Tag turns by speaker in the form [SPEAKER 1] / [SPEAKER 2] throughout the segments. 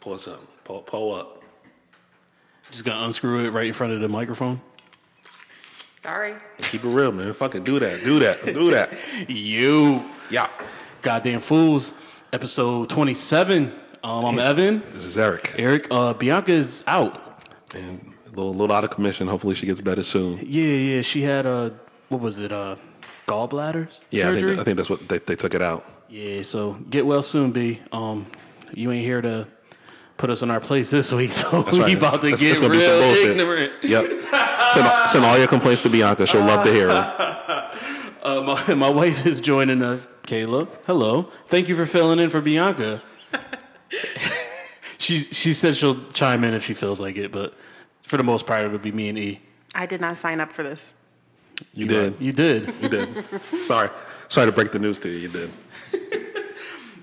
[SPEAKER 1] Pull something. Pull, pull up.
[SPEAKER 2] Just gotta unscrew it right in front of the microphone.
[SPEAKER 3] Sorry.
[SPEAKER 1] Keep it real, man. Fucking do that. Do that. Do that.
[SPEAKER 2] You
[SPEAKER 1] yeah.
[SPEAKER 2] goddamn fools. Episode 27. Um, I'm Evan.
[SPEAKER 1] This is Eric.
[SPEAKER 2] Eric, uh, Bianca's out.
[SPEAKER 1] And a little, little out of commission. Hopefully she gets better soon.
[SPEAKER 2] Yeah, yeah. She had uh what was it? Uh, gallbladders
[SPEAKER 1] Yeah, I
[SPEAKER 2] surgery.
[SPEAKER 1] think, I think that's what they, they took it out.
[SPEAKER 2] Yeah, so get well soon, B. Um, you ain't here to put us in our place this week, so
[SPEAKER 1] That's
[SPEAKER 2] we
[SPEAKER 1] right.
[SPEAKER 2] about to
[SPEAKER 1] That's-
[SPEAKER 2] get
[SPEAKER 1] that's gonna be some
[SPEAKER 2] real
[SPEAKER 1] bullshit.
[SPEAKER 2] ignorant.
[SPEAKER 1] Yep. send, all- send all your complaints to Bianca. She'll love to hear them.
[SPEAKER 2] Uh, my, my wife is joining us, Kayla. Hello. Thank you for filling in for Bianca. she she said she'll chime in if she feels like it, but for the most part, it'll be me and E.
[SPEAKER 3] I did not sign up for this.
[SPEAKER 1] You did.
[SPEAKER 2] You did.
[SPEAKER 1] You did. Sorry. Sorry to break the news to you. You did.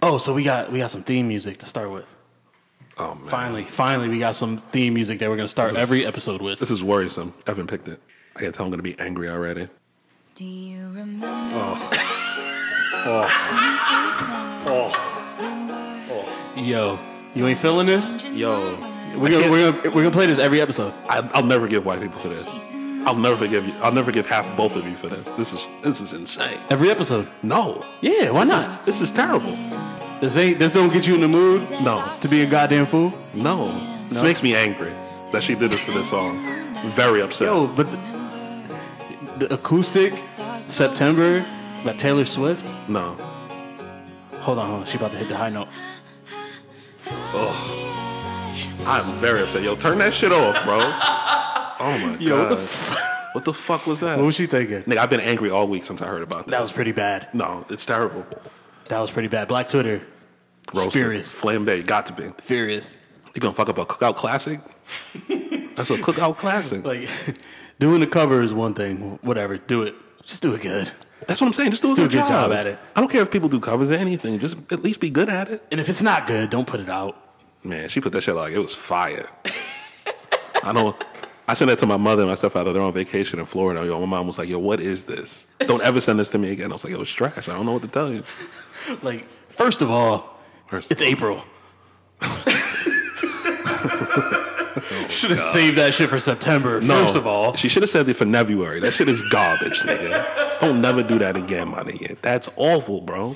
[SPEAKER 2] Oh, so we got we got some theme music to start with.
[SPEAKER 1] Oh, man.
[SPEAKER 2] Finally, finally, we got some theme music that we're gonna start every episode with.
[SPEAKER 1] This is worrisome. Evan picked it. I can tell I'm going to be angry already.
[SPEAKER 4] Do you remember?
[SPEAKER 1] Oh.
[SPEAKER 2] Yo, you ain't feeling this?
[SPEAKER 1] Yo.
[SPEAKER 2] We're gonna, we're gonna we're gonna play this every episode.
[SPEAKER 1] I, I'll never give white people for this. I'll never forgive you. I'll never give half both of you for this. This is this is insane.
[SPEAKER 2] Every episode.
[SPEAKER 1] No.
[SPEAKER 2] Yeah, why not?
[SPEAKER 1] This is terrible.
[SPEAKER 2] This ain't this don't get you in the mood
[SPEAKER 1] No.
[SPEAKER 2] to be a goddamn fool.
[SPEAKER 1] No. This makes me angry that she did this to this song. Very upset.
[SPEAKER 2] Yo, but the, the acoustic September by Taylor Swift.
[SPEAKER 1] No.
[SPEAKER 2] Hold on, hold on. She about to hit the high note.
[SPEAKER 1] I'm very upset. Yo, turn that shit off, bro. Oh my
[SPEAKER 2] Yo,
[SPEAKER 1] god.
[SPEAKER 2] what the
[SPEAKER 1] what the fuck was that?
[SPEAKER 2] What was she thinking?
[SPEAKER 1] Nigga, I've been angry all week since I heard about this.
[SPEAKER 2] That was pretty bad.
[SPEAKER 1] no, it's terrible.
[SPEAKER 2] That was pretty bad. Black Twitter,
[SPEAKER 1] Gross.
[SPEAKER 2] Furious.
[SPEAKER 1] Flambe, got to be.
[SPEAKER 2] furious.
[SPEAKER 1] You gonna fuck up a cookout classic? That's a cookout classic.
[SPEAKER 2] Like doing the cover is one thing. Whatever, do it. Just do it good.
[SPEAKER 1] That's what I'm saying. Just do a,
[SPEAKER 2] do
[SPEAKER 1] good, job.
[SPEAKER 2] at it.
[SPEAKER 1] I don't care if people do covers or anything. Just at least be good at it.
[SPEAKER 2] And if it's not good, don't put it out.
[SPEAKER 1] Man, she put that shit like it was fire. I don't. I sent that to my mother and my stepfather. They're on vacation in Florida. Yo, my mom was like, "Yo, what is this? Don't ever send this to me again." I was like, "Yo, it's trash. I don't know what to tell you."
[SPEAKER 2] Like first of all,
[SPEAKER 1] First-
[SPEAKER 2] it's April. Should have saved that shit for September.
[SPEAKER 1] No.
[SPEAKER 2] First of all,
[SPEAKER 1] she should have said it for February. That shit is garbage, nigga. Don't never do that again, my nigga. That's awful, bro.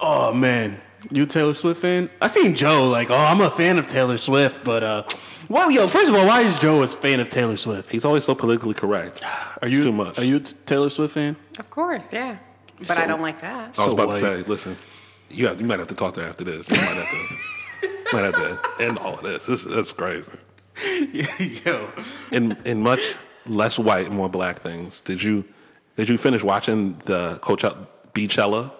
[SPEAKER 2] Oh man, you a Taylor Swift fan? I seen Joe like, oh, I'm a fan of Taylor Swift, but uh, why? Yo, first of all, why is Joe a fan of Taylor Swift?
[SPEAKER 1] He's always so politically correct.
[SPEAKER 2] Are
[SPEAKER 1] It's
[SPEAKER 2] you
[SPEAKER 1] too much?
[SPEAKER 2] Are you a t- Taylor Swift fan?
[SPEAKER 3] Of course, yeah. But I don't like that.
[SPEAKER 1] I was
[SPEAKER 2] so
[SPEAKER 1] about to
[SPEAKER 2] white?
[SPEAKER 1] say, listen, you have, you might have to talk to her after this. You might have to, might have to end all of this. this that's crazy.
[SPEAKER 2] yo,
[SPEAKER 1] in in much less white, more black things. Did you did you finish watching the Coachella Beachella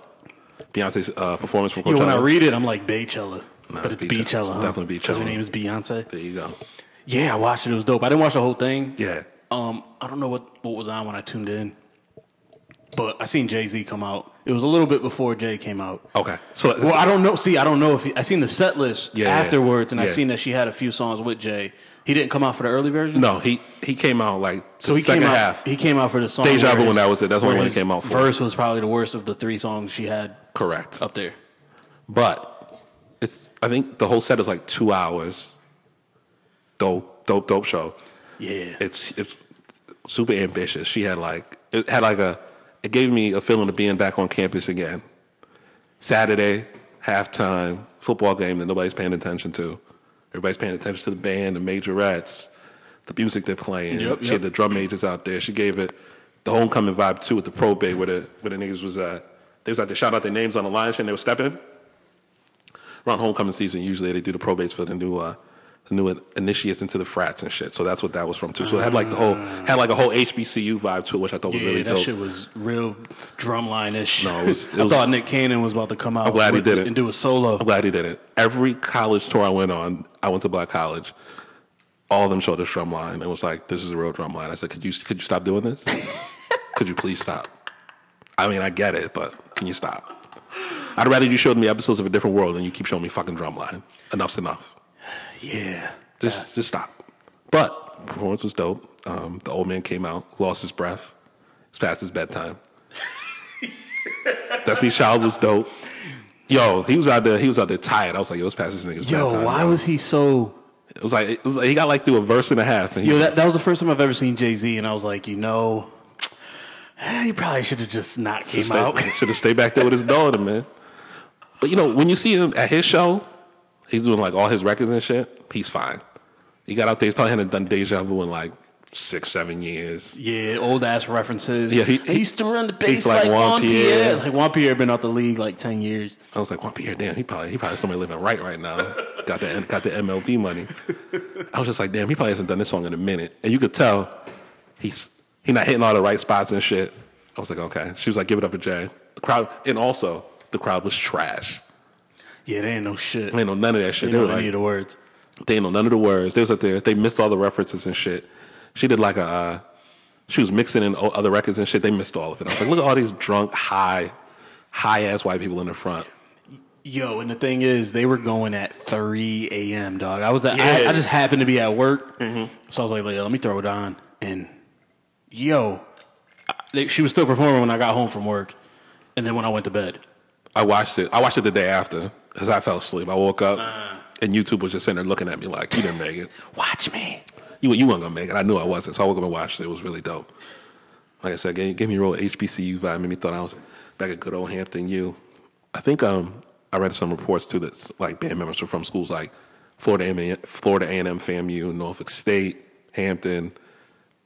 [SPEAKER 1] Beyonce's uh, performance from Coachella?
[SPEAKER 2] yo, when I read it, I'm like Baychella, but
[SPEAKER 1] it's
[SPEAKER 2] it's
[SPEAKER 1] Beachella.
[SPEAKER 2] Beachella.
[SPEAKER 1] It's
[SPEAKER 2] huh?
[SPEAKER 1] definitely
[SPEAKER 2] 'Cause
[SPEAKER 1] Beachella.
[SPEAKER 2] Her name is Beyonce.
[SPEAKER 1] there you go.
[SPEAKER 2] Yeah, I watched it. It was dope. I didn't watch the whole thing.
[SPEAKER 1] Yeah,
[SPEAKER 2] Um, I don't know what what was on when I tuned in, but I seen Jay Z come out. It was a little bit before Jay came out.
[SPEAKER 1] okay. So
[SPEAKER 2] Well, I don't know. See, I don't know if he, I seen the set list
[SPEAKER 1] Yeah, yeah,
[SPEAKER 2] afterwards, and I
[SPEAKER 1] yeah.
[SPEAKER 2] seen that she had a few songs with Jay. He didn't come out for the early version.
[SPEAKER 1] no, he he came out like
[SPEAKER 2] so
[SPEAKER 1] the
[SPEAKER 2] he
[SPEAKER 1] second
[SPEAKER 2] came out.
[SPEAKER 1] half.
[SPEAKER 2] He came out for the song.
[SPEAKER 1] Deja
[SPEAKER 2] where
[SPEAKER 1] Vu when
[SPEAKER 2] his-
[SPEAKER 1] that was it. That's the
[SPEAKER 2] where
[SPEAKER 1] only one he
[SPEAKER 2] his
[SPEAKER 1] came out for.
[SPEAKER 2] Verse was probably the worst of the three songs she had
[SPEAKER 1] Correct.
[SPEAKER 2] up there.
[SPEAKER 1] But it's I think the whole set is like two hours. Dope, dope, dope show.
[SPEAKER 2] Yeah,
[SPEAKER 1] it's it's super ambitious. She had like it had like a it gave me a feeling of being back on campus again. Saturday halftime football game that nobody's paying attention to. Everybody's paying attention to the band, the majorettes, the music they're playing.
[SPEAKER 2] Yep,
[SPEAKER 1] she
[SPEAKER 2] yep.
[SPEAKER 1] had the drum majors out there. She gave it the homecoming vibe too with the probate where the where the niggas was at. They was like they shout out their names on the line and they were stepping around homecoming season, usually they do the probates for the new uh, the new initiates into the frats and shit. So that's what that was from too. So it had like the whole had like a whole HBCU vibe to it, which I thought was
[SPEAKER 2] yeah,
[SPEAKER 1] really
[SPEAKER 2] that
[SPEAKER 1] dope.
[SPEAKER 2] shit was real drumline ish.
[SPEAKER 1] No, it was- it
[SPEAKER 2] I
[SPEAKER 1] was-
[SPEAKER 2] thought Nick Cannon was about to come out.
[SPEAKER 1] I'm glad he
[SPEAKER 2] with-
[SPEAKER 1] did it.
[SPEAKER 2] and do a solo.
[SPEAKER 1] I'm glad he did it. Every college tour I went on, I went to black college. All of them showed this drum line and was like, "This is a real drum line." I said, "Could you could you stop doing this? could you please stop?" I mean, I get it, but can you stop? I'd rather you showed me episodes of a different world than you keep showing me fucking drumline. Enough's enough.
[SPEAKER 2] Yeah,
[SPEAKER 1] Just just stop. But performance was dope. Um, the old man came out, lost his breath. It's past his bedtime. Destiny's Child was dope. Yo, he was out there. He was out there tired. I was like, yo, let's pass this nigga's back
[SPEAKER 2] Yo,
[SPEAKER 1] time,
[SPEAKER 2] why
[SPEAKER 1] bro.
[SPEAKER 2] was he so?
[SPEAKER 1] It was like it was like he got like through a verse and a half. And he,
[SPEAKER 2] Yo, that, that was the first time I've ever seen Jay Z, and I was like, you know, eh, you probably should have just not came out.
[SPEAKER 1] should have stayed back there with his daughter, man. But you know, when you see him at his show, he's doing like all his records and shit. He's fine. He got out there. He's probably hadn't done deja vu in like six, seven years.
[SPEAKER 2] yeah, old ass references.
[SPEAKER 1] Yeah, he-
[SPEAKER 2] I used to run the bass
[SPEAKER 1] he's like
[SPEAKER 2] like,
[SPEAKER 1] Juan
[SPEAKER 2] Juan Pierre.
[SPEAKER 1] Pierre.
[SPEAKER 2] Like Juan Pierre been out the league like ten years.
[SPEAKER 1] I was like, Juan Pierre, damn, he probably he probably somebody living right right now. Got the got the MLB money. I was just like, damn, he probably hasn't done this song in a minute, and you could tell he's he not hitting all the right spots and shit. I was like, okay. She was like, give it up to Jay. The crowd, and also the crowd was trash.
[SPEAKER 2] Yeah, they ain't no shit.
[SPEAKER 1] They ain't know none of that shit.
[SPEAKER 2] They
[SPEAKER 1] They,
[SPEAKER 2] know
[SPEAKER 1] were
[SPEAKER 2] any
[SPEAKER 1] like,
[SPEAKER 2] of the words.
[SPEAKER 1] they ain't know none of the words. They was up there. They missed all the references and shit. She did like a, uh, she was mixing in o- other records and shit. They missed all of it. I was like, look at all these drunk, high, high ass white people in the front.
[SPEAKER 2] Yo, and the thing is, they were going at 3 a.m., dog. I was at, I,
[SPEAKER 1] Yeah. Mm-hmm.
[SPEAKER 2] I just happened to be at work, so I was like, "Yo, let me throw it on. And yo, I, they- she was still performing when I got home from work, and then when I went to bed.
[SPEAKER 1] I watched it. I watched it the day after because I fell asleep. I woke up and YouTube was just sitting there looking at me like, you didn't make it.
[SPEAKER 2] Watch me.
[SPEAKER 1] You, you weren't going to make it. I knew I wasn't. So I woke up and watched it. It was really dope. Like I said, gave, gave me a real HBCU vibe. Made me thought I was back at good old Hampton U. I think um, I read some reports too that like band members were from schools like Florida A&M, Florida A&M FAMU, Norfolk State, Hampton.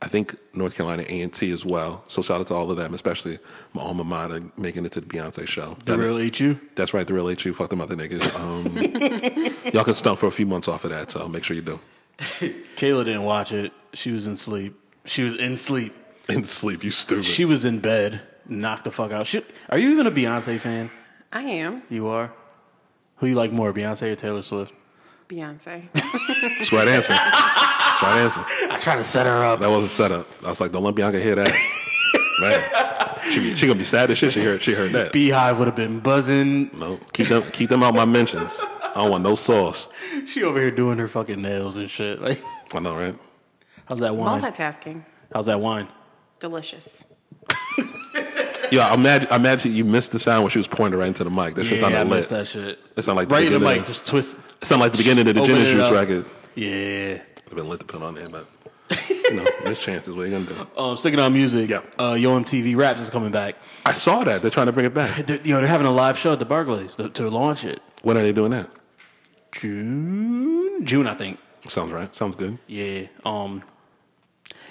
[SPEAKER 1] I think North Carolina A&T as well. So shout out to all of them, especially my alma mater making it to the Beyonce show.
[SPEAKER 2] The
[SPEAKER 1] That-
[SPEAKER 2] real HU?
[SPEAKER 1] that's right, the real HU. Fuck them other niggas. Um, y'all can stump for a few months off of that, so make sure you do.
[SPEAKER 2] Kayla didn't watch it. She was in sleep. She was in sleep.
[SPEAKER 1] And sleep, you stupid.
[SPEAKER 2] She was in bed, knocked the fuck out. She, are you even a Beyonce fan?
[SPEAKER 3] I am
[SPEAKER 2] You are? Who you like more, Beyonce or Taylor Swift?
[SPEAKER 3] Beyonce.
[SPEAKER 1] That's the right answer. That's the right answer.
[SPEAKER 2] I try to set her up.
[SPEAKER 1] That was a setup. I was like, don't let Bianca hear that. Man, she, be, she gonna be sad as shit. She heard, she heard that.
[SPEAKER 2] Beehive would have been buzzing.
[SPEAKER 1] no, keep them, keep them out my mentions. I don't want no sauce.
[SPEAKER 2] She over here doing her fucking nails and shit. Like,
[SPEAKER 1] I know, right?
[SPEAKER 2] how's that wine?
[SPEAKER 3] Multitasking.
[SPEAKER 2] How's that wine?
[SPEAKER 3] Delicious.
[SPEAKER 1] Yeah, I imagine, I imagine you missed the sound when she was pointing right into the mic. That shit
[SPEAKER 2] yeah, I
[SPEAKER 1] sounded
[SPEAKER 2] missed
[SPEAKER 1] lit.
[SPEAKER 2] that shit.
[SPEAKER 1] It sounded like the
[SPEAKER 2] right in the
[SPEAKER 1] beginning.
[SPEAKER 2] mic, just twist.
[SPEAKER 1] It sounded like the beginning of the
[SPEAKER 2] Open
[SPEAKER 1] Jenna
[SPEAKER 2] it
[SPEAKER 1] Juice
[SPEAKER 2] up.
[SPEAKER 1] record.
[SPEAKER 2] Yeah.
[SPEAKER 1] I've been lit to put on there, but you know, missed chances. What are you gonna do?
[SPEAKER 2] Um, sticking on music.
[SPEAKER 1] Yeah.
[SPEAKER 2] Uh, Yo MTV Raps is coming back.
[SPEAKER 1] I saw that they're trying to bring it back.
[SPEAKER 2] They're, you know, they're having a live show at the Barclays to, to launch it.
[SPEAKER 1] When are they doing that?
[SPEAKER 2] June, June, I think.
[SPEAKER 1] Sounds right. Sounds good.
[SPEAKER 2] Yeah. Um.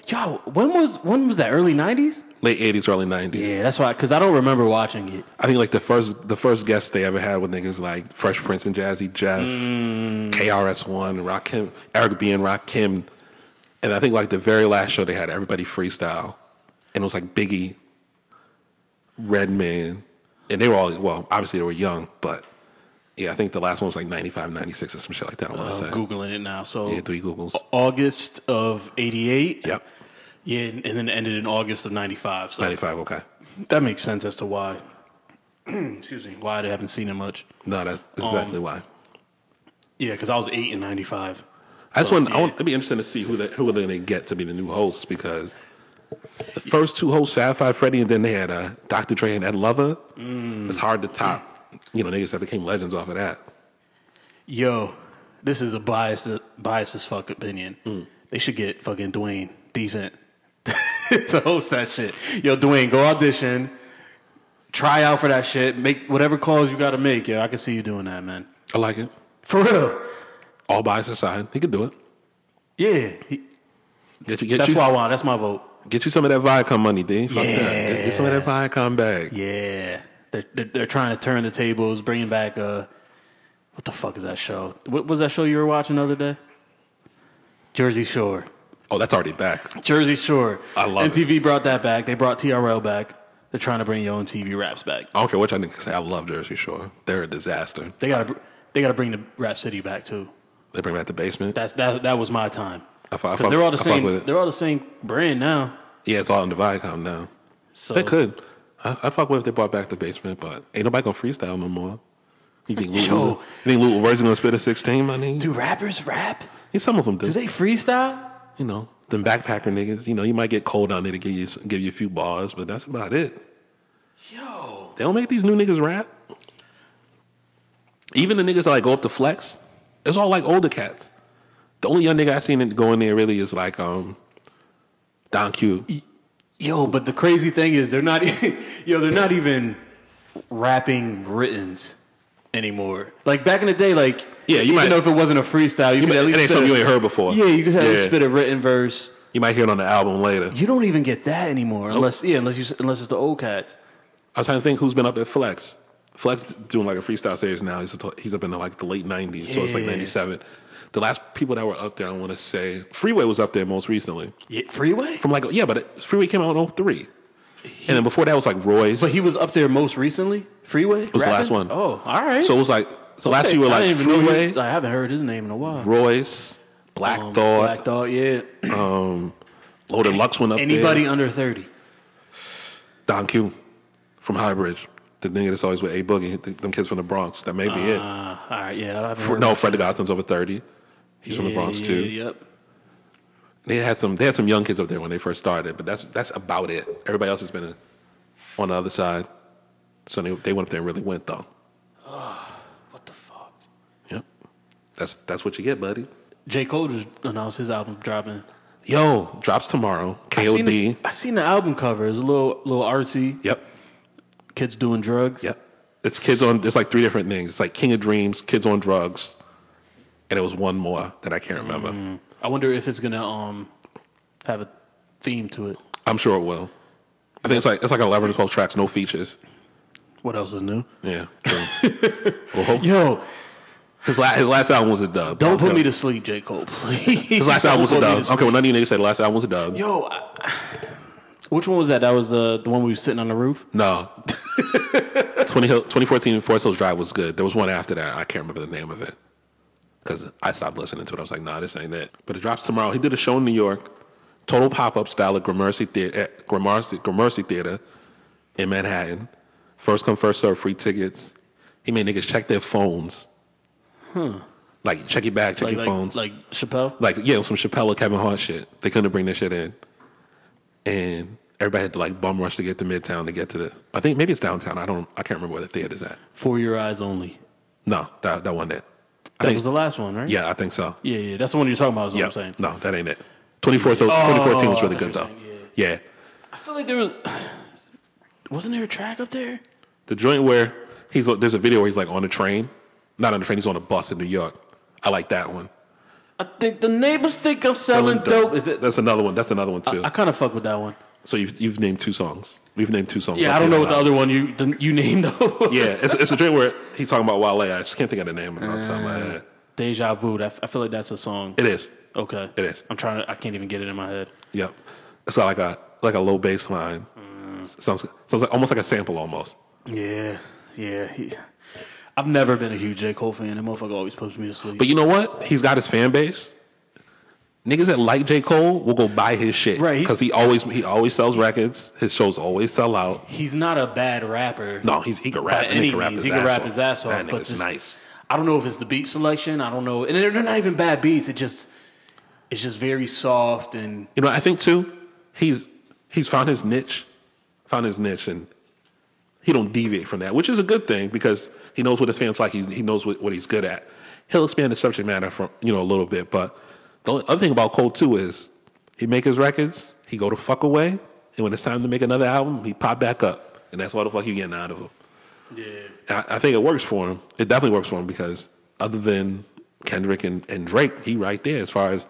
[SPEAKER 2] Yo, when was when was that? Early nineties?
[SPEAKER 1] Late eighties, early nineties.
[SPEAKER 2] Yeah, that's why. Cause I don't remember watching it.
[SPEAKER 1] I think like the first the first guests they ever had with niggas like Fresh Prince and Jazzy Jeff, KRS One, Rakim, Eric B and Rakim, and I think like the very last show they had everybody freestyle, and it was like Biggie, Redman, and they were all well obviously they were young, but yeah, I think the last one was like 95, 96 or some shit like that. I want
[SPEAKER 2] I'm
[SPEAKER 1] to say
[SPEAKER 2] googling it now. So
[SPEAKER 1] yeah, three Googles.
[SPEAKER 2] Oh. August of '88.
[SPEAKER 1] Yep,
[SPEAKER 2] Yeah, and and then ended in August of '95. So
[SPEAKER 1] ninety five. Okay,
[SPEAKER 2] that makes sense as to why. excuse me. Why they haven't seen it much.
[SPEAKER 1] no, that's exactly why.
[SPEAKER 2] Yeah, because I was eight in '95.
[SPEAKER 1] I just want, I
[SPEAKER 2] yeah.
[SPEAKER 1] want it'd be interesting to see who they, who they're going to get to be the new hosts because the first two hosts, Fab Five Freddy, and then they had uh, Dr. Dre and Ed Lover.
[SPEAKER 2] Mm.
[SPEAKER 1] It's hard to top. You know, niggas that became legends off of that.
[SPEAKER 2] Yo, this is a biased biased as fuck opinion. They should get fucking Dwayne decent to host that shit. Yo, Dwayne, go audition, try out for that shit, make whatever calls you got to make. Yo, I can see you doing that, man.
[SPEAKER 1] I like it.
[SPEAKER 2] For real.
[SPEAKER 1] All bias aside, he could do it.
[SPEAKER 2] Yeah, he-
[SPEAKER 1] Get you, get
[SPEAKER 2] that's
[SPEAKER 1] you,
[SPEAKER 2] why I want. That's my vote.
[SPEAKER 1] get you some of that Viacom money, D. Fuck that. Get,
[SPEAKER 2] Yeah.
[SPEAKER 1] get some of that Viacom bag.
[SPEAKER 2] Yeah, they're, they're they're trying to turn the tables, bringing back uh, what the fuck is that show? What was that show you were watching the other day? Jersey Shore.
[SPEAKER 1] Oh, that's already back.
[SPEAKER 2] Jersey Shore.
[SPEAKER 1] I love it.
[SPEAKER 2] MTV brought that back. They brought TRL back. They're trying to bring Yo MTV raps back.
[SPEAKER 1] I don't care what y'all niggas say. I love Jersey Shore. They're a disaster.
[SPEAKER 2] They gotta br- they gotta bring the Rap City back too.
[SPEAKER 1] They bring back the basement.
[SPEAKER 2] That's that that was my time.
[SPEAKER 1] I fu- I
[SPEAKER 2] Because
[SPEAKER 1] fuck-
[SPEAKER 2] they're all
[SPEAKER 1] I
[SPEAKER 2] the
[SPEAKER 1] fuck
[SPEAKER 2] same.
[SPEAKER 1] with it.
[SPEAKER 2] They're all the same brand now.
[SPEAKER 1] Yeah, it's all under Viacom now.
[SPEAKER 2] So
[SPEAKER 1] They could. I, I fuck with if they brought back the basement, but ain't nobody gonna freestyle no more. You think Lil
[SPEAKER 2] Yo.
[SPEAKER 1] you think Lil Uzi's gonna spit a sixteen? My nigga?
[SPEAKER 2] do rappers rap?
[SPEAKER 1] yeah, some of them do.
[SPEAKER 2] Do they freestyle?
[SPEAKER 1] you know, them backpacker niggas. You know, you might get cold down there to give you s- give you a few bars, but that's about it.
[SPEAKER 2] Yo,
[SPEAKER 1] They don't make these new niggas rap. Even the niggas that like go up to flex, it's all like older cats. The only young nigga I seen that go in there really is like um Don Q.
[SPEAKER 2] Yo, Oh, but the crazy thing is they're not yo, they're not even rapping writtens anymore. Like back in the day, like
[SPEAKER 1] Yeah, you
[SPEAKER 2] even
[SPEAKER 1] might-
[SPEAKER 2] know if it wasn't a freestyle, you, could
[SPEAKER 1] might-
[SPEAKER 2] at
[SPEAKER 1] it
[SPEAKER 2] least
[SPEAKER 1] ain't
[SPEAKER 2] spit
[SPEAKER 1] something
[SPEAKER 2] a-
[SPEAKER 1] you ain't heard before.
[SPEAKER 2] Yeah, you could at least
[SPEAKER 1] Yeah.
[SPEAKER 2] spit a written verse.
[SPEAKER 1] You might hear it on the album later.
[SPEAKER 2] You don't even get that anymore unless yeah, unless you unless it's the old cats.
[SPEAKER 1] I was trying to think who's been up at Flex. Flex doing like a freestyle series now. He's up, he's up in like the late '90s, so it's like
[SPEAKER 2] Yeah.
[SPEAKER 1] '97. The last people that were up there, I want to say Freeway was up there most recently.
[SPEAKER 2] Yeah, freeway?
[SPEAKER 1] From like yeah, but it, Freeway came out in 03. and then before that was like Royce.
[SPEAKER 2] But he was up there most recently? Freeway? It
[SPEAKER 1] was the last one.
[SPEAKER 2] Oh, all right.
[SPEAKER 1] so it was like so last few were
[SPEAKER 2] I
[SPEAKER 1] like
[SPEAKER 2] didn't even know he was-
[SPEAKER 1] Freeway,
[SPEAKER 2] I haven't heard his name in a while.
[SPEAKER 1] Royce, Black
[SPEAKER 2] Um,
[SPEAKER 1] Thought,
[SPEAKER 2] Black Thought, yeah.
[SPEAKER 1] Loaded Lux went up
[SPEAKER 2] Anybody
[SPEAKER 1] there.
[SPEAKER 2] under 30.
[SPEAKER 1] Don Q from Highbridge, the nigga that's always with A Boogie, th- them kids from the Bronx. That may be it.
[SPEAKER 2] Uh, all right, yeah. I haven't
[SPEAKER 1] Fr-
[SPEAKER 2] heard
[SPEAKER 1] No,
[SPEAKER 2] of-
[SPEAKER 1] Fred the Godson's over thirty. He's from the
[SPEAKER 2] Yeah,
[SPEAKER 1] Bronx
[SPEAKER 2] yeah,
[SPEAKER 1] too.
[SPEAKER 2] Yep.
[SPEAKER 1] They had some they had some young kids up there when they first started, but that's that's about it. Everybody else has been on the other side. So they, they went up there and really went though.
[SPEAKER 2] What the fuck?
[SPEAKER 1] Yep. That's that's what you get, buddy.
[SPEAKER 2] J. Cole just announced his album dropping.
[SPEAKER 1] Yo, drops tomorrow.
[SPEAKER 2] I
[SPEAKER 1] KOD.
[SPEAKER 2] seen, the, I seen the album cover. It's a little little artsy.
[SPEAKER 1] Yep.
[SPEAKER 2] Kids doing drugs.
[SPEAKER 1] Yep. It's kids on it's like three different things. It's like King of Dreams, Kids on Drugs, and it was one more that I can't remember.
[SPEAKER 2] I wonder if it's gonna um have a theme to it.
[SPEAKER 1] I'm sure it will. I think it's like it's like eleven or twelve tracks, no features.
[SPEAKER 2] What else is new?
[SPEAKER 1] Yeah. true. well, hope-
[SPEAKER 2] Yo,
[SPEAKER 1] his, la- his last album was a dub.
[SPEAKER 2] don't put
[SPEAKER 1] Okay.
[SPEAKER 2] me to sleep, J. Cole, please.
[SPEAKER 1] His last
[SPEAKER 2] Don't
[SPEAKER 1] album was a
[SPEAKER 2] put me to
[SPEAKER 1] dub.
[SPEAKER 2] sleep.
[SPEAKER 1] Okay, well, none of you niggas said the last album was a dub.
[SPEAKER 2] Yo, I, which one was that? That was the the one we were sitting on the roof.
[SPEAKER 1] No. 20, Hill- 2014 Forest Hills Drive was good. There was one after that. I can't remember the name of it. Because I stopped listening to it. I was like, nah, this ain't it. But it drops tomorrow. He did a show in New York, total pop up style at Gramercy, Thea- at Gramercy, Gramercy Theater in Manhattan. First come, first serve, free tickets. He made niggas check their phones. Hmm. Like, check your bag, check
[SPEAKER 2] Like
[SPEAKER 1] your
[SPEAKER 2] like,
[SPEAKER 1] phones.
[SPEAKER 2] like Chappelle.
[SPEAKER 1] like yeah, some Chappelle or Kevin Hart shit. They couldn't bring that shit in, and everybody had to like bum rush to get to Midtown to get to the. I think maybe it's downtown. I don't. I can't remember where the theater's at.
[SPEAKER 2] For your eyes only.
[SPEAKER 1] No, that that wasn't it. I
[SPEAKER 2] That
[SPEAKER 1] think,
[SPEAKER 2] was the last one, right?
[SPEAKER 1] yeah, I think so.
[SPEAKER 2] yeah, yeah. That's the one you're talking about. Is what
[SPEAKER 1] Yeah,
[SPEAKER 2] I'm saying. Oh,
[SPEAKER 1] no, that ain't it. 24, so 2014 was really
[SPEAKER 2] I thought you
[SPEAKER 1] good
[SPEAKER 2] were
[SPEAKER 1] though.
[SPEAKER 2] saying,
[SPEAKER 1] yeah.
[SPEAKER 2] I feel like there was wasn't there a track up there?
[SPEAKER 1] the joint where he's there's a video where he's like on a train, not on a train. He's on a bus in New York. I like that one.
[SPEAKER 2] I think the neighbors think I'm selling dope. Is it?
[SPEAKER 1] That's another one. That's another one too.
[SPEAKER 2] I kind of fuck with that one.
[SPEAKER 1] so you've you've named two songs. We've named two songs.
[SPEAKER 2] Yeah,
[SPEAKER 1] off
[SPEAKER 2] I don't know what the
[SPEAKER 1] album.
[SPEAKER 2] other one you the, you named. was.
[SPEAKER 1] Yeah, it's, it's a drink where he's talking about Wale. I just can't think of the name. off the top of my head.
[SPEAKER 2] Deja Vu. That, I feel like that's a song.
[SPEAKER 1] It is.
[SPEAKER 2] okay,
[SPEAKER 1] it is.
[SPEAKER 2] I'm trying to. I can't even get it in my head.
[SPEAKER 1] Yep. It's got like a like a low bass line.
[SPEAKER 2] Mm.
[SPEAKER 1] Sounds sounds like almost like a sample almost.
[SPEAKER 2] Yeah, yeah. He, I've never been a huge J Cole fan. That motherfucker always puts me to sleep.
[SPEAKER 1] But you know what? He's got his fan base. Niggas that like J Cole will go buy his shit,
[SPEAKER 2] Right.
[SPEAKER 1] Because he always he always sells records. His shows always sell out.
[SPEAKER 2] he's not a bad rapper.
[SPEAKER 1] No, he's he can rap.
[SPEAKER 2] By
[SPEAKER 1] and
[SPEAKER 2] any
[SPEAKER 1] he can rap
[SPEAKER 2] means,
[SPEAKER 1] his
[SPEAKER 2] he
[SPEAKER 1] ass
[SPEAKER 2] can rap
[SPEAKER 1] off.
[SPEAKER 2] his ass off.
[SPEAKER 1] That
[SPEAKER 2] but
[SPEAKER 1] nigga's
[SPEAKER 2] just,
[SPEAKER 1] nice.
[SPEAKER 2] I don't know if it's the beat selection. I don't know, and they're, they're not even bad beats. It just it's just very soft and
[SPEAKER 1] You know, I think too, he's he's found his niche, found his niche, and he don't deviate from that, which is a good thing because he knows what his fans like. He he knows what, what he's good at. He'll expand the subject matter from you know a little bit, but the only- other thing about Cole too is he make his records, he go to fuck away, and when it's time to make another album, he pop back up, and that's all the fuck you getting out of him.
[SPEAKER 2] yeah.
[SPEAKER 1] And I, I think it works for him. It definitely works for him because other than Kendrick and, and Drake, he right there as far as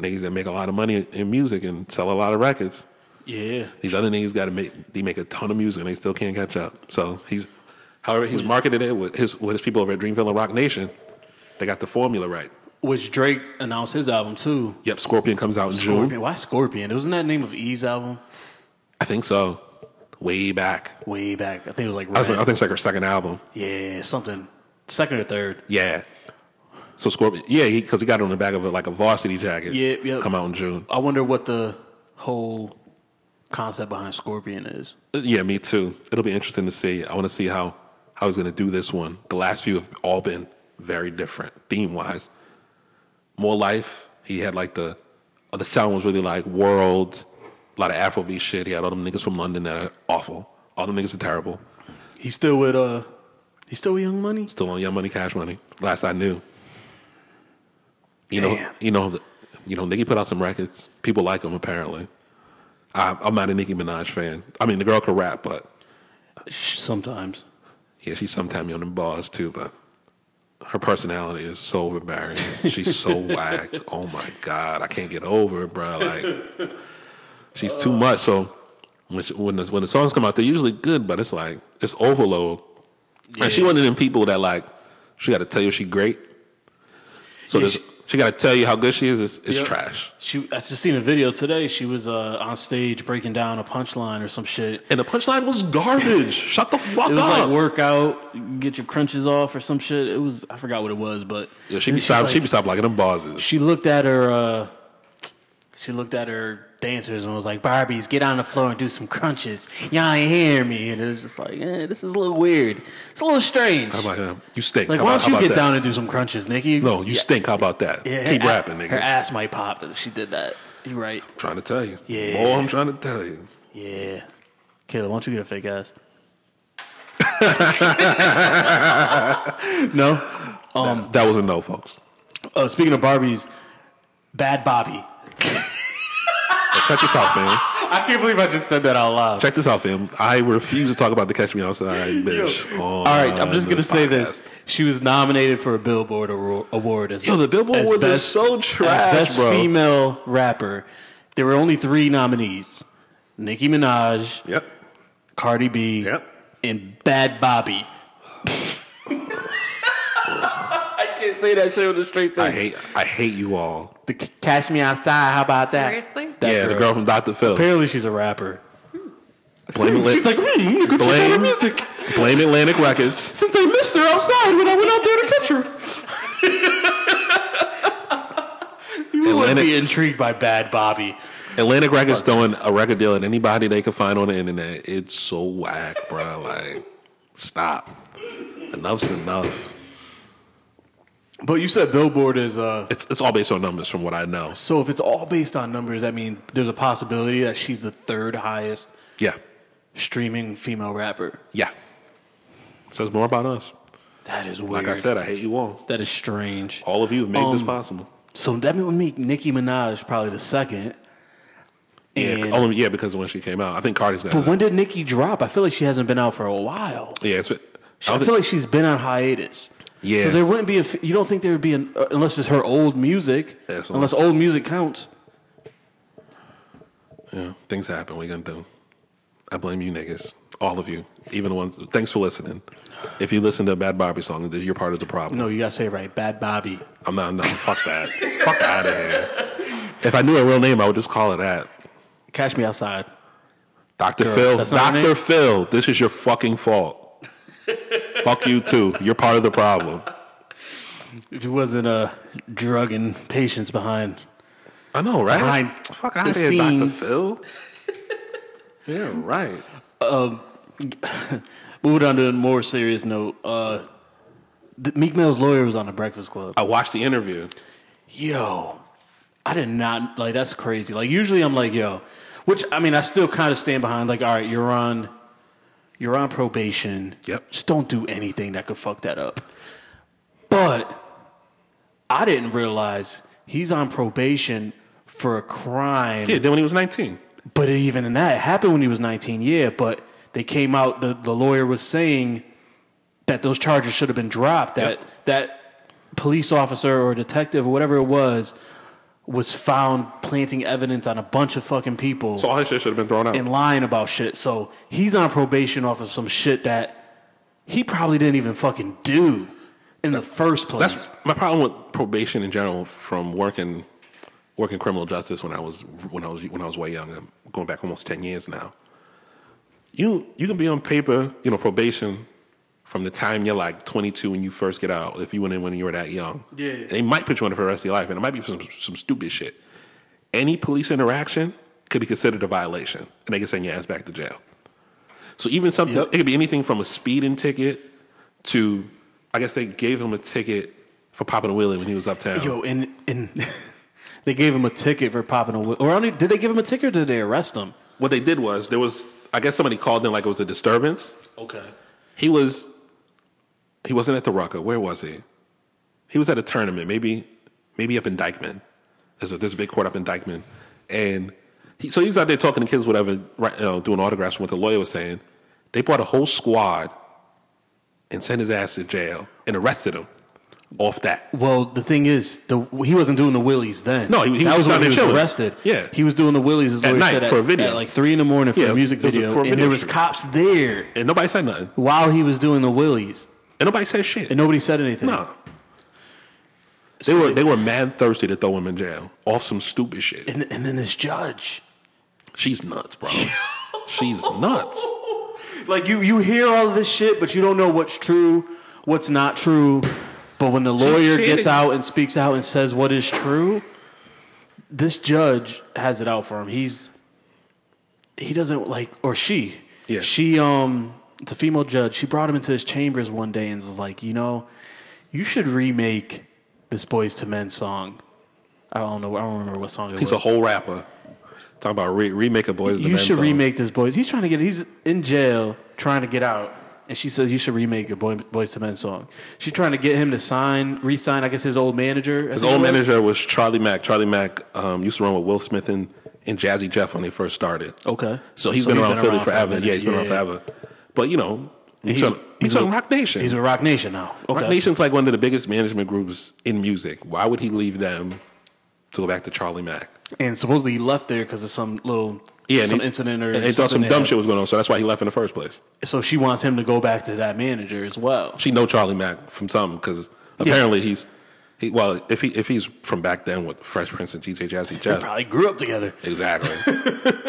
[SPEAKER 1] niggas that make a lot of money in music and sell a lot of records.
[SPEAKER 2] Yeah.
[SPEAKER 1] These other niggas got to make they make a ton of music and they still can't catch up. So he's however he's marketed it with his with his people over at Dreamville and Rock Nation. They got the formula right.
[SPEAKER 2] Which Drake announced his album too.
[SPEAKER 1] Yep, Scorpion comes out in June.
[SPEAKER 2] Scorpion. Why Scorpion? It wasn't that the name of Eve's album
[SPEAKER 1] I think so. Way back.
[SPEAKER 2] way back. I think it was like,
[SPEAKER 1] I, was like, I
[SPEAKER 2] Red.
[SPEAKER 1] think it's like her second album.
[SPEAKER 2] yeah, something second or third.
[SPEAKER 1] Yeah. So Scorpion, yeah, because he, got it on the back of a, like a varsity jacket.
[SPEAKER 2] Yep, yep.
[SPEAKER 1] Come out in June.
[SPEAKER 2] I wonder what the whole concept behind Scorpion is.
[SPEAKER 1] Yeah, me too. It'll be interesting to see. I want to see how how he's going to do this one. The last few have all been very different theme wise. More life. He had like the oh, the sound was really like world, a lot of Afrobeat shit. He had all them niggas from London that are awful. All them niggas are terrible.
[SPEAKER 2] He's still with uh He's still with Young Money.
[SPEAKER 1] Still on Young Money, Cash Money. Last I knew. You know,
[SPEAKER 2] Damn.
[SPEAKER 1] you know, the- you know, Nicki put out some records. People like him apparently. I'm, I'm not a Nicki Minaj fan. I mean, the girl can rap, but
[SPEAKER 2] Sh- Sometimes.
[SPEAKER 1] yeah, she's sometimes on the bars too. But her personality is so overbearing. She's so whack. Oh my god, I can't get over it, bro. Like she's too much. So when she- when the, when the songs come out, they're usually good, but it's like it's overload. And she
[SPEAKER 2] Yeah.
[SPEAKER 1] one of them people that like she got to tell you she great. So
[SPEAKER 2] Yeah,
[SPEAKER 1] this-
[SPEAKER 2] she-
[SPEAKER 1] she, got to tell you how good she is. It's, it's
[SPEAKER 2] Yep.
[SPEAKER 1] trash.
[SPEAKER 2] She. I just seen a video today. She was uh, on stage breaking down a punchline or some shit.
[SPEAKER 1] And the punchline was garbage. Shut the fuck
[SPEAKER 2] It was
[SPEAKER 1] up.
[SPEAKER 2] like work out, get your crunches off or some shit. It was. I forgot what it was, but
[SPEAKER 1] Yeah, she
[SPEAKER 2] And
[SPEAKER 1] be
[SPEAKER 2] she's
[SPEAKER 1] stop.
[SPEAKER 2] like-
[SPEAKER 1] she be stop liking them bosses.
[SPEAKER 2] she looked at her uh, she looked at her dancers and was like, Barbies, get on the floor and do some crunches. Y'all ain't hear me. And it was just like, eh, this is a little weird. It's a little strange.
[SPEAKER 1] I'm
[SPEAKER 2] Like,
[SPEAKER 1] like, um, you stink. how
[SPEAKER 2] why
[SPEAKER 1] about,
[SPEAKER 2] don't you
[SPEAKER 1] how
[SPEAKER 2] get
[SPEAKER 1] about that?
[SPEAKER 2] down and do some crunches, Nikki?
[SPEAKER 1] No, you stink. How about that?
[SPEAKER 2] Yeah, her
[SPEAKER 1] Keep
[SPEAKER 2] a-
[SPEAKER 1] rapping, nigga.
[SPEAKER 2] Her ass might pop if she did that. You right.
[SPEAKER 1] I'm trying to tell you.
[SPEAKER 2] Yeah.
[SPEAKER 1] Boy, I'm trying to tell you.
[SPEAKER 2] Yeah. Kayla, why don't you get a fake ass? no?
[SPEAKER 1] Um, that, that was a no, folks.
[SPEAKER 2] Uh, speaking of Barbies, Bad Bobby.
[SPEAKER 1] Now, check this out, fam.
[SPEAKER 2] I can't believe I just said that out loud.
[SPEAKER 1] Check this out, fam. I refuse to talk about the Catch Me Outside bitch. All
[SPEAKER 2] All right, I'm just gonna say this.
[SPEAKER 1] Oh, podcast.
[SPEAKER 2] She was nominated for a Billboard awar- award as
[SPEAKER 1] Yo, the Billboard
[SPEAKER 2] as
[SPEAKER 1] Awards are so trash,
[SPEAKER 2] as best
[SPEAKER 1] bro.
[SPEAKER 2] female rapper. There were only three nominees: Nicki Minaj,
[SPEAKER 1] Yep.
[SPEAKER 2] Cardi B,
[SPEAKER 1] Yep.
[SPEAKER 2] and Bad Bobby. I can't say that shit with a straight face.
[SPEAKER 1] I hate I hate you all.
[SPEAKER 2] the c- Catch Me Outside. How about that?
[SPEAKER 3] Seriously?
[SPEAKER 2] That
[SPEAKER 1] yeah, the girl from Dr. Phil.
[SPEAKER 2] Apparently, she's a rapper.
[SPEAKER 1] Blame
[SPEAKER 2] She's
[SPEAKER 1] Atlantic,
[SPEAKER 2] like, hmm, I'm gonna go check out her
[SPEAKER 1] blame,
[SPEAKER 2] music.
[SPEAKER 1] blame Atlantic Records.
[SPEAKER 2] Since I missed her outside when I went out there to catch her. you would
[SPEAKER 1] Atlantic-
[SPEAKER 2] be intrigued by Bad Bobby.
[SPEAKER 1] Atlantic Records throwing a record deal at anybody they can find on the internet. It's so whack, bro. Like, stop. Enough's enough.
[SPEAKER 2] But you said Billboard is uh
[SPEAKER 1] It's it's all based on numbers, from what I know.
[SPEAKER 2] so if it's all based on numbers, I mean there's a possibility that she's the third highest
[SPEAKER 1] Yeah,
[SPEAKER 2] streaming female rapper.
[SPEAKER 1] yeah. Says more about us.
[SPEAKER 2] That is weird.
[SPEAKER 1] Like I said, I Oh. hate you all.
[SPEAKER 2] that is strange.
[SPEAKER 1] All of you have made this
[SPEAKER 2] Um,
[SPEAKER 1] possible.
[SPEAKER 2] So that would make Nicki Minaj probably the second.
[SPEAKER 1] Yeah, oh.
[SPEAKER 2] And
[SPEAKER 1] only yeah because when she came out, I think Cardi's got.
[SPEAKER 2] but
[SPEAKER 1] it.
[SPEAKER 2] when did Nicki drop? I feel like she hasn't been out for a while.
[SPEAKER 1] yeah, it's, I,
[SPEAKER 2] I
[SPEAKER 1] don't
[SPEAKER 2] feel
[SPEAKER 1] think-
[SPEAKER 2] like she's been on hiatus.
[SPEAKER 1] Yeah.
[SPEAKER 2] So there wouldn't be a. f- You don't think there would be an uh, unless it's her old music.
[SPEAKER 1] Absolutely.
[SPEAKER 2] Unless old music counts.
[SPEAKER 1] yeah, things happen. What you gonna do? I blame you niggas, all of you, even the ones. Thanks for listening. If you listen to a Bad Barbie song, then you're part of the problem.
[SPEAKER 2] No, you gotta say it right. Bad Bobby.
[SPEAKER 1] I'm not. No, fuck that. fuck out of here. If I knew her real name, I would just call her that.
[SPEAKER 2] Cash me outside.
[SPEAKER 1] Dr.
[SPEAKER 2] Girl,
[SPEAKER 1] Phil.
[SPEAKER 2] that's not her
[SPEAKER 1] Dr.
[SPEAKER 2] name?
[SPEAKER 1] Phil. This is your fucking fault. fuck you too. You're part of the problem.
[SPEAKER 2] If it wasn't uh, drugging patients behind.
[SPEAKER 1] I know, right?
[SPEAKER 2] Behind
[SPEAKER 1] fuck
[SPEAKER 2] the
[SPEAKER 1] out of here, Dr.
[SPEAKER 2] scenes.
[SPEAKER 1] Phil. yeah, right.
[SPEAKER 2] Moving on to a more serious note. Uh, the, Meek Mill's lawyer was on the Breakfast Club.
[SPEAKER 1] I watched the interview.
[SPEAKER 2] yo, I did not like that's crazy. Like usually I'm like, yo, which I mean I still kind of stand behind like, all right, you're on you're on probation.
[SPEAKER 1] Yep.
[SPEAKER 2] Just don't do anything that could fuck that up. But I didn't realize he's on probation for a crime.
[SPEAKER 1] Yeah, then when he was 19.
[SPEAKER 2] But even in that, it happened when he was 19, yeah. But they came out, the, the lawyer was saying that those charges should have been dropped, that,
[SPEAKER 1] Yep.
[SPEAKER 2] that police officer or detective or whatever it was was found planting evidence on a bunch of fucking people
[SPEAKER 1] So all his shit should have been thrown out.
[SPEAKER 2] and lying about shit. So he's on probation off of some shit that he probably didn't even fucking do in the first place.
[SPEAKER 1] That's my problem with probation in general. From working, working criminal justice when I was when I was when I was way young, I'm going back almost ten years now. You you can be on paper, you know, probation from the time you're like 22 when you first get out. If you went in when you were that young,
[SPEAKER 2] Yeah.
[SPEAKER 1] they might put you on it for the rest of your life, and it might be for some some stupid shit. Any police interaction could be considered a violation, and they can send your ass back to jail. So even something
[SPEAKER 2] Yep.
[SPEAKER 1] it could be anything from a speeding ticket to I guess they gave him a ticket for popping a wheelie when he was uptown.
[SPEAKER 2] Yo, and and they gave him a ticket for popping a whi- or only, did they give him a ticket or did they arrest him?
[SPEAKER 1] What they did was there was I guess somebody called in like it was a disturbance.
[SPEAKER 2] Okay.
[SPEAKER 1] He was He wasn't at the Rucker. Where was he? He was at a tournament, maybe maybe up in Dykeman. There's a, there's a big court up in Dykeman. And he, so he's out there talking to kids, whatever, right, you know, doing autographs from what the lawyer was saying. They brought a whole squad and sent his ass to jail and arrested him off that.
[SPEAKER 2] Well, the thing is, the he wasn't doing the willies then.
[SPEAKER 1] No, he- he
[SPEAKER 2] that
[SPEAKER 1] was
[SPEAKER 2] was
[SPEAKER 1] down
[SPEAKER 2] when he
[SPEAKER 1] there
[SPEAKER 2] was
[SPEAKER 1] chilling.
[SPEAKER 2] arrested.
[SPEAKER 1] Yeah.
[SPEAKER 2] he was doing the willies as
[SPEAKER 1] At
[SPEAKER 2] Lori
[SPEAKER 1] night
[SPEAKER 2] said,
[SPEAKER 1] for a video.
[SPEAKER 2] at like three in the morning for
[SPEAKER 1] Yeah, it
[SPEAKER 2] a
[SPEAKER 1] was-
[SPEAKER 2] music
[SPEAKER 1] it was a-
[SPEAKER 2] video,
[SPEAKER 1] for a
[SPEAKER 2] and
[SPEAKER 1] video
[SPEAKER 2] there was
[SPEAKER 1] shoot.
[SPEAKER 2] cops there
[SPEAKER 1] And nobody said nothing.
[SPEAKER 2] while he was doing the willies,
[SPEAKER 1] And nobody said shit.
[SPEAKER 2] and nobody said anything.
[SPEAKER 1] no. They were they were mad thirsty to throw him in jail off some stupid shit.
[SPEAKER 2] and and then this judge,
[SPEAKER 1] She's nuts, bro. She's nuts.
[SPEAKER 2] like you, you hear all this shit, but you don't know what's true, what's not true. But when the lawyer
[SPEAKER 1] she
[SPEAKER 2] gets
[SPEAKER 1] didn't-
[SPEAKER 2] out and speaks out and says what is true, this judge has it out for him. He's he doesn't like or she.
[SPEAKER 1] Yeah.
[SPEAKER 2] She um it's a female judge. She brought him into his chambers one day and was like, you know, you should remake this boys to men song. I don't know. I don't remember what song it
[SPEAKER 1] He's
[SPEAKER 2] was.
[SPEAKER 1] a whole rapper. Talking about re- remake of Boys. and the
[SPEAKER 2] You
[SPEAKER 1] Men
[SPEAKER 2] should
[SPEAKER 1] song.
[SPEAKER 2] remake this boys. He's trying to get. He's in jail trying to get out, and she says you should remake your boy, boys to men song. She's trying to get him to sign, re-sign. I guess his old manager.
[SPEAKER 1] His old manager was Charlie Mack. Charlie Mack um, used to run with Will Smith and, and Jazzy Jeff when they first started.
[SPEAKER 2] Okay.
[SPEAKER 1] So he's been around Philly
[SPEAKER 2] for a
[SPEAKER 1] forever.
[SPEAKER 2] minute.
[SPEAKER 1] Yeah, he's been around
[SPEAKER 2] Yeah.
[SPEAKER 1] forever. But you know, he's,
[SPEAKER 2] he's-
[SPEAKER 1] on, he's
[SPEAKER 2] he's
[SPEAKER 1] on
[SPEAKER 2] a-
[SPEAKER 1] Rock Nation.
[SPEAKER 2] He's with Rock Nation now.
[SPEAKER 1] Rock Nation's like one of the biggest management groups in music. Why would he leave them to go back to Charlie Mack?
[SPEAKER 2] And supposedly he left there because of some little
[SPEAKER 1] Yeah, and
[SPEAKER 2] some
[SPEAKER 1] he-
[SPEAKER 2] incident or
[SPEAKER 1] and he thought
[SPEAKER 2] something
[SPEAKER 1] some
[SPEAKER 2] they
[SPEAKER 1] dumb
[SPEAKER 2] had.
[SPEAKER 1] shit was going on, so that's why he left in the first place.
[SPEAKER 2] So she wants him to go back to that manager as well.
[SPEAKER 1] She know Charlie Mack from something because apparently he's he well if he if he's from back then with Fresh Prince and GJ Jazzy
[SPEAKER 2] They
[SPEAKER 1] Jeff
[SPEAKER 2] probably grew up together.
[SPEAKER 1] exactly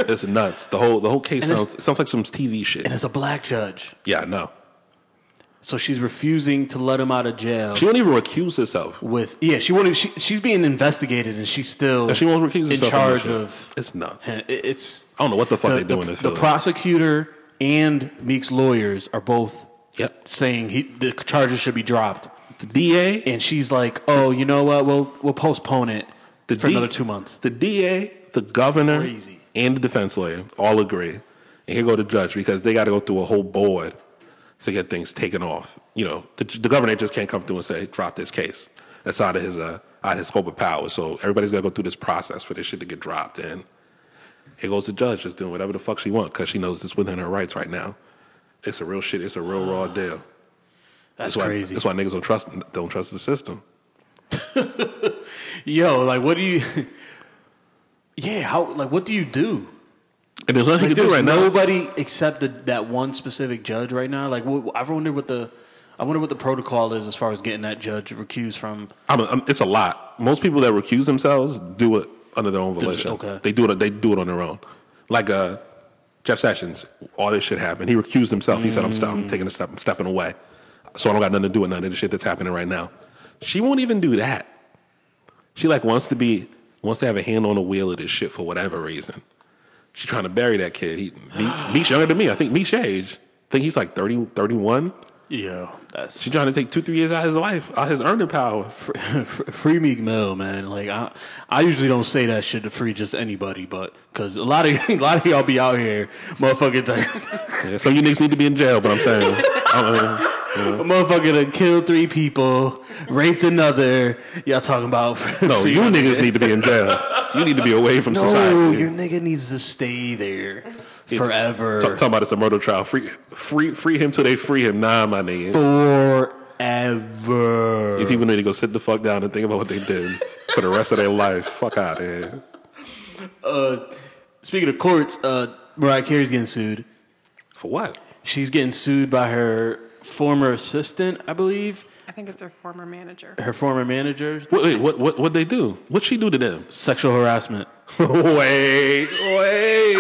[SPEAKER 1] it's nuts the whole the whole case
[SPEAKER 2] And it's-
[SPEAKER 1] sounds it sounds like some TV shit
[SPEAKER 2] And it's a black judge,
[SPEAKER 1] yeah I know
[SPEAKER 2] so she's refusing to let him out of jail.
[SPEAKER 1] she won't even recuse herself
[SPEAKER 2] with yeah she won't even, she, she's being investigated and she's still
[SPEAKER 1] she won't recuse
[SPEAKER 2] in
[SPEAKER 1] herself
[SPEAKER 2] charge
[SPEAKER 1] from that
[SPEAKER 2] of
[SPEAKER 1] shit. it's nuts I
[SPEAKER 2] and it- it's
[SPEAKER 1] don't know what the fuck
[SPEAKER 2] the,
[SPEAKER 1] they doing in
[SPEAKER 2] the, the
[SPEAKER 1] Philly
[SPEAKER 2] prosecutor and meek's lawyers are both
[SPEAKER 1] yep
[SPEAKER 2] saying he, the charges should be dropped
[SPEAKER 1] the DA
[SPEAKER 2] and she's like oh you know what we'll we'll postpone it
[SPEAKER 1] the
[SPEAKER 2] for
[SPEAKER 1] D-
[SPEAKER 2] another two months
[SPEAKER 1] the DA the governor
[SPEAKER 2] Crazy.
[SPEAKER 1] and the defense lawyer all agree and here go the judge because they got to go through a whole board to get things taken off. You know, the, the governor just can't come through and say drop this case. That's out of his uh, out of his scope of power. So everybody's got to go through this process for this shit to get dropped. And here goes the judge just doing whatever the fuck she wants because she knows it's within her rights right now. It's a real shit. It's a real raw deal.
[SPEAKER 2] that's
[SPEAKER 1] why,
[SPEAKER 2] crazy
[SPEAKER 1] That's why niggas don't trust don't trust the system.
[SPEAKER 2] yo like what do you yeah how like what do you do
[SPEAKER 1] And there's nothing
[SPEAKER 2] Like,
[SPEAKER 1] you can do
[SPEAKER 2] there's
[SPEAKER 1] right now.
[SPEAKER 2] nobody except the, that one specific judge right now. Like, wh- I wonder what the I wonder what the protocol is as far as getting that judge recused from.
[SPEAKER 1] I'm, I'm, it's a lot. Most people that recuse themselves do it under their own volition.
[SPEAKER 2] okay.
[SPEAKER 1] They do it. They do it on their own. Like uh, Jeff Sessions, all this shit happened. He recused himself. He said, "I'm, stop, I'm taking a step. I'm stepping away. So I don't got nothing to do with none of the shit that's happening right now." She won't even do that. She like wants to be wants to have a hand on the wheel of this shit for whatever reason. She's trying to bury that kid. He, Meek's, Meek's younger than me. I think Meek's age. I think he's like 30, 31.
[SPEAKER 2] Yeah, that's
[SPEAKER 1] She's trying to take two, three years out of his life, out of his earning power.
[SPEAKER 2] free Meek Mill, man. Like, I I usually don't say that shit to free just anybody, but because a lot of a lot of y'all be out here, motherfucker, that,
[SPEAKER 1] Yeah, some of you niggas need to be in jail, but I'm saying, I
[SPEAKER 2] motherfucker that killed three people, raped another. Y'all talking about
[SPEAKER 1] mean, no,
[SPEAKER 2] free
[SPEAKER 1] you
[SPEAKER 2] my
[SPEAKER 1] niggas
[SPEAKER 2] nigga.
[SPEAKER 1] need to be in jail. You need to be away from
[SPEAKER 2] No,
[SPEAKER 1] society.
[SPEAKER 2] your nigga needs to stay there
[SPEAKER 1] It's-
[SPEAKER 2] forever.
[SPEAKER 1] Talk, talking about it's a murder trial. Free, free, free him till they free him. Nah, my nigga.
[SPEAKER 2] forever.
[SPEAKER 1] If people need to go sit the fuck down and think about what they did for the rest of their life, fuck out of here.
[SPEAKER 2] Uh, speaking of courts, uh, Mariah Carey's getting sued.
[SPEAKER 1] For what?
[SPEAKER 2] She's getting sued by her former assistant, I believe,
[SPEAKER 3] I think it's her former manager.
[SPEAKER 2] her former manager.
[SPEAKER 1] Wait, wait what? What? What they do? What she do to them?
[SPEAKER 2] Sexual harassment.
[SPEAKER 1] wait, wait.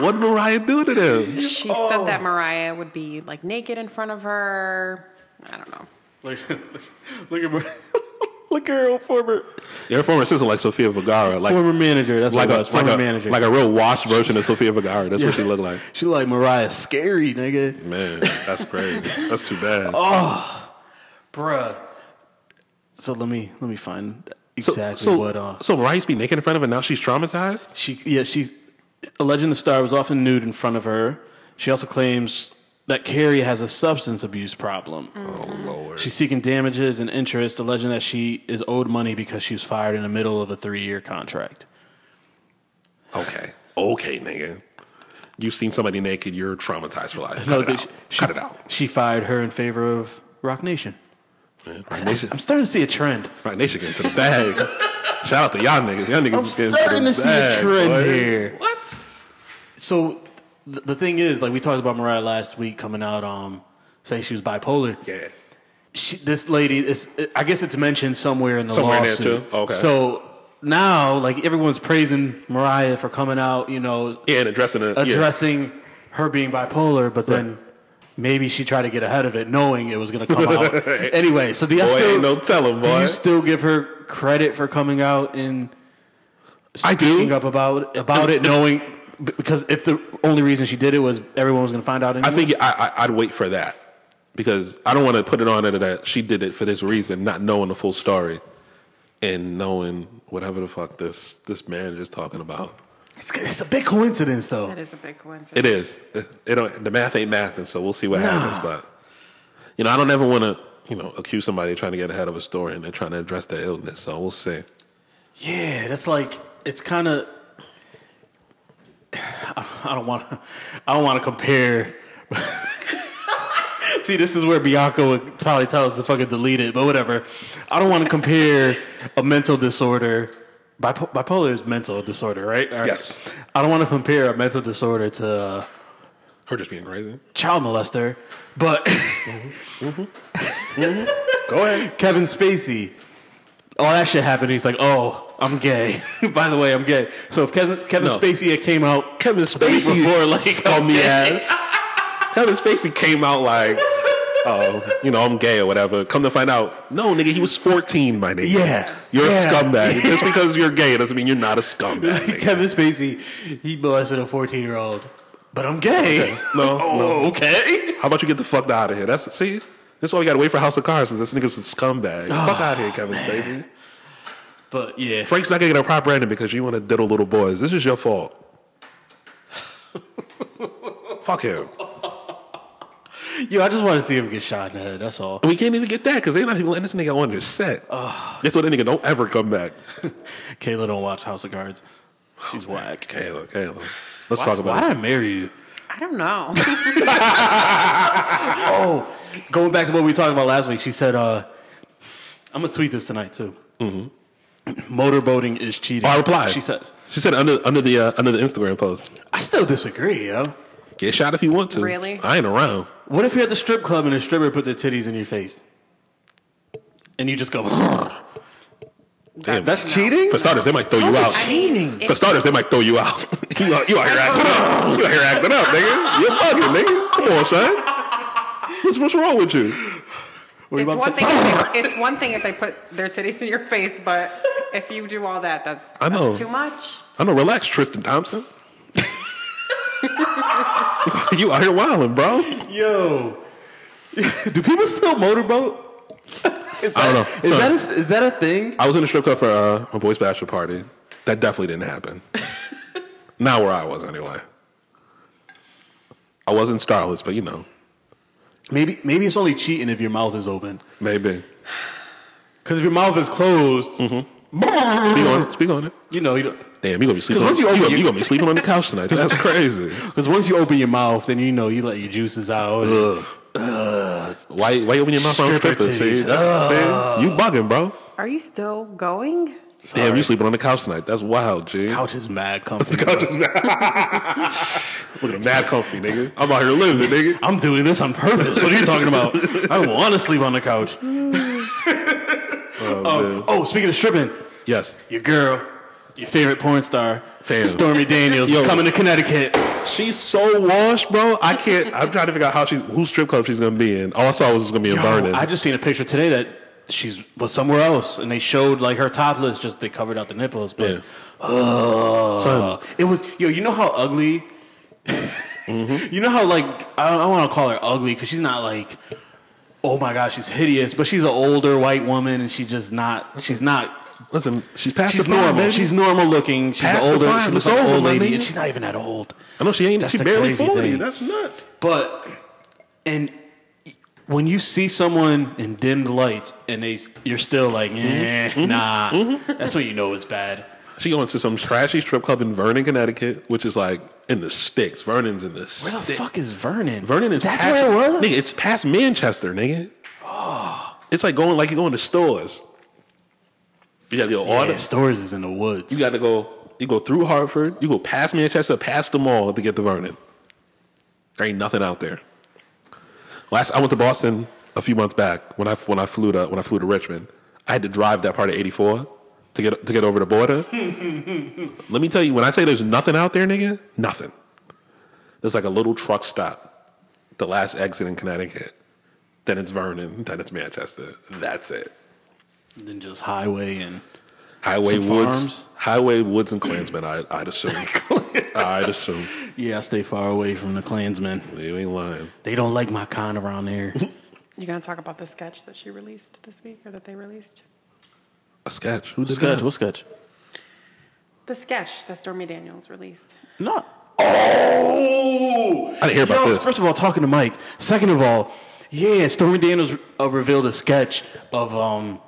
[SPEAKER 1] What did Mariah do to them?
[SPEAKER 3] She Oh. said that Mariah would be like naked in front of her. I don't know.
[SPEAKER 2] Like, look at her, look at her old former
[SPEAKER 1] Your former sister, like Sofia Vergara, like
[SPEAKER 2] former manager. That's
[SPEAKER 1] like
[SPEAKER 2] what it
[SPEAKER 1] a
[SPEAKER 2] was,
[SPEAKER 1] like
[SPEAKER 2] former
[SPEAKER 1] a,
[SPEAKER 2] manager.
[SPEAKER 1] like a real washed version of Sofia Vergara. That's what she looked like.
[SPEAKER 2] she like Mariah, scary nigga,
[SPEAKER 1] Man, that's crazy. that's too bad.
[SPEAKER 2] Oh, bruh. So let me let me find
[SPEAKER 1] So-
[SPEAKER 2] exactly
[SPEAKER 1] so,
[SPEAKER 2] what. Uh,
[SPEAKER 1] so Mariah used to be naked in front of her. Now she's traumatized.
[SPEAKER 2] She yeah, she's alleging the star was often nude in front of her. She also claims that Carrie has a substance abuse problem.
[SPEAKER 1] Oh lord.
[SPEAKER 2] She's seeking damages and interest, alleging that she is owed money because she was fired in the middle of a three year contract.
[SPEAKER 1] okay. Okay, nigga. You've seen somebody naked. You're traumatized for life. Cut, it,
[SPEAKER 2] they-
[SPEAKER 1] out. Cut it out.
[SPEAKER 2] She fired her in favor of Rock Nation.
[SPEAKER 1] Yeah, Right Nation,
[SPEAKER 2] I'm starting to see a trend.
[SPEAKER 1] right Nation getting to the bag. Shout out to y'all niggas. Y'all niggas
[SPEAKER 2] I'm
[SPEAKER 1] is getting
[SPEAKER 2] starting
[SPEAKER 1] to, the
[SPEAKER 2] to see
[SPEAKER 1] bag,
[SPEAKER 2] a trend
[SPEAKER 1] boy.
[SPEAKER 2] here.
[SPEAKER 1] What?
[SPEAKER 2] So th- the thing is, like we talked about Mariah last week coming out, um, saying she was bipolar.
[SPEAKER 1] Yeah.
[SPEAKER 2] she, this lady is I guess it's mentioned somewhere in the
[SPEAKER 1] Somewhere in there,
[SPEAKER 2] lawsuit.
[SPEAKER 1] too? Okay.
[SPEAKER 2] So now like everyone's praising Mariah for coming out, you know,
[SPEAKER 1] Yeah, and addressing it.
[SPEAKER 2] addressing her being bipolar, but then maybe she tried to get ahead of it knowing it was going to come out. anyway, so do you
[SPEAKER 1] Boy,
[SPEAKER 2] still
[SPEAKER 1] ain't no telling,
[SPEAKER 2] do
[SPEAKER 1] boy.
[SPEAKER 2] you still give her credit for coming out and
[SPEAKER 1] I do.
[SPEAKER 2] speaking up about about it knowing b- because if the only reason she did it was everyone was going to find out anyway.
[SPEAKER 1] I think I, I, I'd wait for that because I don't want to put it on it that she did it for this reason, not knowing the full story and knowing whatever the fuck this this man is talking about.
[SPEAKER 2] it's, it's a big coincidence though.
[SPEAKER 3] That is a big coincidence.
[SPEAKER 1] It is. It, it don't, the math ain't math, and so we'll see what happens. But you know, I don't ever want to you know accuse somebody of trying to get ahead of a story and they're trying to address their illness. So we'll see.
[SPEAKER 2] Yeah, that's like it's kind of. I don't want to. I don't want to compare. See, this is where Bianca would probably tell us to fucking delete it, but whatever. I don't want to compare a mental disorder. Bipo- bipolar is mental disorder, right? All right.
[SPEAKER 1] Yes.
[SPEAKER 2] I don't want to compare a mental disorder to a
[SPEAKER 1] Her just being crazy.
[SPEAKER 2] child molester, but
[SPEAKER 1] Go ahead.
[SPEAKER 2] Kevin Spacey. All that shit happened. He's like, "Oh, I'm gay." By the way, I'm gay. So if Kevin, Kevin
[SPEAKER 1] No.
[SPEAKER 2] Spacey had came out
[SPEAKER 1] Kevin Spacey
[SPEAKER 2] before,
[SPEAKER 1] before
[SPEAKER 2] like,
[SPEAKER 1] like me ass. Kevin Spacey came out like, oh, you know, I'm gay or whatever. Come to find out, no, nigga, he was 14, my nigga.
[SPEAKER 2] Yeah.
[SPEAKER 1] you're a
[SPEAKER 2] Yeah.
[SPEAKER 1] scumbag. Just because you're gay doesn't mean you're not a scumbag. nigga.
[SPEAKER 2] Kevin Spacey, he molested a 14 year old, but I'm gay.
[SPEAKER 1] No,
[SPEAKER 2] oh,
[SPEAKER 1] no.
[SPEAKER 2] okay.
[SPEAKER 1] How about you get the fuck out of here? That's see, that's why we got to wait for House of Cards. Is this nigga's a scumbag?
[SPEAKER 2] Oh,
[SPEAKER 1] fuck out of here, Kevin Spacey.
[SPEAKER 2] But yeah,
[SPEAKER 1] Frank's not gonna get a proper ending because you want to diddle little boys. This is your fault. fuck him.
[SPEAKER 2] yo, I just want to see him get shot in the head. That's all.
[SPEAKER 1] We can't even get that because they're not even letting this nigga on this set. That's why that nigga don't ever come back.
[SPEAKER 2] Kayla don't watch House of Cards. She's whack.
[SPEAKER 1] Kayla, Kayla. Let's talk about
[SPEAKER 2] Why
[SPEAKER 1] it.
[SPEAKER 2] I marry you?
[SPEAKER 3] I don't know.
[SPEAKER 2] Oh, going back to what we talked about last week, she said, uh, "I'm gonna tweet this tonight too." Mm-hmm. Motorboating is cheating.
[SPEAKER 1] I replied.
[SPEAKER 2] She says,
[SPEAKER 1] She said under under the uh, under the Instagram post.
[SPEAKER 2] "I still disagree, yo.
[SPEAKER 1] Get shot if you want to.
[SPEAKER 3] Really?
[SPEAKER 1] I ain't around.
[SPEAKER 2] What if you're at the strip club and a stripper puts her titties in your face, and you just go?"
[SPEAKER 1] Damn.
[SPEAKER 2] That's cheating.
[SPEAKER 1] for starters, they might throw you out.
[SPEAKER 2] How's it cheating?
[SPEAKER 1] For starters, they might throw you out. you out, you out here acting up. You out here acting up, nigga. You're bugging, nigga. Come on, son. What's, what's wrong with you?
[SPEAKER 2] What
[SPEAKER 3] It's
[SPEAKER 2] about
[SPEAKER 3] one,
[SPEAKER 2] to
[SPEAKER 3] thing
[SPEAKER 2] say-
[SPEAKER 3] if they, it's one thing if they put their titties in your face, but if you do all that, that's,
[SPEAKER 1] I
[SPEAKER 3] that's
[SPEAKER 1] know.
[SPEAKER 3] too much.
[SPEAKER 1] I know. Relax, Tristan Thompson. you out here wilding, bro.
[SPEAKER 2] Yo, do people still motorboat? Is
[SPEAKER 1] I don't
[SPEAKER 2] that-
[SPEAKER 1] know.
[SPEAKER 2] Is that, a,
[SPEAKER 1] So-
[SPEAKER 2] is that a thing?
[SPEAKER 1] I was in a strip club for uh, my boy's bachelor party. That definitely didn't happen. Not where I was, anyway. I wasn't starless, but you know,
[SPEAKER 2] Maybe maybe it's only cheating if your mouth is open.
[SPEAKER 1] maybe.
[SPEAKER 2] Because if your mouth is closed,
[SPEAKER 1] Speak on it. Speak on it.
[SPEAKER 2] you know, you
[SPEAKER 1] Damn, you gonna be sleeping?
[SPEAKER 2] 'Cause
[SPEAKER 1] On,
[SPEAKER 2] once
[SPEAKER 1] you,
[SPEAKER 2] you open
[SPEAKER 1] gonna,
[SPEAKER 2] your-
[SPEAKER 1] you gonna be sleeping on the couch tonight? That's crazy.
[SPEAKER 2] because once you open your mouth, then you know you let your juices out.
[SPEAKER 1] Ugh. Why? Why you open your mouth on
[SPEAKER 2] Stripper Oh.
[SPEAKER 1] strippers? See,
[SPEAKER 2] titties.
[SPEAKER 1] that's see? you bugging, bro.
[SPEAKER 3] Are you still going?
[SPEAKER 1] Damn, you sleeping on the couch tonight? That's wild, G.
[SPEAKER 2] Couch is mad comfy.
[SPEAKER 1] Couch is mad. Look at mad comfy, nigga. I'm out here living, nigga.
[SPEAKER 2] I'm doing this on purpose. What are you talking about? I want to sleep on the couch.
[SPEAKER 1] Oh, man.
[SPEAKER 2] Oh, speaking of stripping,
[SPEAKER 1] Yes.
[SPEAKER 2] your girl, your favorite porn star,
[SPEAKER 1] Fam.
[SPEAKER 2] Stormy Daniels,
[SPEAKER 1] Yo.
[SPEAKER 2] is coming to Connecticut.
[SPEAKER 1] She's so washed, bro. I can't. I'm trying to figure out how she's whose strip club she's gonna be in. All I saw was it's gonna be in
[SPEAKER 2] Yo,
[SPEAKER 1] Vernon.
[SPEAKER 2] I just seen a picture today that she's was somewhere else, and they showed like her topless. Just they covered out the nipples, but
[SPEAKER 1] Yeah.
[SPEAKER 2] uh, it was yo. You know how ugly.
[SPEAKER 1] Mm-hmm.
[SPEAKER 2] You know how like I don't, want to call her ugly because she's not like, oh my gosh, she's hideous, but she's an older white woman, and she just not. She's not.
[SPEAKER 1] Listen, she's past
[SPEAKER 2] She's
[SPEAKER 1] the prime,
[SPEAKER 2] normal.
[SPEAKER 1] baby.
[SPEAKER 2] She's normal looking. She's
[SPEAKER 1] Past the
[SPEAKER 2] older.
[SPEAKER 1] prime.
[SPEAKER 2] She looks
[SPEAKER 1] It's
[SPEAKER 2] like an
[SPEAKER 1] over,
[SPEAKER 2] old
[SPEAKER 1] my
[SPEAKER 2] lady,
[SPEAKER 1] nigga.
[SPEAKER 2] and she's not even that old.
[SPEAKER 1] I know she ain't.
[SPEAKER 2] That's
[SPEAKER 1] She's
[SPEAKER 2] the
[SPEAKER 1] barely
[SPEAKER 2] crazy
[SPEAKER 1] forty.
[SPEAKER 2] thing.
[SPEAKER 1] That's nuts.
[SPEAKER 2] But And when you see someone in dimmed lights and they, you're still like, eh, nah, that's when you know it's bad.
[SPEAKER 1] She going to some trashy strip club in Vernon, Connecticut, which is like in the sticks. Vernon's in the
[SPEAKER 2] Where the
[SPEAKER 1] sti-
[SPEAKER 2] fuck is Vernon?
[SPEAKER 1] Vernon is
[SPEAKER 2] that's
[SPEAKER 1] past,
[SPEAKER 2] where it was. Ah.
[SPEAKER 1] Nigga, it's past Manchester, nigga. It's like going like you going to stores. You gotta go all
[SPEAKER 2] yeah,
[SPEAKER 1] the
[SPEAKER 2] stores is in the woods.
[SPEAKER 1] You got to go. You go through Hartford. You go past Manchester, past the mall to get to Vernon. There ain't nothing out there. Last I went to Boston a few months back when I when I flew to when I flew to Richmond. I had to drive that part of 84 to get to get over the border. Let me tell you, when I say there's nothing out there, nigga, nothing. There's like a little truck stop, the last exit in Connecticut. Then it's Vernon. Then it's Manchester. That's it.
[SPEAKER 2] Than just highway and
[SPEAKER 1] Highway
[SPEAKER 2] Some
[SPEAKER 1] Woods,
[SPEAKER 2] farms?
[SPEAKER 1] Highway Woods and Klansmen. I, I'd assume. I'd assume.
[SPEAKER 2] yeah, I stay far away from the Klansmen.
[SPEAKER 1] You ain't lying.
[SPEAKER 2] They don't like my kind around here.
[SPEAKER 3] You gonna talk about the sketch that she released this week or that they released?
[SPEAKER 1] A sketch. Who did
[SPEAKER 2] sketch?
[SPEAKER 1] that?
[SPEAKER 2] What sketch?
[SPEAKER 3] The sketch that Stormy Daniels released.
[SPEAKER 2] Not. Oh,
[SPEAKER 1] I didn't hear about
[SPEAKER 2] Yo,
[SPEAKER 1] this.
[SPEAKER 2] First of all, talking to Mike. Second of all, yeah, Stormy Daniels uh, revealed a sketch of um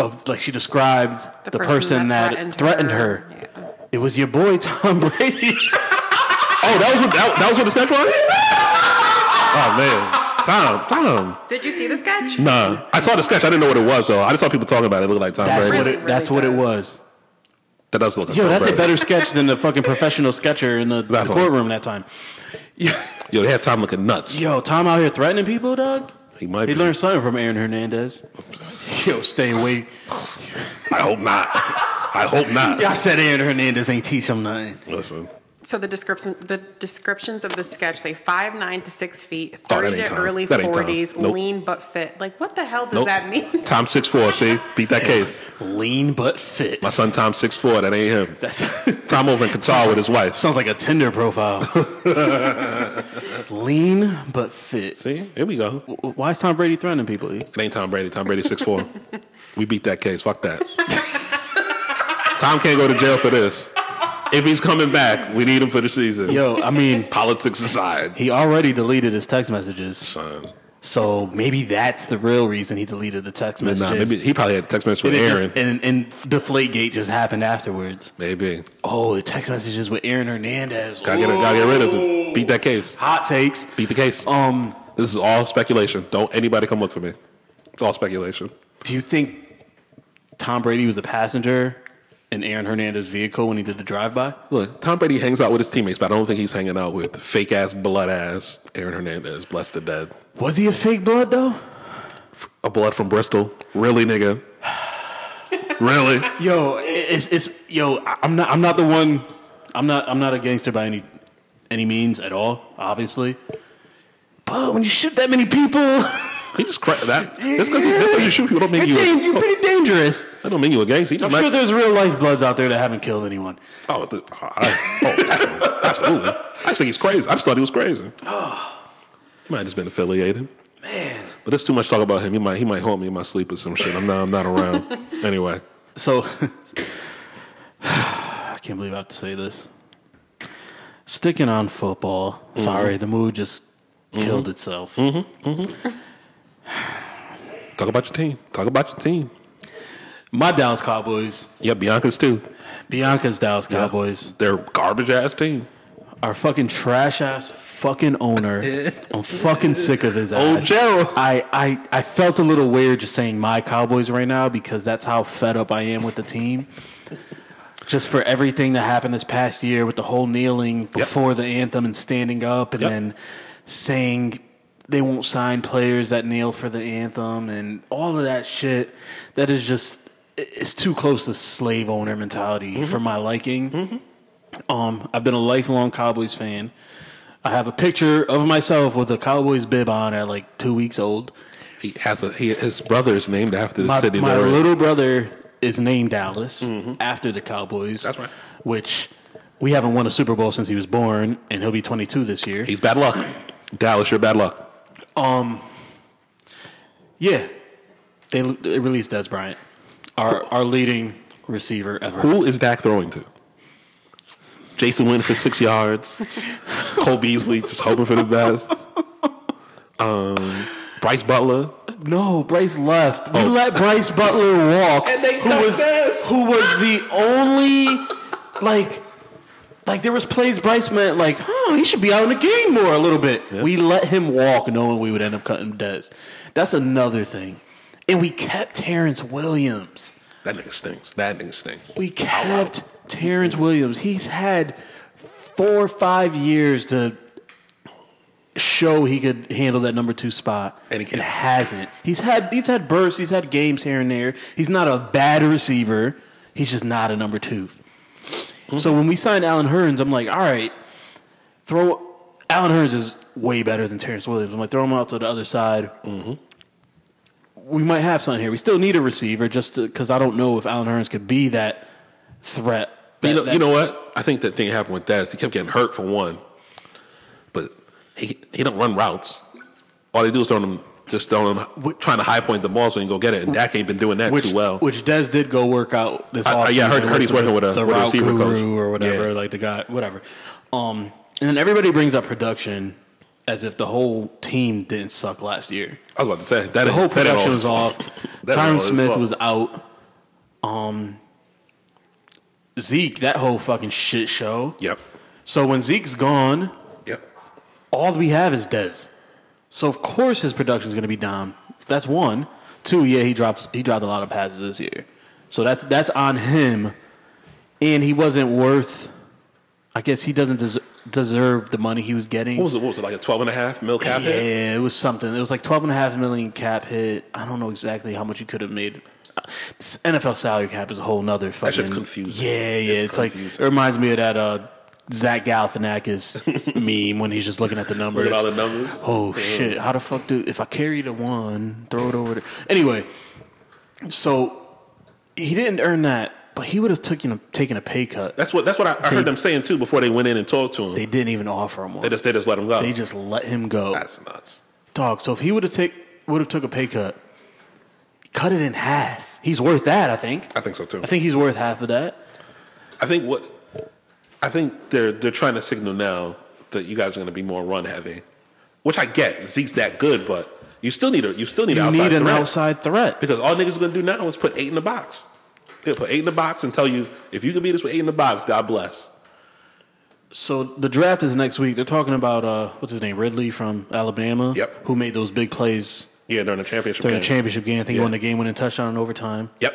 [SPEAKER 2] of like she described the, person, that, threatened, her.
[SPEAKER 3] Yeah.
[SPEAKER 2] It was your boy Tom Brady.
[SPEAKER 1] Oh, that was what, that, that was what the sketch was. oh man, Tom, Oh, Tom.
[SPEAKER 3] Did you see the sketch?
[SPEAKER 1] Nah, I saw the sketch. I didn't know what it was though. I just saw people talking about it. It looked like Tom
[SPEAKER 2] That's
[SPEAKER 1] Brady.
[SPEAKER 2] what it.
[SPEAKER 3] Really,
[SPEAKER 2] that's what
[SPEAKER 3] really
[SPEAKER 2] it
[SPEAKER 3] does.
[SPEAKER 2] was.
[SPEAKER 1] that does look like
[SPEAKER 2] Yo,
[SPEAKER 1] Tom
[SPEAKER 2] that's a
[SPEAKER 1] Brady.
[SPEAKER 2] better sketch than the fucking professional sketcher in the, the
[SPEAKER 1] That's all.
[SPEAKER 2] courtroom that time.
[SPEAKER 1] Yo, they had Tom looking nuts.
[SPEAKER 2] Yo, Tom out here threatening people, dog.
[SPEAKER 1] He might
[SPEAKER 2] He
[SPEAKER 1] be.
[SPEAKER 2] learned something from Aaron Hernandez. Yo, stay away.
[SPEAKER 1] I hope not. I hope not.
[SPEAKER 2] Y'all said Aaron Hernandez ain't teach him nothing.
[SPEAKER 1] Listen,
[SPEAKER 3] So the description, the descriptions of the sketch say five nine to six feet,
[SPEAKER 1] Oh, that
[SPEAKER 3] thirty
[SPEAKER 1] ain't
[SPEAKER 3] to
[SPEAKER 1] Tom.
[SPEAKER 3] early
[SPEAKER 1] That ain't Tom.
[SPEAKER 3] forties,
[SPEAKER 1] Nope.
[SPEAKER 3] lean but fit. Like, what the hell does
[SPEAKER 1] Nope.
[SPEAKER 3] that mean?
[SPEAKER 1] Tom six four. See, beat that case.
[SPEAKER 2] Lean but fit.
[SPEAKER 1] My son Tom six four. That ain't him.
[SPEAKER 2] That's
[SPEAKER 1] Tom over in Qatar with his wife.
[SPEAKER 2] sounds like a Tinder profile. Lean but fit.
[SPEAKER 1] See, here we go.
[SPEAKER 2] W- Why is Tom Brady threatening people? He-
[SPEAKER 1] It ain't Tom Brady. Tom Brady six four. we beat that case. Fuck that. Tom can't go to jail for this. If he's coming back, we need him for the season.
[SPEAKER 2] Yo, I mean,
[SPEAKER 1] Politics aside,
[SPEAKER 2] he already deleted his text messages,
[SPEAKER 1] son.
[SPEAKER 2] so maybe that's the real reason he deleted the text
[SPEAKER 1] Nah,
[SPEAKER 2] messages.
[SPEAKER 1] maybe he probably had a text message with
[SPEAKER 2] And it just-
[SPEAKER 1] Aaron.
[SPEAKER 2] and and deflate gate just happened afterwards.
[SPEAKER 1] maybe
[SPEAKER 2] Oh, the text messages with Aaron Hernandez.
[SPEAKER 1] gotta get, gotta get rid of him. Beat that case.
[SPEAKER 2] Hot takes.
[SPEAKER 1] Beat the case.
[SPEAKER 2] Um,
[SPEAKER 1] This is all speculation. Don't anybody come look for me. It's all speculation.
[SPEAKER 2] do you think Tom Brady was a passenger in Aaron Hernandez's vehicle when he did the drive by?
[SPEAKER 1] Look, Tom Brady hangs out with his teammates, but I don't think he's hanging out with fake ass, blood ass Aaron Hernandez, blessed to dead.
[SPEAKER 2] Was he a fake blood though?
[SPEAKER 1] A blood from Bristol. Really, nigga? really?
[SPEAKER 2] Yo, it's it's yo. I- I'm not I'm not the one. I'm not I'm not a gangster by any any means at all. Obviously, but when you shoot that many people,
[SPEAKER 1] He just cra- that. That's because you shoot people don't make
[SPEAKER 2] you're,
[SPEAKER 1] you.
[SPEAKER 2] dang-
[SPEAKER 1] A,
[SPEAKER 2] you're pretty dangerous.
[SPEAKER 1] that don't mean you a gangster. You
[SPEAKER 2] I'm
[SPEAKER 1] just might-
[SPEAKER 2] sure there's real life bloods out there that haven't killed anyone.
[SPEAKER 1] oh, th- I, oh, definitely. absolutely. I just think he's crazy. I just thought he was crazy. He might have just been affiliated.
[SPEAKER 2] Man.
[SPEAKER 1] But there's too much talk about him. He might he might haunt me in my sleep or some shit. I'm not I'm not around. anyway,
[SPEAKER 2] So I can't believe I have to say this. Sticking on football. Sorry, the mood just killed itself.
[SPEAKER 1] talk about your team. Talk about your team.
[SPEAKER 2] My Dallas Cowboys,
[SPEAKER 1] Yeah, Bianca's too.
[SPEAKER 2] Bianca's Dallas Cowboys,
[SPEAKER 1] They're garbage ass team.
[SPEAKER 2] our fucking trash ass fucking owner. I'm fucking sick of his ass.
[SPEAKER 1] Old Gerald.
[SPEAKER 2] I, I, I felt a little weird just saying my Cowboys right now because that's how fed up I am with the team. Just for everything that happened this past year with the whole kneeling before the anthem and standing up and
[SPEAKER 1] Yep.
[SPEAKER 2] then saying they won't sign players that kneel for the anthem and all of that shit. That is just, it- it's too close to slave owner mentality for my liking. Um, I've been a lifelong Cowboys fan. I have a picture of myself with a Cowboys bib on at like two weeks old.
[SPEAKER 1] He has a he, his brother is named after the
[SPEAKER 2] My,
[SPEAKER 1] city.
[SPEAKER 2] my
[SPEAKER 1] they're in.
[SPEAKER 2] little brother is named Dallas after the Cowboys.
[SPEAKER 1] Mm-hmm. That's right.
[SPEAKER 2] Which we haven't won a Super Bowl since he was born, and he'll be 22 this year.
[SPEAKER 1] He's bad luck. Dallas, you're bad luck.
[SPEAKER 2] Um, yeah, they, they released Des Bryant, our our leading receiver ever.
[SPEAKER 1] Who is Dak throwing to? Jason Wynn for six yards. Cole Beasley just hoping for the best. Um, Bryce Butler.
[SPEAKER 2] No, Bryce left. We
[SPEAKER 1] Oh.
[SPEAKER 2] let Bryce Butler walk,
[SPEAKER 1] And they
[SPEAKER 2] who
[SPEAKER 1] dunked
[SPEAKER 2] was
[SPEAKER 1] us.
[SPEAKER 2] who was the only like like there was plays Bryce meant like, oh, he should be out in the game more a little bit. We let him walk, knowing we would end up cutting Dez. That's another thing, and we kept Terrence Williams.
[SPEAKER 1] That nigga stinks. That nigga stinks.
[SPEAKER 2] We kept Terrence Williams. He's had four or five years to show he could handle that number two spot,
[SPEAKER 1] And he can't.
[SPEAKER 2] hasn't. He's had he's had bursts. He's had games here and there. He's not a bad receiver. He's just not a number 2 So when we signed Alan Hearns, I'm like, all right, throw Alan Hearns is way better than Terrence Williams. I'm like, throw him out to the other side.
[SPEAKER 1] Mm-hmm.
[SPEAKER 2] We might have something here. We still need a receiver just because I don't know if Alan Hearns could be that threat.
[SPEAKER 1] But you know,
[SPEAKER 2] that-
[SPEAKER 1] you know what? I think that thing happened with Dez. He kept getting hurt for one, but he he don't run routes. All they do is throw him, just throw him, trying to high point the ball so he can go get it. And Dak ain't been doing that
[SPEAKER 2] which,
[SPEAKER 1] too well.
[SPEAKER 2] Which Des did go work out this
[SPEAKER 1] I- I-
[SPEAKER 2] offseason.
[SPEAKER 1] yeah, I heard-
[SPEAKER 2] with
[SPEAKER 1] heard he's
[SPEAKER 2] the-
[SPEAKER 1] working with a-
[SPEAKER 2] the
[SPEAKER 1] with a
[SPEAKER 2] route
[SPEAKER 1] receiver coach.
[SPEAKER 2] guru or whatever,
[SPEAKER 1] Yeah.
[SPEAKER 2] like the guy, whatever. Um, and then everybody brings up production as if the whole team didn't suck last year.
[SPEAKER 1] I was about to say that
[SPEAKER 2] The whole
[SPEAKER 1] that ain't all
[SPEAKER 2] production
[SPEAKER 1] his
[SPEAKER 2] was off.
[SPEAKER 1] fault. That ain't all
[SPEAKER 2] Tyron
[SPEAKER 1] his
[SPEAKER 2] Smith
[SPEAKER 1] fault.
[SPEAKER 2] was out. Um, Zeke, that whole fucking shit show.
[SPEAKER 1] Yep.
[SPEAKER 2] So when Zeke's gone,
[SPEAKER 1] Yep.
[SPEAKER 2] all we have is Dez. So of course his production's going to be down. That's one. Two, yeah, he drops he dropped a lot of passes this year. So that's that's on him. And he wasn't worth I guess he doesn't des- deserve the money he was getting.
[SPEAKER 1] What was it? What was it like a 12 and a half mil cap
[SPEAKER 2] yeah,
[SPEAKER 1] hit?
[SPEAKER 2] it was something. It was like 12 and a half million cap hit. I don't know exactly how much he could have made. Uh, This NFL salary cap is a whole nother fucking
[SPEAKER 1] shit's confusing.
[SPEAKER 2] Yeah, yeah,
[SPEAKER 1] It's
[SPEAKER 2] it's, like it
[SPEAKER 1] confusing.
[SPEAKER 2] reminds me of that uh Zach Galifianakis meme when he's just looking at the numbers.
[SPEAKER 1] Look at all the numbers.
[SPEAKER 2] Oh shit! How the fuck do if I carry the one, throw it over there? Anyway, so he didn't earn that, but he would have taken a, taken a pay cut.
[SPEAKER 1] That's what that's what I, I
[SPEAKER 2] They-
[SPEAKER 1] heard them saying too before they went in and talked to him. They,
[SPEAKER 2] They didn't even offer him one.
[SPEAKER 1] just they just let him go.
[SPEAKER 2] They just let him go,
[SPEAKER 1] that's nuts.
[SPEAKER 2] dog. So if he would have take would have took a pay cut, cut it in half. He's worth that, I think.
[SPEAKER 1] I think so too.
[SPEAKER 2] I think he's worth half of that.
[SPEAKER 1] I think what I think they're they're trying to signal now that you guys are going to be more run heavy, which I get. Zeke's that good, but you still need a you still need
[SPEAKER 2] You
[SPEAKER 1] an outside
[SPEAKER 2] need an
[SPEAKER 1] threat.
[SPEAKER 2] outside threat.
[SPEAKER 1] because all niggas are going to do now is put eight in the box. They'll put eight in the box and tell you if you can beat us with eight in the box, God bless.
[SPEAKER 2] So the draft is next week. They're talking about uh, what's his name, Ridley from Alabama,
[SPEAKER 1] Yep.
[SPEAKER 2] who made those big plays
[SPEAKER 1] Yeah, during the championship.
[SPEAKER 2] during the
[SPEAKER 1] game.
[SPEAKER 2] championship game. I think he
[SPEAKER 1] Yeah.
[SPEAKER 2] won the game winning touchdown in overtime.
[SPEAKER 1] Yep.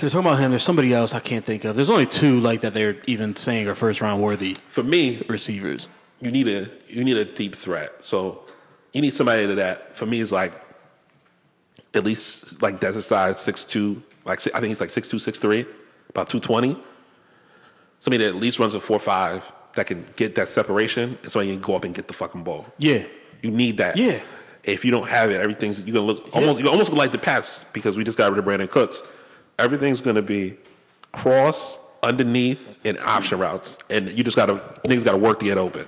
[SPEAKER 2] They're talking about him. There's somebody else I can't think of. There's only two like that they're even saying are first round worthy
[SPEAKER 1] For me,
[SPEAKER 2] receivers.
[SPEAKER 1] you need a you need a deep threat. So you need somebody to that for me is like at least like desert size six two. Like si- I think he's like six two six three, about two twenty. Somebody that at least runs a four five that can get that separation, and so you can go up and get the fucking ball.
[SPEAKER 2] Yeah,
[SPEAKER 1] You need that.
[SPEAKER 2] Yeah.
[SPEAKER 1] If you don't have it, everything's you're gonna look almost you almost look like the Pats because we just got rid of Brandon Cooks. Everything's gonna be cross, underneath, and option routes, and you just gotta niggas gotta work to get open.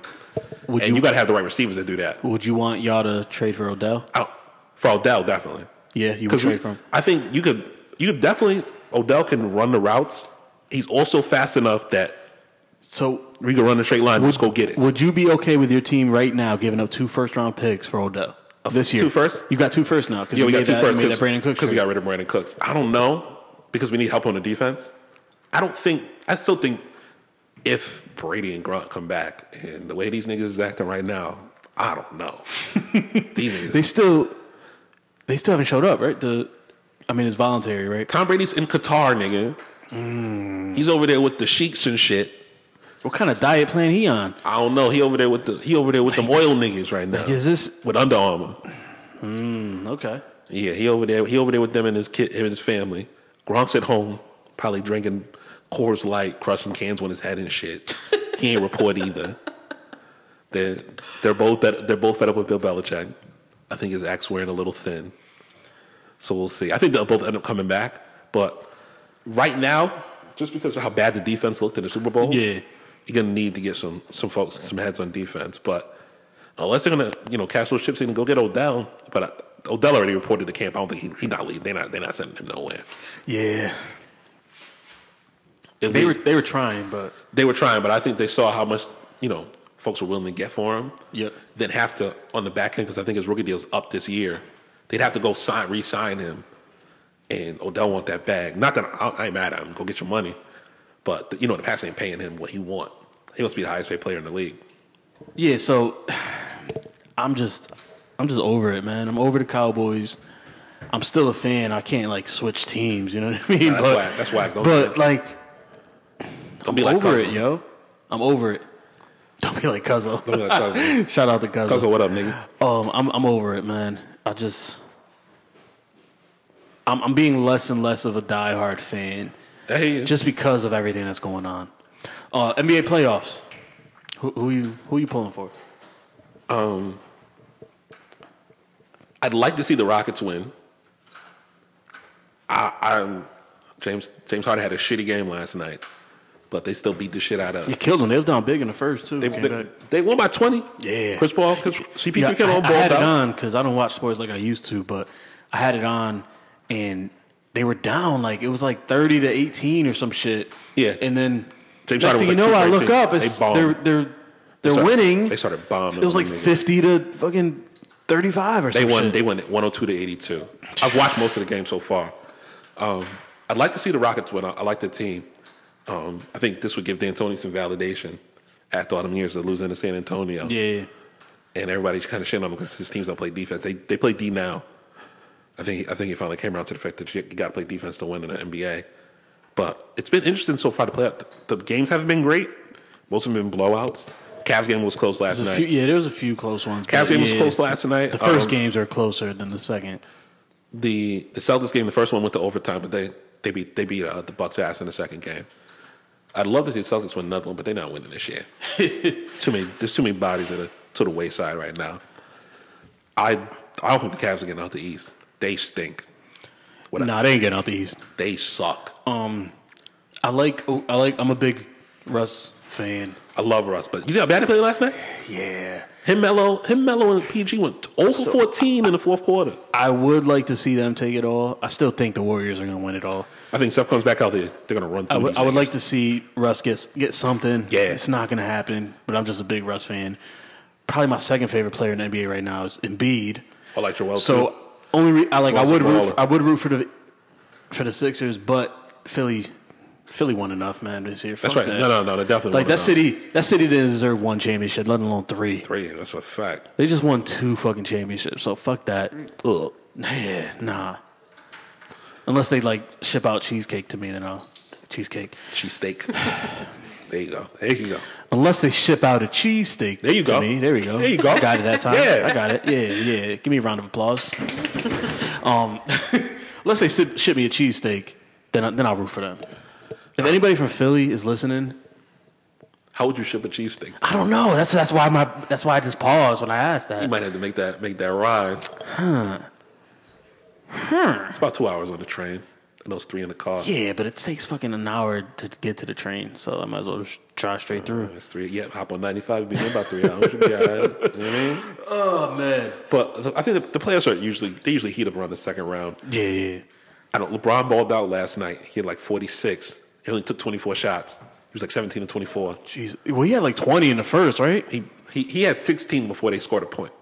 [SPEAKER 2] Would
[SPEAKER 1] and
[SPEAKER 2] you-
[SPEAKER 1] you, gotta have the right receivers that do that.
[SPEAKER 2] would you want y'all to trade for Odell?
[SPEAKER 1] I don't- for Odell, definitely.
[SPEAKER 2] Yeah, you would
[SPEAKER 1] 'Cause we-
[SPEAKER 2] trade for him.
[SPEAKER 1] I think you could you could definitely Odell can run the routes. He's also fast enough that
[SPEAKER 2] So
[SPEAKER 1] we can run a straight line. and just go get it.
[SPEAKER 2] would you be okay with your team right now giving up two first round picks for Odell this year?
[SPEAKER 1] two first?
[SPEAKER 2] You got two first now. 'cause
[SPEAKER 1] Yeah,
[SPEAKER 2] you
[SPEAKER 1] we
[SPEAKER 2] made
[SPEAKER 1] got two
[SPEAKER 2] that, you
[SPEAKER 1] first
[SPEAKER 2] made that Brandon Cooks
[SPEAKER 1] because we
[SPEAKER 2] trade.
[SPEAKER 1] got rid of Brandon Cooks. I don't know because we need help on the defense. I don't think. I still think if Brady and Grunt come back and the way these niggas is acting right now, I don't know. these niggas.
[SPEAKER 2] They still, they still haven't showed up, right? The, I mean, it's voluntary, right?
[SPEAKER 1] Tom Brady's in Qatar, nigga.
[SPEAKER 2] Mm.
[SPEAKER 1] He's over there with the sheiks and shit.
[SPEAKER 2] What kind of diet plan he on?
[SPEAKER 1] I don't know. He over there with the he over there with them oil niggas right now.
[SPEAKER 2] Is this
[SPEAKER 1] with Under Armour.
[SPEAKER 2] Mm, okay?
[SPEAKER 1] Yeah, he over there. He over there with them and his kid, him and his family. Gronk's at home, probably drinking Coors Light, crushing cans on his head and shit. he ain't report either. They're they're both bet- they're both fed up with Bill Belichick. I think his axe wearing a little thin. So we'll see. I think they'll both end up coming back, but right now, just because of how bad the defense looked in the Super Bowl,
[SPEAKER 2] Yeah.
[SPEAKER 1] you're gonna need to get some some folks some heads on defense. But unless they're gonna you know cash those chips in and go get Odell, but I, Odell already reported to camp. I don't think he, he not leaving. They not they not sending him nowhere.
[SPEAKER 2] Yeah,
[SPEAKER 1] If
[SPEAKER 2] they were they were trying, but
[SPEAKER 1] they were trying, but I think they saw how much you know folks were willing to get for him,
[SPEAKER 2] Yep.
[SPEAKER 1] then have to on the back end because I think his rookie deal's up this year. They'd have to go sign, re-sign him, and Odell want that bag. Not that I, I ain't mad at him. Go get your money, but you know the Pats ain't paying him what he want. He must be the highest paid player in the league.
[SPEAKER 2] Yeah, so I'm just I'm just over it, man. I'm over the Cowboys. I'm still a fan. I can't like switch teams, you know what I mean?
[SPEAKER 1] That's
[SPEAKER 2] but,
[SPEAKER 1] whack. That's whack. Don't do
[SPEAKER 2] but
[SPEAKER 1] that.
[SPEAKER 2] like
[SPEAKER 1] Don't be like
[SPEAKER 2] over
[SPEAKER 1] Cousins.
[SPEAKER 2] it, yo. I'm over it. Don't be like Cuzzo.
[SPEAKER 1] Don't be like Cousins.
[SPEAKER 2] Shout out to Cuzzo.
[SPEAKER 1] Cousin, what up, nigga?
[SPEAKER 2] Um, I'm I'm over it, man. I just I'm I'm being less and less of a diehard fan
[SPEAKER 1] Hey,
[SPEAKER 2] just because of everything that's going on. Uh, NBA playoffs. Who, who you who you pulling for?
[SPEAKER 1] I'd like to see the Rockets win. I, I'm James James Harden had a shitty game last night, but they still beat the shit out of.
[SPEAKER 2] They killed them. They was down big in the first too.
[SPEAKER 1] They,
[SPEAKER 2] Came
[SPEAKER 1] they,
[SPEAKER 2] back.
[SPEAKER 1] they won by twenty.
[SPEAKER 2] Yeah.
[SPEAKER 1] Chris Paul, Chris, CP3
[SPEAKER 2] Yeah,
[SPEAKER 1] came
[SPEAKER 2] I,
[SPEAKER 1] on
[SPEAKER 2] I had
[SPEAKER 1] balled out.
[SPEAKER 2] it on because I don't watch sports like I used to, but I had it on and they were down like it was like thirty to eighteen or some shit.
[SPEAKER 1] Yeah.
[SPEAKER 2] and then
[SPEAKER 1] James
[SPEAKER 2] next
[SPEAKER 1] Harden
[SPEAKER 2] thing you
[SPEAKER 1] was
[SPEAKER 2] know,
[SPEAKER 1] like
[SPEAKER 2] I
[SPEAKER 1] two for
[SPEAKER 2] look
[SPEAKER 1] 18.
[SPEAKER 2] up. It's,
[SPEAKER 1] They bombed.
[SPEAKER 2] they're they're they're
[SPEAKER 1] started-
[SPEAKER 2] winning.
[SPEAKER 1] they started bombing
[SPEAKER 2] It was
[SPEAKER 1] on
[SPEAKER 2] like
[SPEAKER 1] them niggas.
[SPEAKER 2] fifty to fucking thirty five or
[SPEAKER 1] They
[SPEAKER 2] some
[SPEAKER 1] won.
[SPEAKER 2] shit.
[SPEAKER 1] They won one hundred two to eighty two. I've watched most of the game so far. Um, I'd like to see the Rockets win. I, I like the team. Um, I think this would give D'Antoni some validation after all them years of losing to San Antonio.
[SPEAKER 2] yeah,
[SPEAKER 1] and everybody's kind of shitting on him because his teams don't play defense. They they play D now. I think I think he finally came around to the fact that you, you got to play defense to win in the NBA. But it's been interesting so far to play out. The, the games haven't been great. Most of them have been blowouts. Cavs game was close last
[SPEAKER 2] There's a
[SPEAKER 1] night.
[SPEAKER 2] few, yeah. There was a few close ones.
[SPEAKER 1] Cavs
[SPEAKER 2] but
[SPEAKER 1] game was
[SPEAKER 2] yeah.
[SPEAKER 1] close last night.
[SPEAKER 2] The first
[SPEAKER 1] Um,
[SPEAKER 2] games are closer than the second.
[SPEAKER 1] the the Celtics game, the first one went to overtime, but they they beat they beat uh, the Bucks ass in the second game. I'd love to see the Celtics win another one, but they're not winning this year. too many, there's too many bodies that are to the wayside right now. I I don't think the Cavs are getting out the East. They stink. What
[SPEAKER 2] Nah, they ain't getting out the East. Um,
[SPEAKER 1] They suck.
[SPEAKER 2] I like I like. I'm a big Russ fan.
[SPEAKER 1] I love Russ, but you know how bad he played last night.
[SPEAKER 2] Yeah.
[SPEAKER 1] Him, Mello, him, Mello, and PG went over 14 in the fourth quarter.
[SPEAKER 2] I would like to see them take it all. I still think the Warriors are going to win it all.
[SPEAKER 1] I think Steph comes back out there. They're gonna run through.
[SPEAKER 2] I would-
[SPEAKER 1] these
[SPEAKER 2] I would
[SPEAKER 1] niggas.
[SPEAKER 2] like to see Russ get get something.
[SPEAKER 1] Yeah.
[SPEAKER 2] it's not going to happen. But I'm just a big Russ fan. Probably my second favorite player in the NBA right now is Embiid.
[SPEAKER 1] I Oh, like Joel.
[SPEAKER 2] So
[SPEAKER 1] too.
[SPEAKER 2] only re- I like I
[SPEAKER 1] Russ
[SPEAKER 2] would
[SPEAKER 1] is a
[SPEAKER 2] root
[SPEAKER 1] baller.
[SPEAKER 2] I would root for the for the Sixers, but Philly Philly won enough, man. This year,
[SPEAKER 1] that's
[SPEAKER 2] Fuck
[SPEAKER 1] right.
[SPEAKER 2] that.
[SPEAKER 1] No, no, no. They definitely
[SPEAKER 2] Like
[SPEAKER 1] won
[SPEAKER 2] that
[SPEAKER 1] enough.
[SPEAKER 2] city, that city didn't deserve one championship, let alone three.
[SPEAKER 1] Three. That's a fact.
[SPEAKER 2] They just won two fucking championships, so fuck that.
[SPEAKER 1] Ugh.
[SPEAKER 2] Yeah, nah. Unless they like ship out cheesecake to me, then I'll cheesecake.
[SPEAKER 1] cheesesteak. there you go. There you go.
[SPEAKER 2] Unless they ship out a cheesesteak
[SPEAKER 1] There you
[SPEAKER 2] to
[SPEAKER 1] go.
[SPEAKER 2] me. There we go.
[SPEAKER 1] There you go.
[SPEAKER 2] Got it that time.
[SPEAKER 1] Yeah.
[SPEAKER 2] I got it. Yeah, yeah. Give me a round of applause. um, unless they ship, ship me a cheesesteak, then I, then I'll root for them. If anybody from Philly is listening,
[SPEAKER 1] How would you ship a cheesesteak?
[SPEAKER 2] I don't know. That's that's why my that's why I just paused when I asked
[SPEAKER 1] You
[SPEAKER 2] that.
[SPEAKER 1] might have to make that make that ride. Huh. It's about two hours on the train. I know it's three in the car.
[SPEAKER 2] Yeah, but it takes fucking an hour to get to the train, so I might as well just drive straight through.
[SPEAKER 1] It's three. Yeah, hop on ninety five. Be there about three hours. yeah, you know what I mean?
[SPEAKER 2] Oh man.
[SPEAKER 1] But the- I think the, the players are usually they usually heat up around the second round.
[SPEAKER 2] Yeah, yeah.
[SPEAKER 1] I don't. LeBron balled out last night. He had like forty six. He only took twenty four shots. He was like seventeen to twenty four.
[SPEAKER 2] Jeez. Well, he had like 20 in the first, right?
[SPEAKER 1] He, he he had sixteen before they scored a point.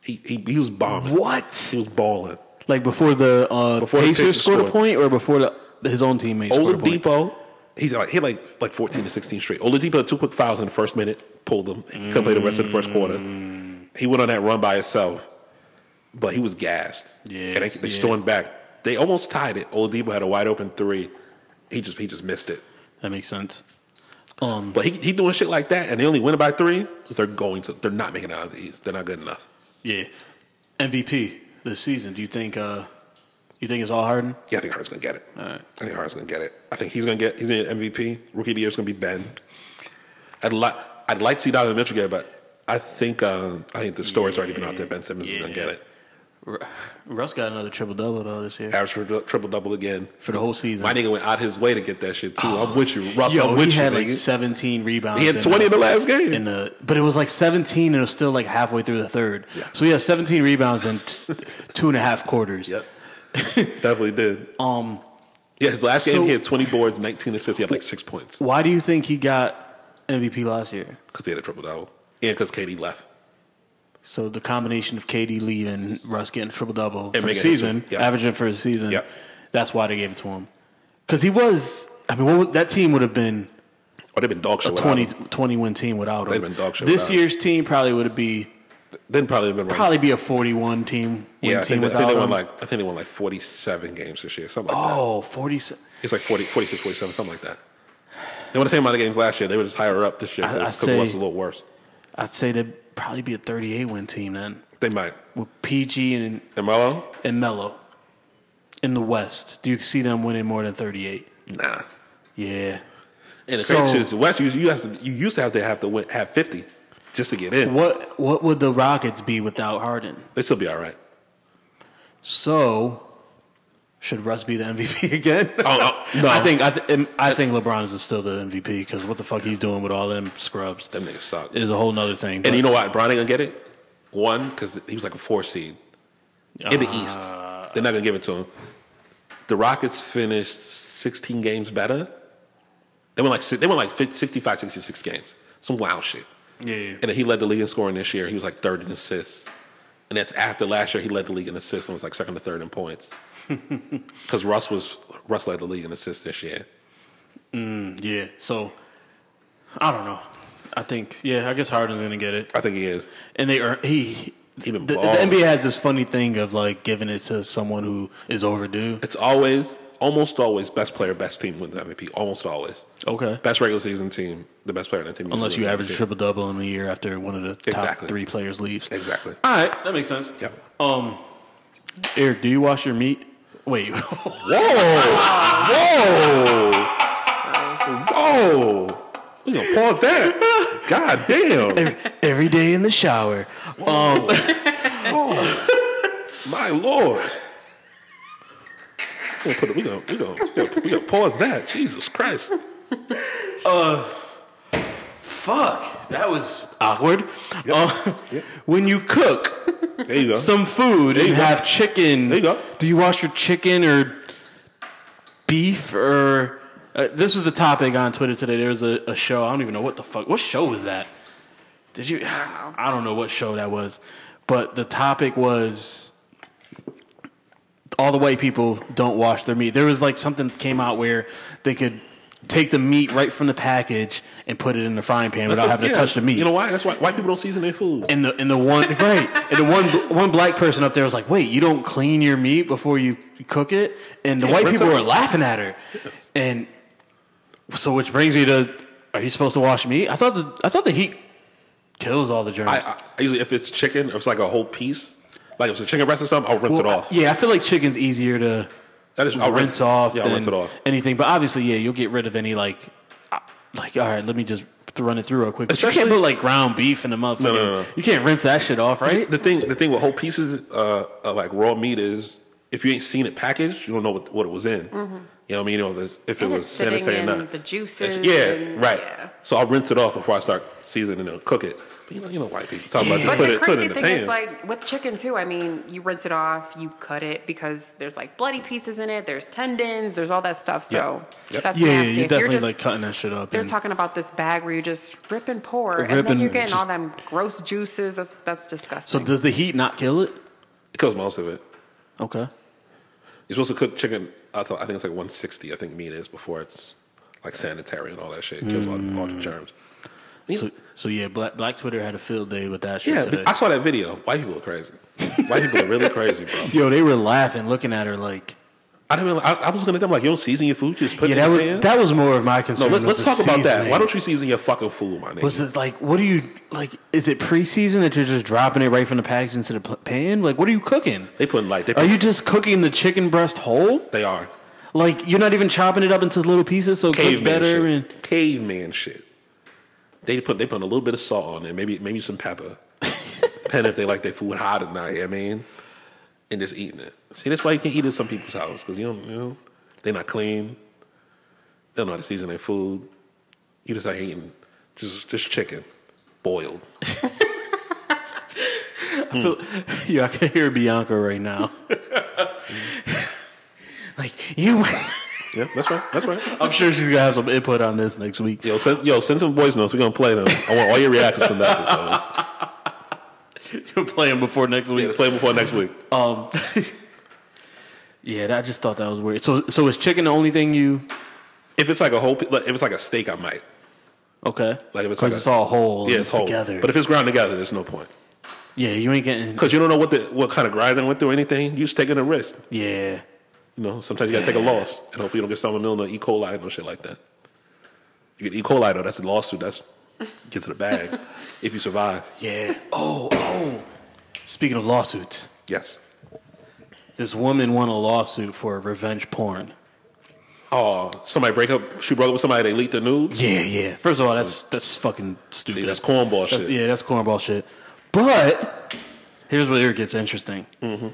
[SPEAKER 1] He he, he was bombing.
[SPEAKER 2] What?
[SPEAKER 1] He was balling.
[SPEAKER 2] Like before the uh,
[SPEAKER 1] Before the
[SPEAKER 2] Pacers
[SPEAKER 1] Pacers
[SPEAKER 2] scored a
[SPEAKER 1] scored.
[SPEAKER 2] point or before the, his own teammates scored a point?
[SPEAKER 1] Oladipo, he's like he had like like fourteen to sixteen straight. Oladipo had two quick fouls in the first minute, pulled them. He couldn't play the rest of the first quarter.
[SPEAKER 2] Mm.
[SPEAKER 1] He went on that run by himself, but he was gassed.
[SPEAKER 2] Yeah,
[SPEAKER 1] and they, they
[SPEAKER 2] yeah.
[SPEAKER 1] stormed back. They almost tied it. Oladipo had a wide open three. He just he just missed it.
[SPEAKER 2] That makes sense. Um,
[SPEAKER 1] But he he doing shit like that, and they only win it by three. They're going to. They're not making it out of the East. They're not good enough.
[SPEAKER 2] yeah. MVP this season. Do you think uh, you think it's all Harden?
[SPEAKER 1] Yeah, I think Hart's gonna get it.
[SPEAKER 2] right.
[SPEAKER 1] I think Hart's gonna get it. I think he's gonna get he's gonna get MVP. Rookie of the year is gonna be Ben. I'd like I'd like to see Donovan Mitchell get it, but I think um, I think the story's already been out there. Ben Simmons is gonna
[SPEAKER 2] Yeah.
[SPEAKER 1] get it.
[SPEAKER 2] R- Russ got another triple double though this year
[SPEAKER 1] Average triple, triple double again.
[SPEAKER 2] for the whole season.
[SPEAKER 1] My nigga went out his way to get that shit too. I'm with you, Russ.
[SPEAKER 2] Oh. Yo,
[SPEAKER 1] I'm
[SPEAKER 2] he
[SPEAKER 1] with you.
[SPEAKER 2] had like
[SPEAKER 1] nigga.
[SPEAKER 2] 17 rebounds.
[SPEAKER 1] he had
[SPEAKER 2] in
[SPEAKER 1] 20 in the last game.
[SPEAKER 2] in the but it was like 17 and it was still like halfway through the third
[SPEAKER 1] Yeah.
[SPEAKER 2] so he has 17 rebounds in t- two and a half quarters
[SPEAKER 1] yep, definitely did.
[SPEAKER 2] um
[SPEAKER 1] Yeah, his last game
[SPEAKER 2] so-
[SPEAKER 1] he had 20 boards, 19 assists. He had like six points.
[SPEAKER 2] why do you think he got MVP last year.
[SPEAKER 1] because he had a triple double and because KD left.
[SPEAKER 2] So the combination of KD leaving, Russ getting triple double for
[SPEAKER 1] making
[SPEAKER 2] the
[SPEAKER 1] it
[SPEAKER 2] season,
[SPEAKER 1] to- yeah.
[SPEAKER 2] averaging for the season,
[SPEAKER 1] Yeah.
[SPEAKER 2] that's why they gave it to him. Because he was, I mean, what would, that team would have been
[SPEAKER 1] Or they've been dog shit.
[SPEAKER 2] a
[SPEAKER 1] without
[SPEAKER 2] 20,
[SPEAKER 1] him.
[SPEAKER 2] 20 win team without him.
[SPEAKER 1] They've been dog shit
[SPEAKER 2] This
[SPEAKER 1] without him.
[SPEAKER 2] year's team probably would be
[SPEAKER 1] Then probably have been running-
[SPEAKER 2] probably be a forty one team win
[SPEAKER 1] Yeah, I
[SPEAKER 2] team
[SPEAKER 1] think, they- I think
[SPEAKER 2] without
[SPEAKER 1] they
[SPEAKER 2] him.
[SPEAKER 1] won like I think they won like forty seven games this year, something like that.
[SPEAKER 2] oh, 47.
[SPEAKER 1] It's like 40, 46, 47, something like that. They won the same amount of games last year. They were just higher up this year
[SPEAKER 2] I- I
[SPEAKER 1] because
[SPEAKER 2] say-
[SPEAKER 1] the West was a little worse.
[SPEAKER 2] I'd say they'd probably be a thirty eight win team then
[SPEAKER 1] They might.
[SPEAKER 2] with PG and
[SPEAKER 1] And Melo?
[SPEAKER 2] and Mello in the West. Do you see them winning more than thirty eight?
[SPEAKER 1] Nah.
[SPEAKER 2] Yeah.
[SPEAKER 1] And the
[SPEAKER 2] So-
[SPEAKER 1] crazy shit is, West, you, you, have to, you used to have to have to win, have fifty just to get in.
[SPEAKER 2] What what would the Rockets be without Harden?
[SPEAKER 1] They still be all right.
[SPEAKER 2] So should Russ be the MVP again?
[SPEAKER 1] Oh, oh, no.
[SPEAKER 2] I think I, th- I think LeBron is still the MVP because what the fuck he's doing with all them scrubs
[SPEAKER 1] Them niggas suck.
[SPEAKER 2] is a whole nother thing.
[SPEAKER 1] and
[SPEAKER 2] but-
[SPEAKER 1] you know why Bron ain't gonna get it? One, because he was like a four seed in the East. They're not gonna give it to him. The Rockets finished 16 games better. They went like si- they went like 50 65, 66 games. Some wild shit.
[SPEAKER 2] Yeah, yeah.
[SPEAKER 1] And then he led the league in scoring this year. He was like third in assists. And that's after last year he led the league in assists and was like second to third in points. Because Russ was Russ led the league in assists this year.
[SPEAKER 2] Yeah. So I don't know. I think yeah. I guess Harden's gonna get it,
[SPEAKER 1] I think he is.
[SPEAKER 2] and they earn he.
[SPEAKER 1] He been
[SPEAKER 2] the, the
[SPEAKER 1] balling.
[SPEAKER 2] NBA has this funny thing of like giving it to someone who is overdue.
[SPEAKER 1] It's always, almost always, best player, best team wins MVP. Almost always.
[SPEAKER 2] Okay.
[SPEAKER 1] Best regular season team, the best player in the team.
[SPEAKER 2] Unless
[SPEAKER 1] usually
[SPEAKER 2] you
[SPEAKER 1] wins
[SPEAKER 2] average a
[SPEAKER 1] MVP.
[SPEAKER 2] triple double in a year after one of the top
[SPEAKER 1] Exactly.
[SPEAKER 2] three players leaves.
[SPEAKER 1] Exactly.
[SPEAKER 2] All right, that makes sense.
[SPEAKER 1] Yep.
[SPEAKER 2] Um, Eric, do you wash your meat? Wait,
[SPEAKER 1] Whoa!
[SPEAKER 3] Gross.
[SPEAKER 1] Whoa! Whoa! We gonna pause that. God damn!
[SPEAKER 2] every day in the shower. Um,
[SPEAKER 1] Oh. My lord. We gonna, put it, we, gonna, we, gonna, we, gonna, we gonna pause that. Jesus Christ.
[SPEAKER 2] fuck, that was awkward. Uh, When you cook,
[SPEAKER 1] There you go.
[SPEAKER 2] some food
[SPEAKER 1] you
[SPEAKER 2] and
[SPEAKER 1] go.
[SPEAKER 2] have chicken.
[SPEAKER 1] There you go.
[SPEAKER 2] Do you wash your chicken or beef or? Uh, this was the topic on Twitter today. There was a, a show. I don't even know what the fuck. What show was that? Did you? I don't know what show that was, but the topic was all the white people don't wash their meat. There was like something that came out where they could take the meat right from the package and put it in the frying pan
[SPEAKER 1] That's
[SPEAKER 2] without
[SPEAKER 1] what-
[SPEAKER 2] having
[SPEAKER 1] yeah.
[SPEAKER 2] to touch the meat
[SPEAKER 1] You know why? That's why white people don't season their food.
[SPEAKER 2] and the and the one right and the one one black person up there was like, "Wait, you don't clean your meat before you cook it?" And the
[SPEAKER 1] Yeah,
[SPEAKER 2] white
[SPEAKER 1] rinse
[SPEAKER 2] people
[SPEAKER 1] it.
[SPEAKER 2] were laughing at her. And so, which brings me to, are you supposed to wash meat? I thought the I thought the heat kills all the germs.
[SPEAKER 1] I, I, I usually, if it's chicken, if it's like a whole piece, like if it's a chicken breast or something, I'll rinse it
[SPEAKER 2] Well,
[SPEAKER 1] off.
[SPEAKER 2] Yeah, I feel like chicken's easier to
[SPEAKER 1] I just- I'll
[SPEAKER 2] rinse, off
[SPEAKER 1] Yeah, I'll
[SPEAKER 2] than
[SPEAKER 1] rinse it off.
[SPEAKER 2] anything. But obviously, yeah, you'll get rid of any like uh, like all right, let me just. th- Run it through real quick. But you can't
[SPEAKER 1] Especially-
[SPEAKER 2] put like ground beef in the motherfucking.
[SPEAKER 1] no, no.
[SPEAKER 2] You can't rinse that shit off, right?
[SPEAKER 1] The thing, the thing with whole pieces, uh, of like raw meat is if you ain't seen it packaged, you don't know what, what it was in. You know what I mean? You know, if, it's, if it
[SPEAKER 3] Mm-hmm. And
[SPEAKER 1] was
[SPEAKER 3] it's sitting
[SPEAKER 1] sanitary or
[SPEAKER 3] in
[SPEAKER 1] not.
[SPEAKER 3] the juices
[SPEAKER 1] Yeah,
[SPEAKER 3] and-
[SPEAKER 1] right.
[SPEAKER 3] yeah.
[SPEAKER 1] So I'll rinse it off before I start seasoning it and cook it. But you know, you know, white people talking about
[SPEAKER 3] But
[SPEAKER 1] just put
[SPEAKER 3] the
[SPEAKER 1] it, put it
[SPEAKER 3] crazy
[SPEAKER 1] in the
[SPEAKER 3] thing
[SPEAKER 1] pan.
[SPEAKER 3] is, like with chicken too. I mean, you rinse it off, you cut it because there's like bloody pieces in it. There's tendons. There's all that stuff. So
[SPEAKER 1] Yeah. Yep.
[SPEAKER 3] that's
[SPEAKER 2] yeah, yeah,
[SPEAKER 3] nasty.
[SPEAKER 2] you're
[SPEAKER 3] If you're
[SPEAKER 2] definitely
[SPEAKER 3] just-
[SPEAKER 2] like cutting that shit up.
[SPEAKER 3] They're
[SPEAKER 2] and-
[SPEAKER 3] talking about this bag where you just rip and pour,
[SPEAKER 2] Rip
[SPEAKER 3] and then
[SPEAKER 2] and
[SPEAKER 3] you're getting all
[SPEAKER 2] just-
[SPEAKER 3] them gross juices. That's that's disgusting.
[SPEAKER 2] So does the heat not kill it?
[SPEAKER 1] it kills most of it.
[SPEAKER 2] Okay.
[SPEAKER 1] You're supposed to cook chicken. I, thought, I think it's like 160. I think meat is before it's like sanitary and all that shit. It kills all, the, all
[SPEAKER 2] Mm.
[SPEAKER 1] the germs.
[SPEAKER 2] So, so yeah, black, black Twitter had a field day with that shit
[SPEAKER 1] Yeah,
[SPEAKER 2] today.
[SPEAKER 1] I saw that video. White people are crazy. White people are really crazy, bro.
[SPEAKER 2] Yo, they were laughing, looking at her like,
[SPEAKER 1] I didn't. Really, I, I was looking at them like, you don't season your food. You just put
[SPEAKER 2] yeah,
[SPEAKER 1] it
[SPEAKER 2] that
[SPEAKER 1] in the
[SPEAKER 2] was
[SPEAKER 1] pan.
[SPEAKER 2] that was more of my concern.
[SPEAKER 1] No, let,
[SPEAKER 2] was
[SPEAKER 1] let's
[SPEAKER 2] the
[SPEAKER 1] talk about that. Why
[SPEAKER 2] seasoning.
[SPEAKER 1] don't you season your fucking food, my nigga?
[SPEAKER 2] Was it like, what do you like? Is it pre-season that you're just dropping it right from the package into the pl- pan? Like, what are you cooking?
[SPEAKER 1] they putting like they,
[SPEAKER 2] Are
[SPEAKER 1] put,
[SPEAKER 2] you just cooking the chicken breast whole?
[SPEAKER 1] they are
[SPEAKER 2] Like, you're not even chopping it up into little pieces so it cooks
[SPEAKER 1] caveman
[SPEAKER 2] better.
[SPEAKER 1] shit.
[SPEAKER 2] And
[SPEAKER 1] Caveman shit. They put they put a little bit of salt on it, maybe maybe some pepper, depending if they like their food hot or not. You know what I mean, and just eating it. See, that's why you can't eat at some people's house because you don't you know they're not clean. They don't know how to season their food. You just like eating just just chicken boiled. Hmm.
[SPEAKER 2] Yo, I can hear Bianca right now. like you,
[SPEAKER 1] Yeah, that's right. That's right.
[SPEAKER 2] I'm sure she's gonna have some input on this next week.
[SPEAKER 1] Yo, send, yo, send some voice notes. We're gonna play them. I want all your reactions from that episode.
[SPEAKER 2] You're playing before next
[SPEAKER 1] Yeah,
[SPEAKER 2] week.
[SPEAKER 1] let's play before next week.
[SPEAKER 2] Um, yeah, that- I just thought that was weird. So, so is chicken the only thing you?
[SPEAKER 1] If it's like a whole, pe- like, if it's like a steak, I might.
[SPEAKER 2] Okay,
[SPEAKER 1] Like if it's
[SPEAKER 2] 'Cause
[SPEAKER 1] like
[SPEAKER 2] it's
[SPEAKER 1] a,
[SPEAKER 2] all whole. and
[SPEAKER 1] yeah,
[SPEAKER 2] it's
[SPEAKER 1] it's whole.
[SPEAKER 2] together.
[SPEAKER 1] But if it's ground together, there's no point
[SPEAKER 2] yeah, you ain't getting.
[SPEAKER 1] because you don't know what the what kind of grind I went through or anything. You just taking a risk.
[SPEAKER 2] Yeah,
[SPEAKER 1] You know, sometimes you gotta take a loss, and hopefully you don't get salmonella, or E. coli, and no shit like that. You get E. coli though, that's a lawsuit. That's get to the bag if you survive.
[SPEAKER 2] yeah. Oh, oh. Speaking of lawsuits,
[SPEAKER 1] Yes.
[SPEAKER 2] this woman won a lawsuit for revenge porn.
[SPEAKER 1] Oh, somebody break up. She broke up with somebody. They leaked the nudes.
[SPEAKER 2] Yeah, yeah. First of all, that's that's fucking stupid.
[SPEAKER 1] See, that's cornball
[SPEAKER 2] That's-
[SPEAKER 1] shit.
[SPEAKER 2] Yeah, that's cornball shit. But here's where it gets interesting.
[SPEAKER 1] Mm-hmm.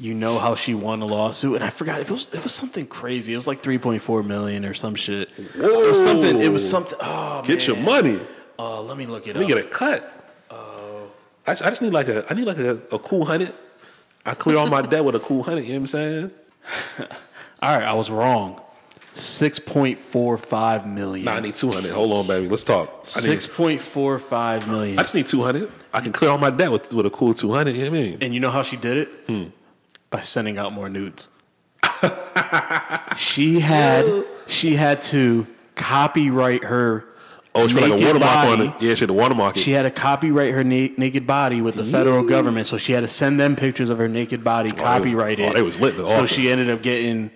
[SPEAKER 2] You know how she won a lawsuit, and I forgot if it was it was something crazy. It was like 3.4 million or some shit. It was
[SPEAKER 1] Whoa.
[SPEAKER 2] something. It was something. Oh,
[SPEAKER 1] Get your
[SPEAKER 2] man.
[SPEAKER 1] money.
[SPEAKER 2] Uh, let me look it
[SPEAKER 1] Let me
[SPEAKER 2] up.
[SPEAKER 1] get a cut.
[SPEAKER 2] Oh.
[SPEAKER 1] I, just- I just need like a I need like a, a cool hundred. I clear all my debt with a cool hundred. You know what I'm saying?
[SPEAKER 2] All right, I was wrong. 6.45 million.
[SPEAKER 1] Nah, I need two hundred. Hold on, baby. Let's talk. I, need,
[SPEAKER 2] 6.45 million.
[SPEAKER 1] I just need two hundred. I can clear all my debt with with a cool two hundred. You know what I mean?
[SPEAKER 2] And you know how she did it?
[SPEAKER 1] Hmm.
[SPEAKER 2] By sending out more nudes. she had she had to copyright her.
[SPEAKER 1] Oh, she put like a
[SPEAKER 2] naked
[SPEAKER 1] watermark on
[SPEAKER 2] body.
[SPEAKER 1] it. Yeah, she had a watermark. it.
[SPEAKER 2] She had to copyright her na- naked body with the federal government, so she had to send them pictures of her naked body, copyrighted.
[SPEAKER 1] oh, they was lit in the
[SPEAKER 2] so
[SPEAKER 1] office.
[SPEAKER 2] she ended up getting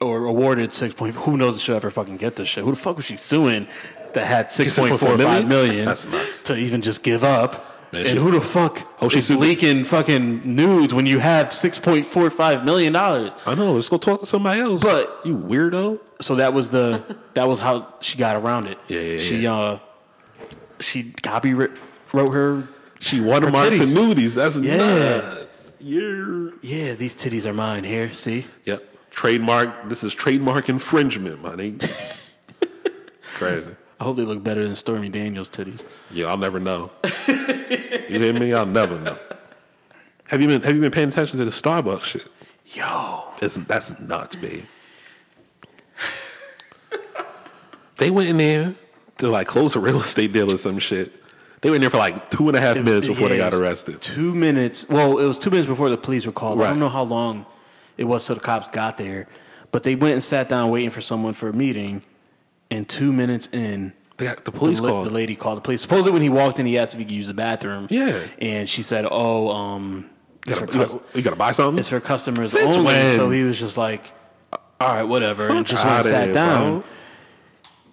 [SPEAKER 2] or awarded six point. Who knows if she'll ever fucking get this shit? Who the fuck was she suing that had six point four five million
[SPEAKER 1] That's nuts.
[SPEAKER 2] to even just give up?
[SPEAKER 1] Man,
[SPEAKER 2] and
[SPEAKER 1] she-
[SPEAKER 2] who the fuck
[SPEAKER 1] Hope she
[SPEAKER 2] is
[SPEAKER 1] sued this-
[SPEAKER 2] leaking fucking nudes when you have six point four five million dollars?
[SPEAKER 1] I know. Let's go talk to somebody else.
[SPEAKER 2] But-
[SPEAKER 1] you weirdo.
[SPEAKER 2] so that was the that was how she got around it.
[SPEAKER 1] Yeah, yeah,
[SPEAKER 2] She
[SPEAKER 1] yeah.
[SPEAKER 2] uh she copy wrote her
[SPEAKER 1] She watermarked her
[SPEAKER 2] titties.
[SPEAKER 1] nudies. That's
[SPEAKER 2] Yeah.
[SPEAKER 1] nuts. Yeah.
[SPEAKER 2] yeah, these titties are mine here, see?
[SPEAKER 1] Yep. Trademark. This is trademark infringement, money. Crazy.
[SPEAKER 2] I hope they look better than Stormy Daniels titties.
[SPEAKER 1] Yeah, I'll never know. you hear me? I'll never know. Have you been Have you been paying attention to the Starbucks shit?
[SPEAKER 2] Yo.
[SPEAKER 1] It's, that's nuts, babe. they went in there to like close a real estate deal or some shit. They were in there for like two and a half minutes before they
[SPEAKER 2] Yeah,
[SPEAKER 1] got
[SPEAKER 2] it was
[SPEAKER 1] arrested.
[SPEAKER 2] Two minutes. Well, it was two minutes before the police were called. I
[SPEAKER 1] Right.
[SPEAKER 2] don't know how long it was till the cops got there, but they went and sat down waiting for someone for a meeting, and two minutes in
[SPEAKER 1] They got the
[SPEAKER 2] the,
[SPEAKER 1] police
[SPEAKER 2] la-
[SPEAKER 1] called.
[SPEAKER 2] the lady called the police. Supposedly, when he walked in, he asked if he could use the bathroom.
[SPEAKER 1] Yeah.
[SPEAKER 2] and she said, "Oh, um,
[SPEAKER 1] you,
[SPEAKER 2] it's for
[SPEAKER 1] gotta, you,
[SPEAKER 2] cus-
[SPEAKER 1] gotta, you gotta buy something.
[SPEAKER 2] it's for customers
[SPEAKER 1] Since
[SPEAKER 2] only."
[SPEAKER 1] when?
[SPEAKER 2] So he was just like, "All right, whatever," and just went and
[SPEAKER 1] Outta
[SPEAKER 2] sat
[SPEAKER 1] here,
[SPEAKER 2] down.
[SPEAKER 1] bro.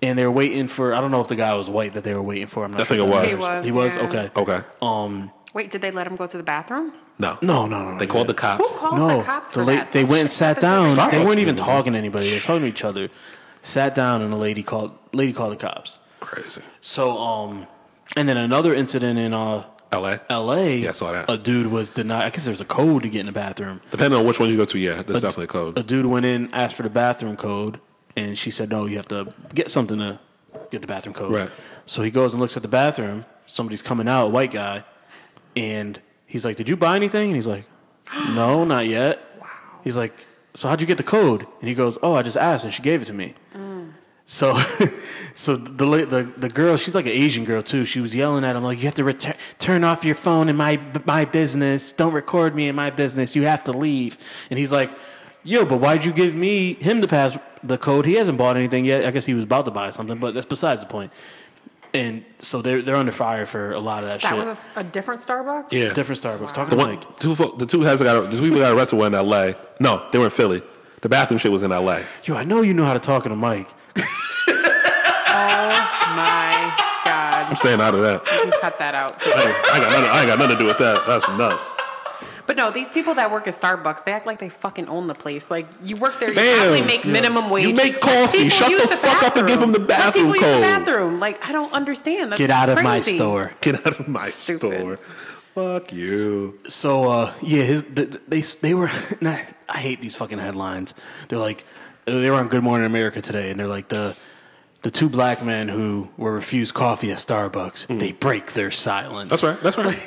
[SPEAKER 2] And they're waiting for. I don't know if the guy was white that they were waiting for. I'm not.
[SPEAKER 1] I think
[SPEAKER 2] sure.
[SPEAKER 1] it was. Oh.
[SPEAKER 3] He was,
[SPEAKER 2] He was
[SPEAKER 3] yeah.
[SPEAKER 2] okay.
[SPEAKER 1] Okay.
[SPEAKER 2] Um.
[SPEAKER 3] Wait, did they let him go to the bathroom?
[SPEAKER 1] No.
[SPEAKER 2] No. No. No.
[SPEAKER 1] They
[SPEAKER 2] no,
[SPEAKER 1] called the
[SPEAKER 3] Who
[SPEAKER 1] cops.
[SPEAKER 3] calls
[SPEAKER 2] no,
[SPEAKER 3] the cops
[SPEAKER 2] the
[SPEAKER 3] for
[SPEAKER 2] la-
[SPEAKER 3] that?
[SPEAKER 2] They went and sat down.
[SPEAKER 1] Starbucks
[SPEAKER 2] They weren't even
[SPEAKER 1] people.
[SPEAKER 2] talking to anybody. They were talking to each other. Sat down, and the lady called. Lady called the cops.
[SPEAKER 1] Crazy.
[SPEAKER 2] So, um, and then another incident in uh,
[SPEAKER 1] LA.
[SPEAKER 2] L.A.
[SPEAKER 1] Yeah, I saw that.
[SPEAKER 2] A dude was denied. I guess there's a code to get in the bathroom.
[SPEAKER 1] Depending on which one you go to, yeah, that's definitely a code.
[SPEAKER 2] A dude went in, asked for the bathroom code, and she said, "No, you have to get something to get the bathroom code."
[SPEAKER 1] Right.
[SPEAKER 2] So he goes and looks at the bathroom. Somebody's coming out, a white guy, and he's like, "Did you buy anything?" And he's like, "No, not yet." Wow. He's like, "So how'd you get the code?" And he goes, "Oh, I just asked, and she gave it to me." So, so the, la- the the girl, she's like an Asian girl too. She was yelling at him like, "You have to return, turn off your phone in my my business. Don't record me in my business. You have to leave." And he's like, "Yo, but why'd you give me him the pass the code? He hasn't bought anything yet. I guess he was about to buy something, but that's besides the point." And so they're they're under fire for a lot of that,
[SPEAKER 3] That
[SPEAKER 2] shit.
[SPEAKER 3] was a, s- a different Starbucks.
[SPEAKER 1] Yeah.
[SPEAKER 2] Different Starbucks
[SPEAKER 1] The
[SPEAKER 2] talking
[SPEAKER 1] one,
[SPEAKER 2] like
[SPEAKER 1] two, fo- the two guys that got the two people that got arrested were in L.A. No, they were in Philly. The bathroom shit was in L.A.
[SPEAKER 2] yo, I know you know how to talk to Mike.
[SPEAKER 3] My God,
[SPEAKER 1] I'm staying out of that.
[SPEAKER 3] you cut that out.
[SPEAKER 1] I ain't, I ain't got nothing, I ain't got nothing to do with that. That's nuts.
[SPEAKER 3] But no, these people that work at Starbucks, they act like they fucking own the place. Like you work there, you
[SPEAKER 1] Fam.
[SPEAKER 3] probably make minimum wage.
[SPEAKER 1] You make coffee.
[SPEAKER 3] People
[SPEAKER 1] Shut
[SPEAKER 3] use
[SPEAKER 1] the fuck up and give them the
[SPEAKER 3] Let
[SPEAKER 1] bathroom
[SPEAKER 3] people use the
[SPEAKER 1] code.
[SPEAKER 3] bathroom. Like I don't understand. That's
[SPEAKER 2] Get out of my
[SPEAKER 3] crazy.
[SPEAKER 2] store.
[SPEAKER 1] Get out of my
[SPEAKER 3] Stupid.
[SPEAKER 1] store. Fuck you.
[SPEAKER 2] So uh, yeah, his th- th- they they were. and I I hate these fucking headlines. They're like they were on Good Morning America today, and they're like the the two black
[SPEAKER 1] Hmm.
[SPEAKER 2] men who were refused coffee at Starbucks. They break their silence.
[SPEAKER 1] That's right. That's right.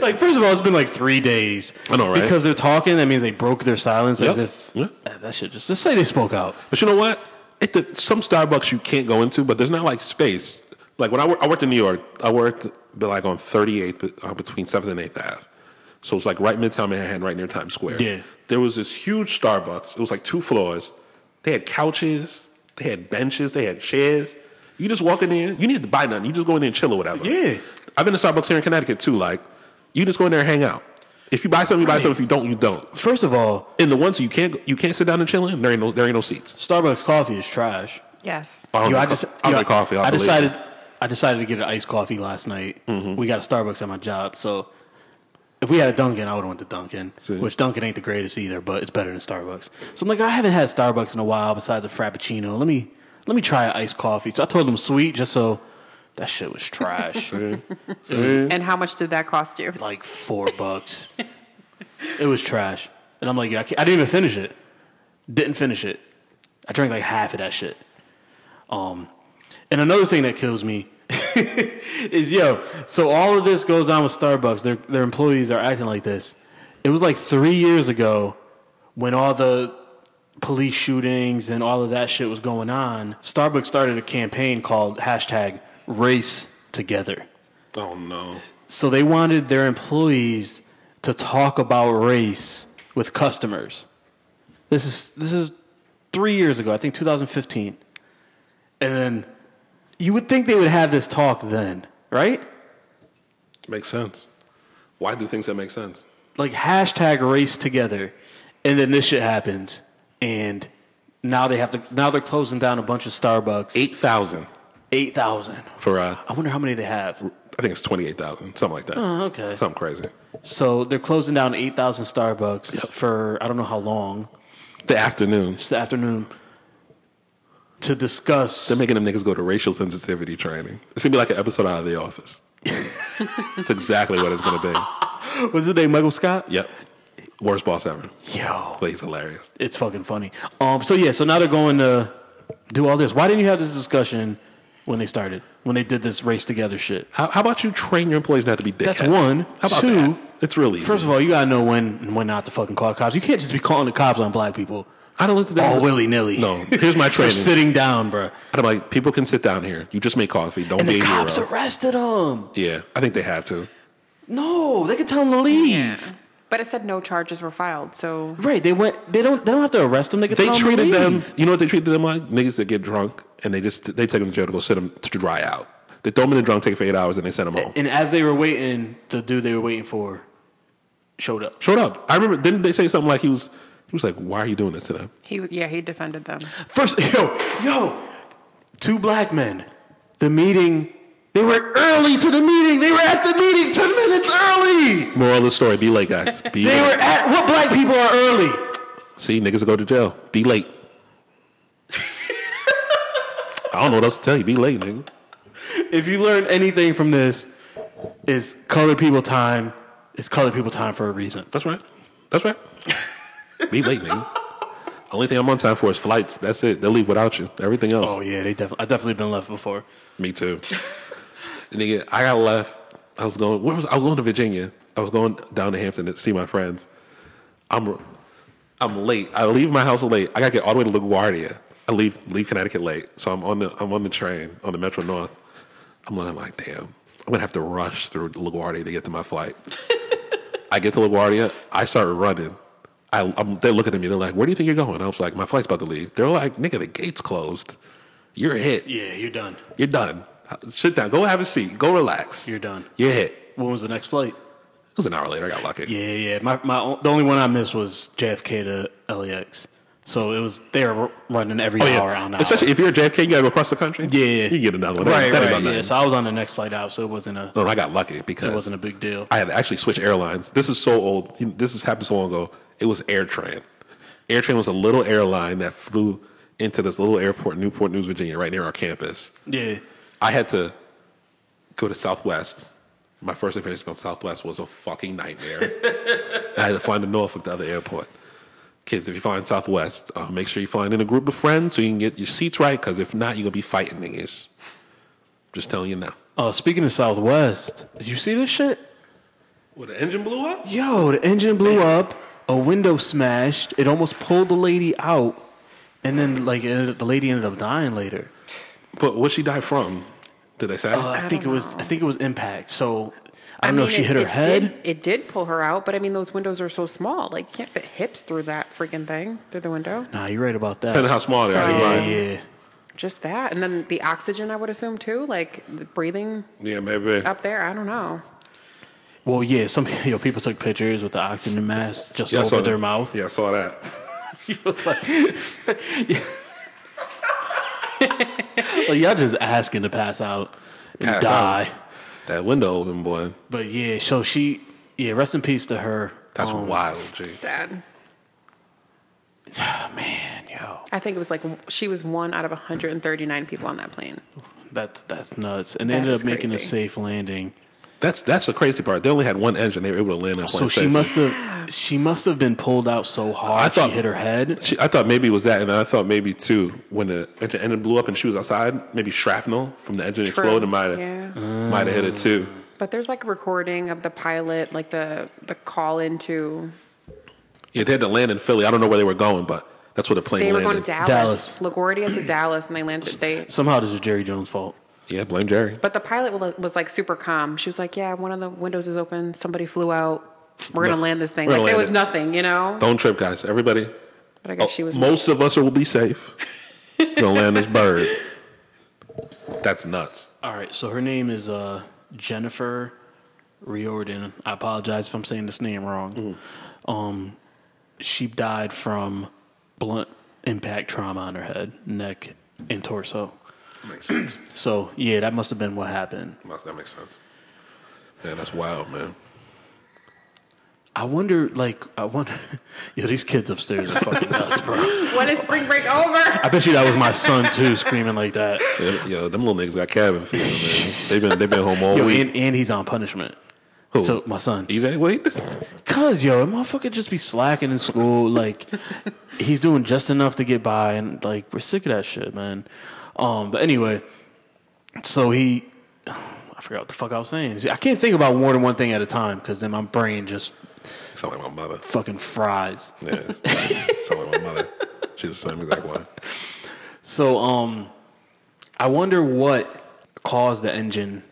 [SPEAKER 2] like first of all, it's been like three days.
[SPEAKER 1] I know, right?
[SPEAKER 2] Because they're talking, that means they broke their silence as
[SPEAKER 1] Yep.
[SPEAKER 2] if
[SPEAKER 1] Yeah.
[SPEAKER 2] Eh, that should just just say they spoke out.
[SPEAKER 1] But you know what? It, the, some Starbucks you can't go into, but there's not like space. Like when I, wor- I worked in New York, I worked but like on 38th but, uh, between 7th and 8th Ave. So it's like right midtown Manhattan, right near Times Square.
[SPEAKER 2] Yeah.
[SPEAKER 1] There was this huge Starbucks. It was like two floors. They had couches, they had benches, they had chairs. You just walk in there, you need to buy nothing. You just go in there and chill or whatever.
[SPEAKER 2] Yeah.
[SPEAKER 1] I've been to Starbucks here in Connecticut too. Like, you just go in there and hang out. If you buy something, you buy something. If you don't, you don't.
[SPEAKER 2] First of all,
[SPEAKER 1] In the ones you can't go- you can't sit down and chill in, there ain't no there ain't no seats.
[SPEAKER 2] Starbucks coffee is trash.
[SPEAKER 3] Yes.
[SPEAKER 1] I don't
[SPEAKER 2] Yo, I
[SPEAKER 1] drink
[SPEAKER 2] just
[SPEAKER 1] co- I don't
[SPEAKER 2] yo,
[SPEAKER 1] drink coffee. I,
[SPEAKER 2] I
[SPEAKER 1] believe Mm-hmm. it.
[SPEAKER 2] decided I decided to get an iced coffee last night. We got a Starbucks at my job, so if we had a Dunkin', I would have went to Dunkin',
[SPEAKER 1] See.
[SPEAKER 2] which Dunkin' ain't the greatest either, but it's better than Starbucks. So I'm like, I haven't had Starbucks in a while besides a frappuccino. Let me let me try an iced coffee. So I told them sweet, just so that shit was trash.
[SPEAKER 3] And how much did that cost you?
[SPEAKER 2] like four bucks. it was trash, and I'm like, yeah, I, can't, I didn't even finish it. Didn't finish it. I drank like half of that shit. Um, and another thing that kills me is yo. So all of this goes on with Starbucks. Their their employees are acting like this. It was like three years ago when all the police shootings and all of that shit was going on. Starbucks started a campaign called hashtag Race Together.
[SPEAKER 1] Oh no.
[SPEAKER 2] So they wanted their employees to talk about race with customers. This is this is three years ago, I think 2015. And then you would think they would have this talk then, right?
[SPEAKER 1] Makes sense. Why do things that make sense?
[SPEAKER 2] Like hashtag race together. And then this shit happens. And now they have to now they're closing down a bunch of Starbucks.
[SPEAKER 1] Eight thousand
[SPEAKER 2] eight thousand.
[SPEAKER 1] for uh
[SPEAKER 2] I wonder how many they have.
[SPEAKER 1] I think it's twenty eight thousand, something like that.
[SPEAKER 2] Oh, okay.
[SPEAKER 1] Something crazy.
[SPEAKER 2] So they're closing down eight thousand Starbucks for I don't know how long.
[SPEAKER 1] The afternoon.
[SPEAKER 2] this afternoon to discuss.
[SPEAKER 1] They're making them niggas go to racial sensitivity training. It's gonna be like an episode out of the office. It's exactly what it's gonna be.
[SPEAKER 2] What's his name? Michael Scott.
[SPEAKER 1] Yep. Worst boss ever.
[SPEAKER 2] Yo,
[SPEAKER 1] But he's hilarious.
[SPEAKER 2] it's fucking funny. Um. So yeah. So now they're going to do all this. Why didn't you have this discussion when they started? When they did this race together shit?
[SPEAKER 1] How, how about you train your employees not to be dickheads?
[SPEAKER 2] That's one.
[SPEAKER 1] How about
[SPEAKER 2] Two,
[SPEAKER 1] that? It's really easy.
[SPEAKER 2] First of all, you gotta know when and when not to fucking call the cops. You can't just be calling the cops on black people
[SPEAKER 1] I don't look at that.
[SPEAKER 2] all willy nilly.
[SPEAKER 1] No, here's my
[SPEAKER 2] for
[SPEAKER 1] training.
[SPEAKER 2] sitting down, bruh.
[SPEAKER 1] I'm like, people can sit down here. You just make coffee. Don't
[SPEAKER 2] And
[SPEAKER 1] be a
[SPEAKER 2] the cops
[SPEAKER 1] hero.
[SPEAKER 2] arrested him.
[SPEAKER 1] Yeah, I think they had to.
[SPEAKER 2] No, they could tell him to leave.
[SPEAKER 3] But it said no charges were filed. So
[SPEAKER 2] Right? They went. They don't. They don't have to arrest him. They could
[SPEAKER 1] They
[SPEAKER 2] tell him to
[SPEAKER 1] treated them.
[SPEAKER 2] leave.
[SPEAKER 1] You know what they treated them like? Niggas that get drunk and they just they take them to jail to go sit them to dry out. They throw them in the drunk tank for eight hours and they send them home.
[SPEAKER 2] And as they were waiting, the dude they were waiting for showed up.
[SPEAKER 1] Showed up. I remember. Didn't they say something like he was? He was like, "Why are you doing this to them?"
[SPEAKER 3] he, yeah, he defended them.
[SPEAKER 2] First, yo, yo, two black men. The meeting. They were early to the meeting. They were at the meeting ten minutes early.
[SPEAKER 1] Moral of the story: Be late, guys. Be late.
[SPEAKER 2] They were at what black people are early.
[SPEAKER 1] See, niggas that go to jail. Be late. I don't know what else to tell you. Be late, nigga.
[SPEAKER 2] If you learn anything from this, is colored people time. It's colored people time for a reason.
[SPEAKER 1] That's right. That's right. Be late, nigga. Only thing I'm on time for is flights. That's it. They'll leave without you. Everything else.
[SPEAKER 2] Oh yeah, they definitely. I've definitely been left before.
[SPEAKER 1] Me too. Nigga, I got left. I was going. Where was I? was going to Virginia. I was going down to Hampton to see my friends. I'm, I'm late. I leave my house late. I got to get all the way to LaGuardia. I leave leave Connecticut late, so I'm on the I'm on the train on the Metro North. I'm like, I'm like, damn, I'm gonna have to rush through LaGuardia to get to my flight. I get to LaGuardia. I start running. I, I'm, they're looking at me. They're like, "Where do you think you're going?" I was like, "My flight's about to leave." They're like, "Nigga, the gate's closed. You're hit."
[SPEAKER 2] Yeah, you're done.
[SPEAKER 1] You're done. Sit down. Go have a seat. Go relax.
[SPEAKER 2] You're done.
[SPEAKER 1] You're hit. It
[SPEAKER 2] When was the next flight?
[SPEAKER 1] was an hour later. I got lucky.
[SPEAKER 2] Yeah, yeah. My my o- the only one I missed was JFK to LAX. So it was they were running every
[SPEAKER 1] Oh, yeah.
[SPEAKER 2] hour on hour.
[SPEAKER 1] Especially if you're a JFK, you gotta go across the country.
[SPEAKER 2] yeah, yeah.
[SPEAKER 1] You can get another one.
[SPEAKER 2] right,
[SPEAKER 1] That ain't
[SPEAKER 2] right.
[SPEAKER 1] about
[SPEAKER 2] Yeah,
[SPEAKER 1] nothing.
[SPEAKER 2] so I was on the next flight out, so it wasn't a
[SPEAKER 1] No, I got lucky because
[SPEAKER 2] it wasn't a big deal.
[SPEAKER 1] I had to actually switch airlines. This is so old. You- This has happened so long ago. It was AirTran. AirTran was a little airline that flew into this little airport in Newport News, Virginia, right near our campus.
[SPEAKER 2] yeah,
[SPEAKER 1] I had to go to Southwest. My first experience going to Southwest was a fucking nightmare. I had to find a Norfolk, the other airport. Kids, if you're flying Southwest, uh, make sure you find in a group of friends so you can get your seats right, because if not, you're going to be fighting niggas. Just telling you now.
[SPEAKER 2] Uh, Oh, speaking of Southwest, did you see this shit?
[SPEAKER 1] Well, the engine blew up.
[SPEAKER 2] Yo, the engine blew up, a window smashed, it almost pulled the lady out, and then like it ended, the lady ended up dying later.
[SPEAKER 1] But what she died from? Did they say?
[SPEAKER 2] Uh, I,
[SPEAKER 3] I
[SPEAKER 2] think it
[SPEAKER 3] don't
[SPEAKER 2] was I
[SPEAKER 3] know.
[SPEAKER 2] think it was impact. So I don't know
[SPEAKER 3] mean,
[SPEAKER 2] if she
[SPEAKER 3] it-
[SPEAKER 2] hit her
[SPEAKER 3] it
[SPEAKER 2] head.
[SPEAKER 3] Did, it did pull her out, but I mean, those windows are so small. Like, you can't fit hips through that freaking thing, through the window.
[SPEAKER 2] Nah, you're right about
[SPEAKER 1] Depending on
[SPEAKER 2] that.
[SPEAKER 1] how small they are.
[SPEAKER 3] So-
[SPEAKER 1] you
[SPEAKER 2] Yeah,
[SPEAKER 1] might-
[SPEAKER 2] yeah.
[SPEAKER 3] Just that. And then the oxygen, I would assume, too. Like, the breathing
[SPEAKER 1] Yeah, maybe.
[SPEAKER 3] up there. I don't know.
[SPEAKER 2] Well, yeah. Some you know, people took pictures with the oxygen mask just
[SPEAKER 1] Yeah, I saw
[SPEAKER 2] over their
[SPEAKER 1] that.
[SPEAKER 2] mouth.
[SPEAKER 1] Yeah, I saw that.
[SPEAKER 2] Like y'all just asking to pass out and
[SPEAKER 1] Pass
[SPEAKER 2] die.
[SPEAKER 1] out. That window open, boy.
[SPEAKER 2] But yeah, so she yeah, rest in peace to her.
[SPEAKER 1] That's
[SPEAKER 2] Um,
[SPEAKER 1] wild, G.
[SPEAKER 3] Sad.
[SPEAKER 2] man, yo.
[SPEAKER 3] I think it was like she was one out of 139 people on that plane.
[SPEAKER 2] That's that's nuts. And they
[SPEAKER 3] That
[SPEAKER 2] ended
[SPEAKER 3] is
[SPEAKER 2] up making a
[SPEAKER 3] crazy.
[SPEAKER 2] safe landing.
[SPEAKER 1] That's that's the crazy part. They only had one engine. They were able to land on.
[SPEAKER 2] So she must have she must have been pulled out so hard
[SPEAKER 1] I thought-
[SPEAKER 2] she hit her head.
[SPEAKER 1] She, I thought maybe it was that, and I thought maybe too when the engine ended blew up and she was outside, maybe shrapnel from the engine exploded and might have
[SPEAKER 3] Yeah.
[SPEAKER 1] might have hit it too.
[SPEAKER 3] But there's like a recording of the pilot, like the, the call into.
[SPEAKER 1] Yeah, they had to land in Philly. I don't know where they were going, but that's where the plane
[SPEAKER 3] They were
[SPEAKER 1] landed.
[SPEAKER 3] going to Dallas,
[SPEAKER 2] Dallas.
[SPEAKER 3] LaGuardia to Dallas, and they landed. They
[SPEAKER 2] Somehow this is Jerry Jones' fault.
[SPEAKER 1] Yeah, blame Jerry.
[SPEAKER 3] But the pilot wa- was like super calm. She was like, "Yeah, one of the windows is open. Somebody flew out. We're gonna
[SPEAKER 1] No,
[SPEAKER 3] land this thing."
[SPEAKER 1] we're
[SPEAKER 3] Like
[SPEAKER 1] gonna
[SPEAKER 3] there was
[SPEAKER 1] land Oh,
[SPEAKER 3] nothing, you know.
[SPEAKER 1] Don't trip, guys. Everybody.
[SPEAKER 3] But I guess she was
[SPEAKER 1] most of us will be safe. We're gonna land this bird. That's nuts.
[SPEAKER 2] All right, so her name is uh, Jennifer Riordan. I apologize if I'm saying this name wrong.
[SPEAKER 1] Mm-hmm.
[SPEAKER 2] Um, she died from blunt impact trauma on her head, neck, and torso.
[SPEAKER 1] Makes sense.
[SPEAKER 2] So yeah, that must have been what happened.
[SPEAKER 1] that makes sense. Man, that's wild, man.
[SPEAKER 2] I wonder, like, I wonder. yo, these kids upstairs are fucking nuts, bro.
[SPEAKER 3] when is spring break over?
[SPEAKER 2] I bet you that was my son too, screaming like that.
[SPEAKER 1] Yeah, yo, them little niggas got cabin fever, man. They've been they've been home all
[SPEAKER 2] Yo,
[SPEAKER 1] week.
[SPEAKER 2] and, and he's on punishment.
[SPEAKER 1] Who?
[SPEAKER 2] So my son.
[SPEAKER 1] EJ, wait.
[SPEAKER 2] Cause yo, that motherfucker just be slacking in school. Like he's doing just enough to get by, and like we're sick of that shit, man. Um, but anyway, so he, I forgot what the fuck I was saying. See, I can't think about more than one thing at a time because then my brain just
[SPEAKER 1] Sound like my mother.
[SPEAKER 2] fucking fries.
[SPEAKER 1] Yeah. Sound like my mother. She's the same exact one.
[SPEAKER 2] So um, I wonder what caused the engine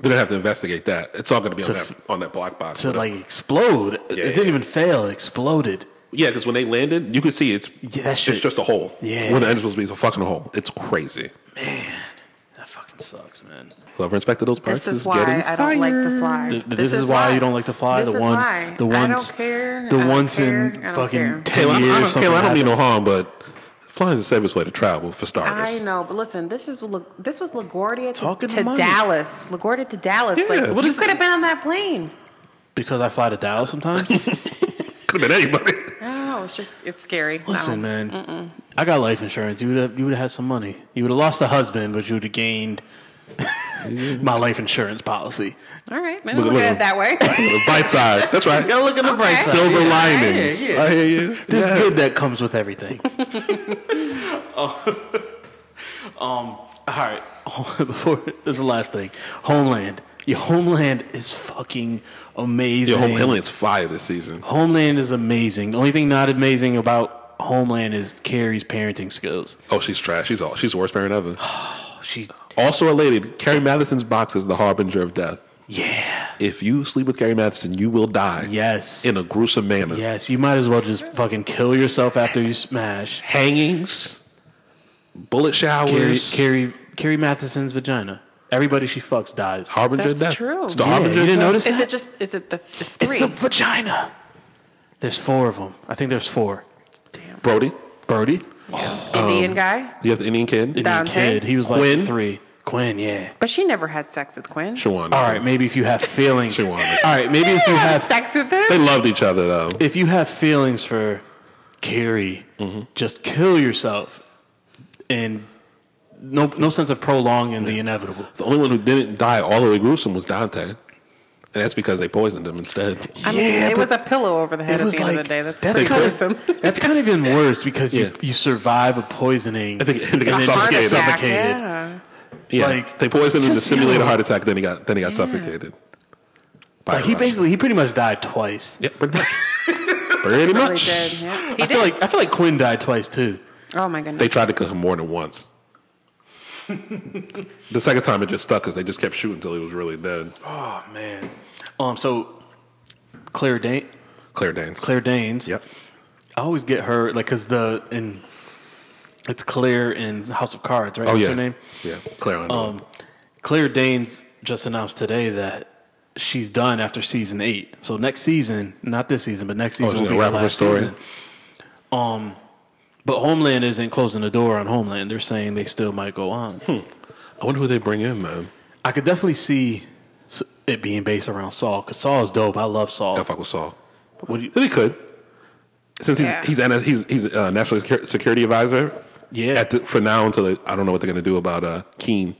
[SPEAKER 1] They don't have to investigate that. It's all going to be on
[SPEAKER 2] To-
[SPEAKER 1] that on that black box. uh,
[SPEAKER 2] to like explode. it
[SPEAKER 1] Yeah,
[SPEAKER 2] didn't
[SPEAKER 1] yeah.
[SPEAKER 2] even fail. It exploded.
[SPEAKER 1] yeah, because when they landed, you could see it's
[SPEAKER 2] Yeah, that shit.
[SPEAKER 1] it's just a hole.
[SPEAKER 2] Yeah.
[SPEAKER 1] When the engine's supposed to be, it's a fucking hole. It's crazy.
[SPEAKER 2] That fucking sucks, man.
[SPEAKER 1] Whoever inspected those parts
[SPEAKER 3] This is
[SPEAKER 1] getting
[SPEAKER 3] why I don't like
[SPEAKER 1] fired.
[SPEAKER 3] to fly.
[SPEAKER 2] Th- th- this, is, why, you don't like to fly.
[SPEAKER 3] This
[SPEAKER 2] the
[SPEAKER 3] is
[SPEAKER 2] one,
[SPEAKER 3] why.
[SPEAKER 2] the
[SPEAKER 3] I
[SPEAKER 2] ones,
[SPEAKER 3] don't care.
[SPEAKER 2] the
[SPEAKER 3] I don't
[SPEAKER 2] ones
[SPEAKER 3] care. I
[SPEAKER 2] in
[SPEAKER 3] don't
[SPEAKER 2] fucking
[SPEAKER 3] care.
[SPEAKER 2] ten
[SPEAKER 1] Kayla, I
[SPEAKER 2] years.
[SPEAKER 1] don't,
[SPEAKER 2] something
[SPEAKER 1] Kayla, I don't mean no
[SPEAKER 2] happens.
[SPEAKER 1] harm, but flying is the safest way to travel for
[SPEAKER 3] I
[SPEAKER 1] starters.
[SPEAKER 3] know, but listen, this is La- this was LaGuardia
[SPEAKER 2] Talking
[SPEAKER 3] to,
[SPEAKER 2] to
[SPEAKER 3] to
[SPEAKER 2] Mike.
[SPEAKER 3] Dallas. LaGuardia to Dallas.
[SPEAKER 1] Yeah.
[SPEAKER 3] Like
[SPEAKER 1] What
[SPEAKER 3] you
[SPEAKER 2] is-
[SPEAKER 3] could have been on that plane.
[SPEAKER 2] because I fly to Dallas sometimes.
[SPEAKER 1] Could have been anybody.
[SPEAKER 3] Oh, it's just it's scary.
[SPEAKER 2] Listen,
[SPEAKER 3] no.
[SPEAKER 2] man, I got life insurance. You would have, you would have had some money. You would have lost a husband, but you would have gained my life insurance policy.
[SPEAKER 3] All right, man.
[SPEAKER 1] Look-
[SPEAKER 3] Look,
[SPEAKER 1] look
[SPEAKER 3] at
[SPEAKER 1] at
[SPEAKER 3] it that way.
[SPEAKER 1] Bite side. That's right.
[SPEAKER 2] Gotta look at the bright
[SPEAKER 3] Okay.
[SPEAKER 2] side.
[SPEAKER 1] Silver
[SPEAKER 2] Yeah,
[SPEAKER 1] linings.
[SPEAKER 2] yeah, yeah.
[SPEAKER 1] I hear you.
[SPEAKER 2] There's
[SPEAKER 1] Yeah.
[SPEAKER 2] good that comes with everything. um, um, all right. Before this is the last thing. Homeland. Your Homeland is fucking amazing.
[SPEAKER 1] Yo, Home Alien's fire this season.
[SPEAKER 2] Homeland is amazing. The only thing not amazing about Homeland is Carrie's parenting skills.
[SPEAKER 1] Oh, she's trash. She's all. She's the worst parent ever.
[SPEAKER 2] Oh, she,
[SPEAKER 1] Also related, Carrie Matheson's box is the harbinger of death.
[SPEAKER 2] yeah,
[SPEAKER 1] If you sleep with Carrie Matheson, you will die.
[SPEAKER 2] yes,
[SPEAKER 1] In a gruesome manner.
[SPEAKER 2] yes. You might as well just fucking kill yourself after you smash
[SPEAKER 1] Hangings, bullet showers.
[SPEAKER 2] Carrie, Carrie, Carrie Matheson's vagina. Everybody she fucks dies.
[SPEAKER 1] harbinger
[SPEAKER 3] That's
[SPEAKER 1] of death.
[SPEAKER 3] true.
[SPEAKER 1] It's the
[SPEAKER 2] Yeah, you
[SPEAKER 1] harbinger. of
[SPEAKER 2] didn't
[SPEAKER 1] death.
[SPEAKER 2] notice
[SPEAKER 3] Is
[SPEAKER 2] that?
[SPEAKER 3] it just? Is it the? It's
[SPEAKER 2] it's
[SPEAKER 3] three.
[SPEAKER 2] the vagina. There's four of them. I think there's four.
[SPEAKER 1] Brody,
[SPEAKER 2] Brody, Um,
[SPEAKER 3] Indian guy.
[SPEAKER 1] you have the Indian
[SPEAKER 2] the
[SPEAKER 1] kid.
[SPEAKER 2] new
[SPEAKER 3] Dante?
[SPEAKER 2] kid. He was like
[SPEAKER 1] Quinn?
[SPEAKER 2] three. Quinn, yeah.
[SPEAKER 3] But she never had sex with Quinn.
[SPEAKER 1] Shawana.
[SPEAKER 2] All right, maybe if you have feelings.
[SPEAKER 1] She
[SPEAKER 2] All
[SPEAKER 1] wanted it.
[SPEAKER 2] right, maybe if
[SPEAKER 3] She
[SPEAKER 2] you
[SPEAKER 3] didn't
[SPEAKER 2] have
[SPEAKER 3] have sex with him.
[SPEAKER 1] They loved each other though.
[SPEAKER 2] if you have feelings for Carrie,
[SPEAKER 1] Mm-hmm.
[SPEAKER 2] just kill yourself, and no no sense of prolonging the inevitable.
[SPEAKER 1] The only one who didn't die all the way gruesome was Dante, and that's because they poisoned him instead.
[SPEAKER 3] I mean,
[SPEAKER 2] Yeah,
[SPEAKER 3] it was a
[SPEAKER 2] but
[SPEAKER 3] pillow over the head at the end of the day. That's, pretty
[SPEAKER 2] kind of-
[SPEAKER 3] gruesome.
[SPEAKER 2] that's kind of even worse because
[SPEAKER 1] Yeah.
[SPEAKER 2] you, you survive a poisoning.
[SPEAKER 1] I think- I think it's
[SPEAKER 2] and then
[SPEAKER 1] a heart
[SPEAKER 2] you get
[SPEAKER 1] attack,
[SPEAKER 2] suffocated.
[SPEAKER 3] Yeah.
[SPEAKER 1] Yeah,
[SPEAKER 2] Like,
[SPEAKER 1] they poisoned him to
[SPEAKER 2] just
[SPEAKER 1] simulate a
[SPEAKER 2] yo.
[SPEAKER 1] heart attack. Then he got then he got suffocated. by
[SPEAKER 2] Like he
[SPEAKER 1] Russia.
[SPEAKER 2] basically he pretty much died twice.
[SPEAKER 1] yeah, pretty much, pretty
[SPEAKER 3] Really
[SPEAKER 1] much.
[SPEAKER 3] did. Yeah. He
[SPEAKER 2] I
[SPEAKER 3] did.
[SPEAKER 2] feel like I feel like Quinn died twice too.
[SPEAKER 3] oh my goodness.
[SPEAKER 1] They tried to cook him more than once. the second time it just stuck because they just kept shooting until he was really dead.
[SPEAKER 2] Oh man. Um. So Claire Dan-
[SPEAKER 1] Claire Danes.
[SPEAKER 2] Claire Danes.
[SPEAKER 1] Yep.
[SPEAKER 2] I always get her like because the in it's Claire in House of Cards, right?
[SPEAKER 1] Oh
[SPEAKER 2] That's
[SPEAKER 1] yeah.
[SPEAKER 2] her name.
[SPEAKER 1] Yeah. Claire. Um,
[SPEAKER 2] Um, Claire Danes just announced today that she's done after season eight. So next season, not this season, but next season
[SPEAKER 1] Oh, she's
[SPEAKER 2] will
[SPEAKER 1] gonna wrap
[SPEAKER 2] be her
[SPEAKER 1] up her
[SPEAKER 2] last
[SPEAKER 1] story.
[SPEAKER 2] season. Um, but Homeland isn't closing the door on Homeland. They're saying they still might go on.
[SPEAKER 1] Hmm. I wonder who they bring in, man.
[SPEAKER 2] I could definitely see s- it being based around Saul because Saul is dope. I love Saul.
[SPEAKER 1] Don't fuck with Saul.
[SPEAKER 2] What do you,
[SPEAKER 1] But he could, since he's
[SPEAKER 3] Yeah.
[SPEAKER 1] he's NS, he's he's uh, national Secur- security advisor.
[SPEAKER 2] Yeah.
[SPEAKER 1] At the, for now until they, I don't know what they're gonna do about uh, Keen.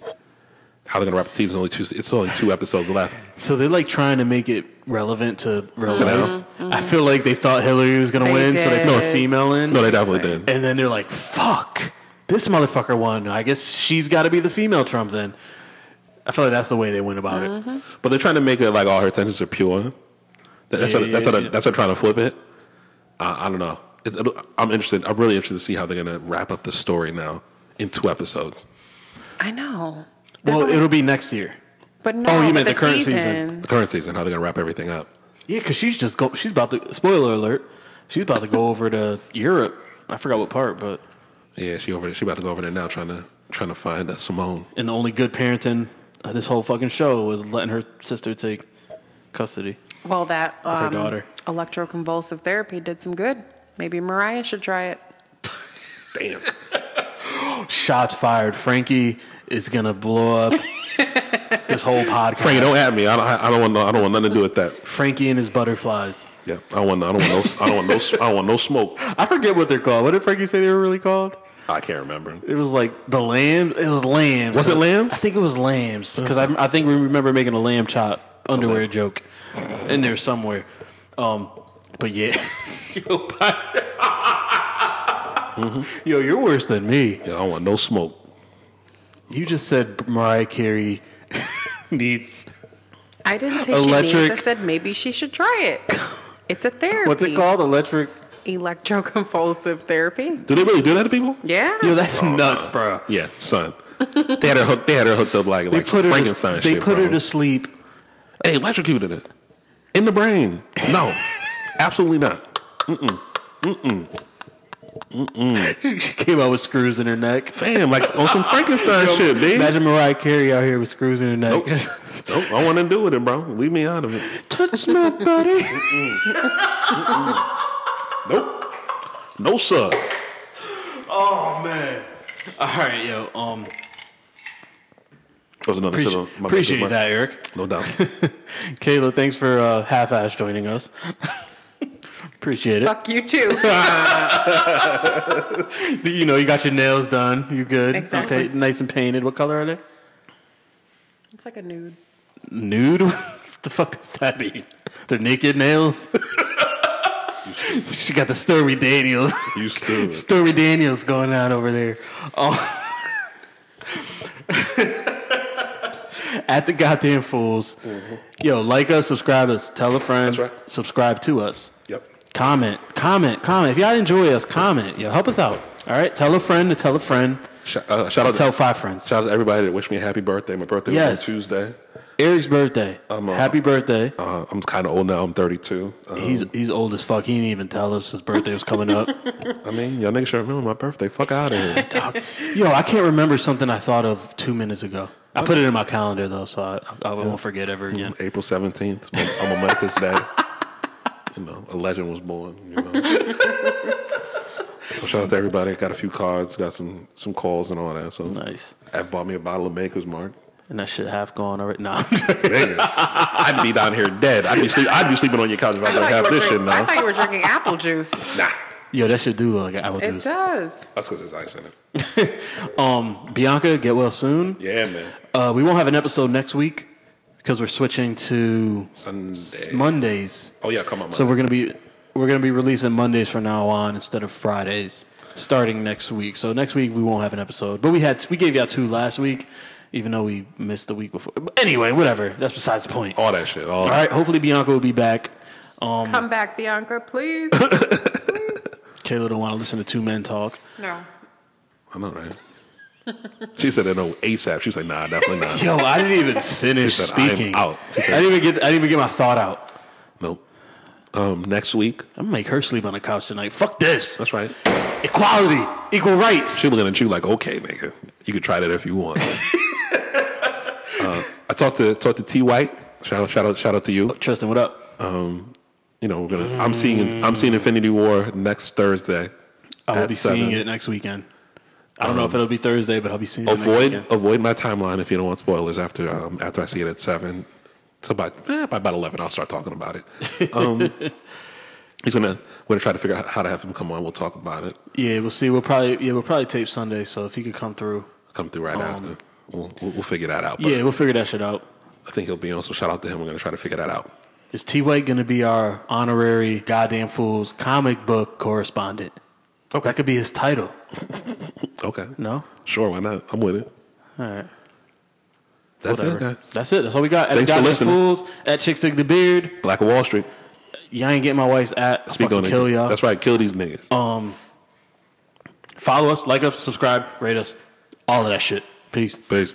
[SPEAKER 1] How they're gonna wrap the season? Only two. It's only two episodes left.
[SPEAKER 2] so they're like trying to make it relevant to Mm-hmm. real
[SPEAKER 1] To now.
[SPEAKER 2] life. I feel like they thought Hillary was gonna
[SPEAKER 3] They
[SPEAKER 2] win, so they
[SPEAKER 3] did.
[SPEAKER 2] put a female in.
[SPEAKER 1] No, they definitely did.
[SPEAKER 2] And then they're like, fuck, this motherfucker won. I guess she's got to be the female Trump then. I feel like that's the way they went about
[SPEAKER 3] Mm-hmm.
[SPEAKER 2] it.
[SPEAKER 1] But they're trying to make it like all her intentions are pure. That- That's what,
[SPEAKER 2] Yeah,
[SPEAKER 1] that's
[SPEAKER 2] yeah,
[SPEAKER 1] what
[SPEAKER 2] yeah.
[SPEAKER 1] that's what trying to flip it. Uh, I don't know. It's, it'll- I'm interested. I'm really interested to see how they're gonna wrap up the story now in two episodes.
[SPEAKER 3] I know. There's
[SPEAKER 2] Well,
[SPEAKER 3] only-
[SPEAKER 2] it'll be next year.
[SPEAKER 3] but no.
[SPEAKER 2] Oh, you meant the
[SPEAKER 3] but
[SPEAKER 2] current season.
[SPEAKER 1] The current season, how they're gonna wrap everything up.
[SPEAKER 2] Yeah, because she's just go. She's about to. Spoiler alert. She's about to go over to Europe. I forgot what part, but
[SPEAKER 1] Yeah, she over there. She about to go over there now, trying to trying to find uh, Simone.
[SPEAKER 2] and the only good parenting of this whole fucking show was letting her sister take custody.
[SPEAKER 3] Well, that
[SPEAKER 2] her
[SPEAKER 3] um,
[SPEAKER 2] daughter.
[SPEAKER 3] electroconvulsive therapy did some good. Maybe Mariah should try it.
[SPEAKER 1] Damn.
[SPEAKER 2] Shots fired. Frankie is gonna blow up this whole podcast.
[SPEAKER 1] Frankie, don't at me. I don't. I don't want. No, I don't want nothing to do with that.
[SPEAKER 2] Frankie and his butterflies.
[SPEAKER 1] Yeah, I don't want. I don't want no. I don't want no. I don't want no smoke.
[SPEAKER 2] I forget what they're called. What did Frankie say they were really called?
[SPEAKER 1] I can't remember.
[SPEAKER 2] It was like the lamb. It was lambs.
[SPEAKER 1] Was it lambs?
[SPEAKER 2] I think it was lambs because I, I think we remember making a lamb chop underwear joke in there somewhere. Um, but yeah, yo, Byron. yo, you're worse than me.
[SPEAKER 1] Yeah, I don't want no smoke.
[SPEAKER 2] You just said Mariah Carey needs
[SPEAKER 3] I didn't say she
[SPEAKER 2] Electric-
[SPEAKER 3] needs. I said maybe she should try it. It's a therapy.
[SPEAKER 2] what's it called? Electric.
[SPEAKER 3] Electroconvulsive therapy.
[SPEAKER 1] Do they really do that to people?
[SPEAKER 3] Yeah.
[SPEAKER 2] Yo, that's nuts, bro.
[SPEAKER 1] Yeah, son. They had her hooked. They had her hooked up like
[SPEAKER 2] They
[SPEAKER 1] like
[SPEAKER 2] put her.
[SPEAKER 1] Frankenstein.
[SPEAKER 2] To, they
[SPEAKER 1] shit,
[SPEAKER 2] put her
[SPEAKER 1] bro.
[SPEAKER 2] to sleep.
[SPEAKER 1] They electrocuted it in the brain. No, absolutely not.
[SPEAKER 2] she came out with screws in her neck.
[SPEAKER 1] Fam, like on some Frankenstein shit, bitch.
[SPEAKER 2] Imagine Mariah Carey out here with screws in her neck.
[SPEAKER 1] Nope. nope, I want to do with it, bro. Leave me out of it.
[SPEAKER 2] Touch my body.
[SPEAKER 1] Nope. No, sir.
[SPEAKER 2] Oh man. All right, yo. Um,
[SPEAKER 1] That was another shit
[SPEAKER 2] appreciate,
[SPEAKER 1] on my
[SPEAKER 2] appreciate
[SPEAKER 1] mental
[SPEAKER 2] that, Eric.
[SPEAKER 1] mark. No doubt.
[SPEAKER 2] Kayla, thanks for uh, half-ass joining us. appreciate it.
[SPEAKER 3] Fuck you too.
[SPEAKER 2] You know, you got your nails done. You good?
[SPEAKER 3] Exactly.
[SPEAKER 2] Okay, nice and painted. What color are they?
[SPEAKER 3] it's like a nude.
[SPEAKER 2] Nude. what the fuck does that mean? They're naked nails. she got the Stormy Daniels.
[SPEAKER 1] You stupid.
[SPEAKER 2] Stormy Daniels going on over there. Oh. At the goddamn fools. Yo, like us, subscribe us, tell a friend,
[SPEAKER 1] Mm-hmm. That's right.
[SPEAKER 2] subscribe to us.
[SPEAKER 1] Yep.
[SPEAKER 2] Comment, comment, comment. If y'all enjoy us, comment. Yo, help us out. All right, tell a friend to tell a friend.
[SPEAKER 1] Sh- uh, shout
[SPEAKER 2] To
[SPEAKER 1] out
[SPEAKER 2] tell
[SPEAKER 1] to
[SPEAKER 2] five friends.
[SPEAKER 1] shout out to everybody that wished me a happy birthday. My birthday
[SPEAKER 2] Yes.
[SPEAKER 1] was on Tuesday.
[SPEAKER 2] Eric's birthday.
[SPEAKER 1] I'm, uh,
[SPEAKER 2] Happy birthday.
[SPEAKER 1] Uh, I'm kind of old now. I'm 32. Um,
[SPEAKER 2] he's he's old as fuck. He didn't even tell us his birthday was coming up.
[SPEAKER 1] I mean, y'all niggas should remember my birthday. Fuck out of here.
[SPEAKER 2] Yo, I can't remember something I thought of two minutes ago. I put it in my calendar though, so I, I won't forget ever again.
[SPEAKER 1] April 17th. It's my- I'm a momentous day. You know, a legend was born. You know. so shout out to everybody. Got a few cards. Got some some calls and all that. So
[SPEAKER 2] Nice.
[SPEAKER 1] I bought me a bottle of Maker's Mark.
[SPEAKER 2] And that shit half gone already. No.
[SPEAKER 1] Damn. I'd be down here dead. I'd be sleep, I'd be sleeping on your couch if I
[SPEAKER 3] I
[SPEAKER 1] don't
[SPEAKER 3] thought,
[SPEAKER 1] have
[SPEAKER 3] you were
[SPEAKER 1] this shit
[SPEAKER 3] drink- I
[SPEAKER 1] now.
[SPEAKER 3] thought you were drinking apple juice.
[SPEAKER 1] Nah,
[SPEAKER 2] Yo, that shit do look like apple
[SPEAKER 3] It
[SPEAKER 2] juice.
[SPEAKER 3] does.
[SPEAKER 1] that's because there's ice in it.
[SPEAKER 2] Um, Bianca, get well soon.
[SPEAKER 1] Yeah, man.
[SPEAKER 2] Uh, we won't have an episode next week because we're switching to
[SPEAKER 1] Sunday.
[SPEAKER 2] Mondays.
[SPEAKER 1] Oh yeah, come on.
[SPEAKER 2] So
[SPEAKER 1] Monday.
[SPEAKER 2] we're gonna be we're gonna be releasing Mondays from now on instead of Fridays starting next week. So next week we won't have an episode, but we had we gave y'all two last week, even though we missed the week before. But anyway, whatever. That's besides the point. All
[SPEAKER 1] All that shit. All,
[SPEAKER 2] right. Hopefully, Bianca will be back.
[SPEAKER 3] Come back, Bianca, please.
[SPEAKER 2] Kayla don't want to listen to two men talk.
[SPEAKER 3] no.
[SPEAKER 1] I know, right? she said that no ASAP. She was like, nah, definitely not.
[SPEAKER 2] Yo, I didn't even finish
[SPEAKER 1] She said, "I am
[SPEAKER 2] speaking.
[SPEAKER 1] out." She said-
[SPEAKER 2] I didn't even get. I didn't even get my thought out.
[SPEAKER 1] Nope. Um, next week.
[SPEAKER 2] I'm gonna make her sleep on the couch tonight. Fuck this.
[SPEAKER 1] That's right.
[SPEAKER 2] Equality, equal rights.
[SPEAKER 1] She looking at you like, okay, nigga, you can try that if you want. Uh, I talked to talked to T White. Shout out, shout out, shout out to you.
[SPEAKER 2] Tristan, what up?
[SPEAKER 1] You know, we're gonna. I'm seeing. I'm seeing Infinity War next Thursday.
[SPEAKER 2] I will
[SPEAKER 1] at
[SPEAKER 2] be
[SPEAKER 1] seven.
[SPEAKER 2] seeing it next weekend. I don't know if it'll be Thursday, but I'll be seeing it next
[SPEAKER 1] Avoid
[SPEAKER 2] weekend.
[SPEAKER 1] avoid my timeline if you don't want spoilers. After um, after I see it at seven, so by eh, by about eleven, I'll start talking about it. Um, he's gonna. We're gonna try to figure out how to have him come on. We'll talk about it.
[SPEAKER 2] Yeah, we'll see. We'll probably yeah we'll probably tape Sunday. So if he could come through,
[SPEAKER 1] Come through right after. We'll, we'll we'll figure that out. But
[SPEAKER 2] Um, yeah, we'll figure that shit out.
[SPEAKER 1] I think he'll be on. So shout out to him. We're gonna try to figure that out.
[SPEAKER 2] Is T White gonna be our honorary goddamn fools comic book correspondent? That could be his title.
[SPEAKER 1] Okay.
[SPEAKER 2] No,
[SPEAKER 1] Sure, why not? I'm with it.
[SPEAKER 2] all right.
[SPEAKER 1] That's
[SPEAKER 2] Whatever.
[SPEAKER 1] it, guys.
[SPEAKER 2] That's it. That's all we got. At
[SPEAKER 1] Thanks
[SPEAKER 2] the
[SPEAKER 1] for
[SPEAKER 2] Goddamn
[SPEAKER 1] listening.
[SPEAKER 2] Fools, at Chicks Dig the Beard.
[SPEAKER 1] Black Wall Street.
[SPEAKER 2] Y'all ain't getting my wife's at.
[SPEAKER 1] Speak
[SPEAKER 2] Speak
[SPEAKER 1] on it.
[SPEAKER 2] kill y'all. Oh. Um,
[SPEAKER 1] That's right. Kill these niggas.
[SPEAKER 2] Follow us, like us, subscribe, rate us, all of that shit. Peace.
[SPEAKER 1] Peace.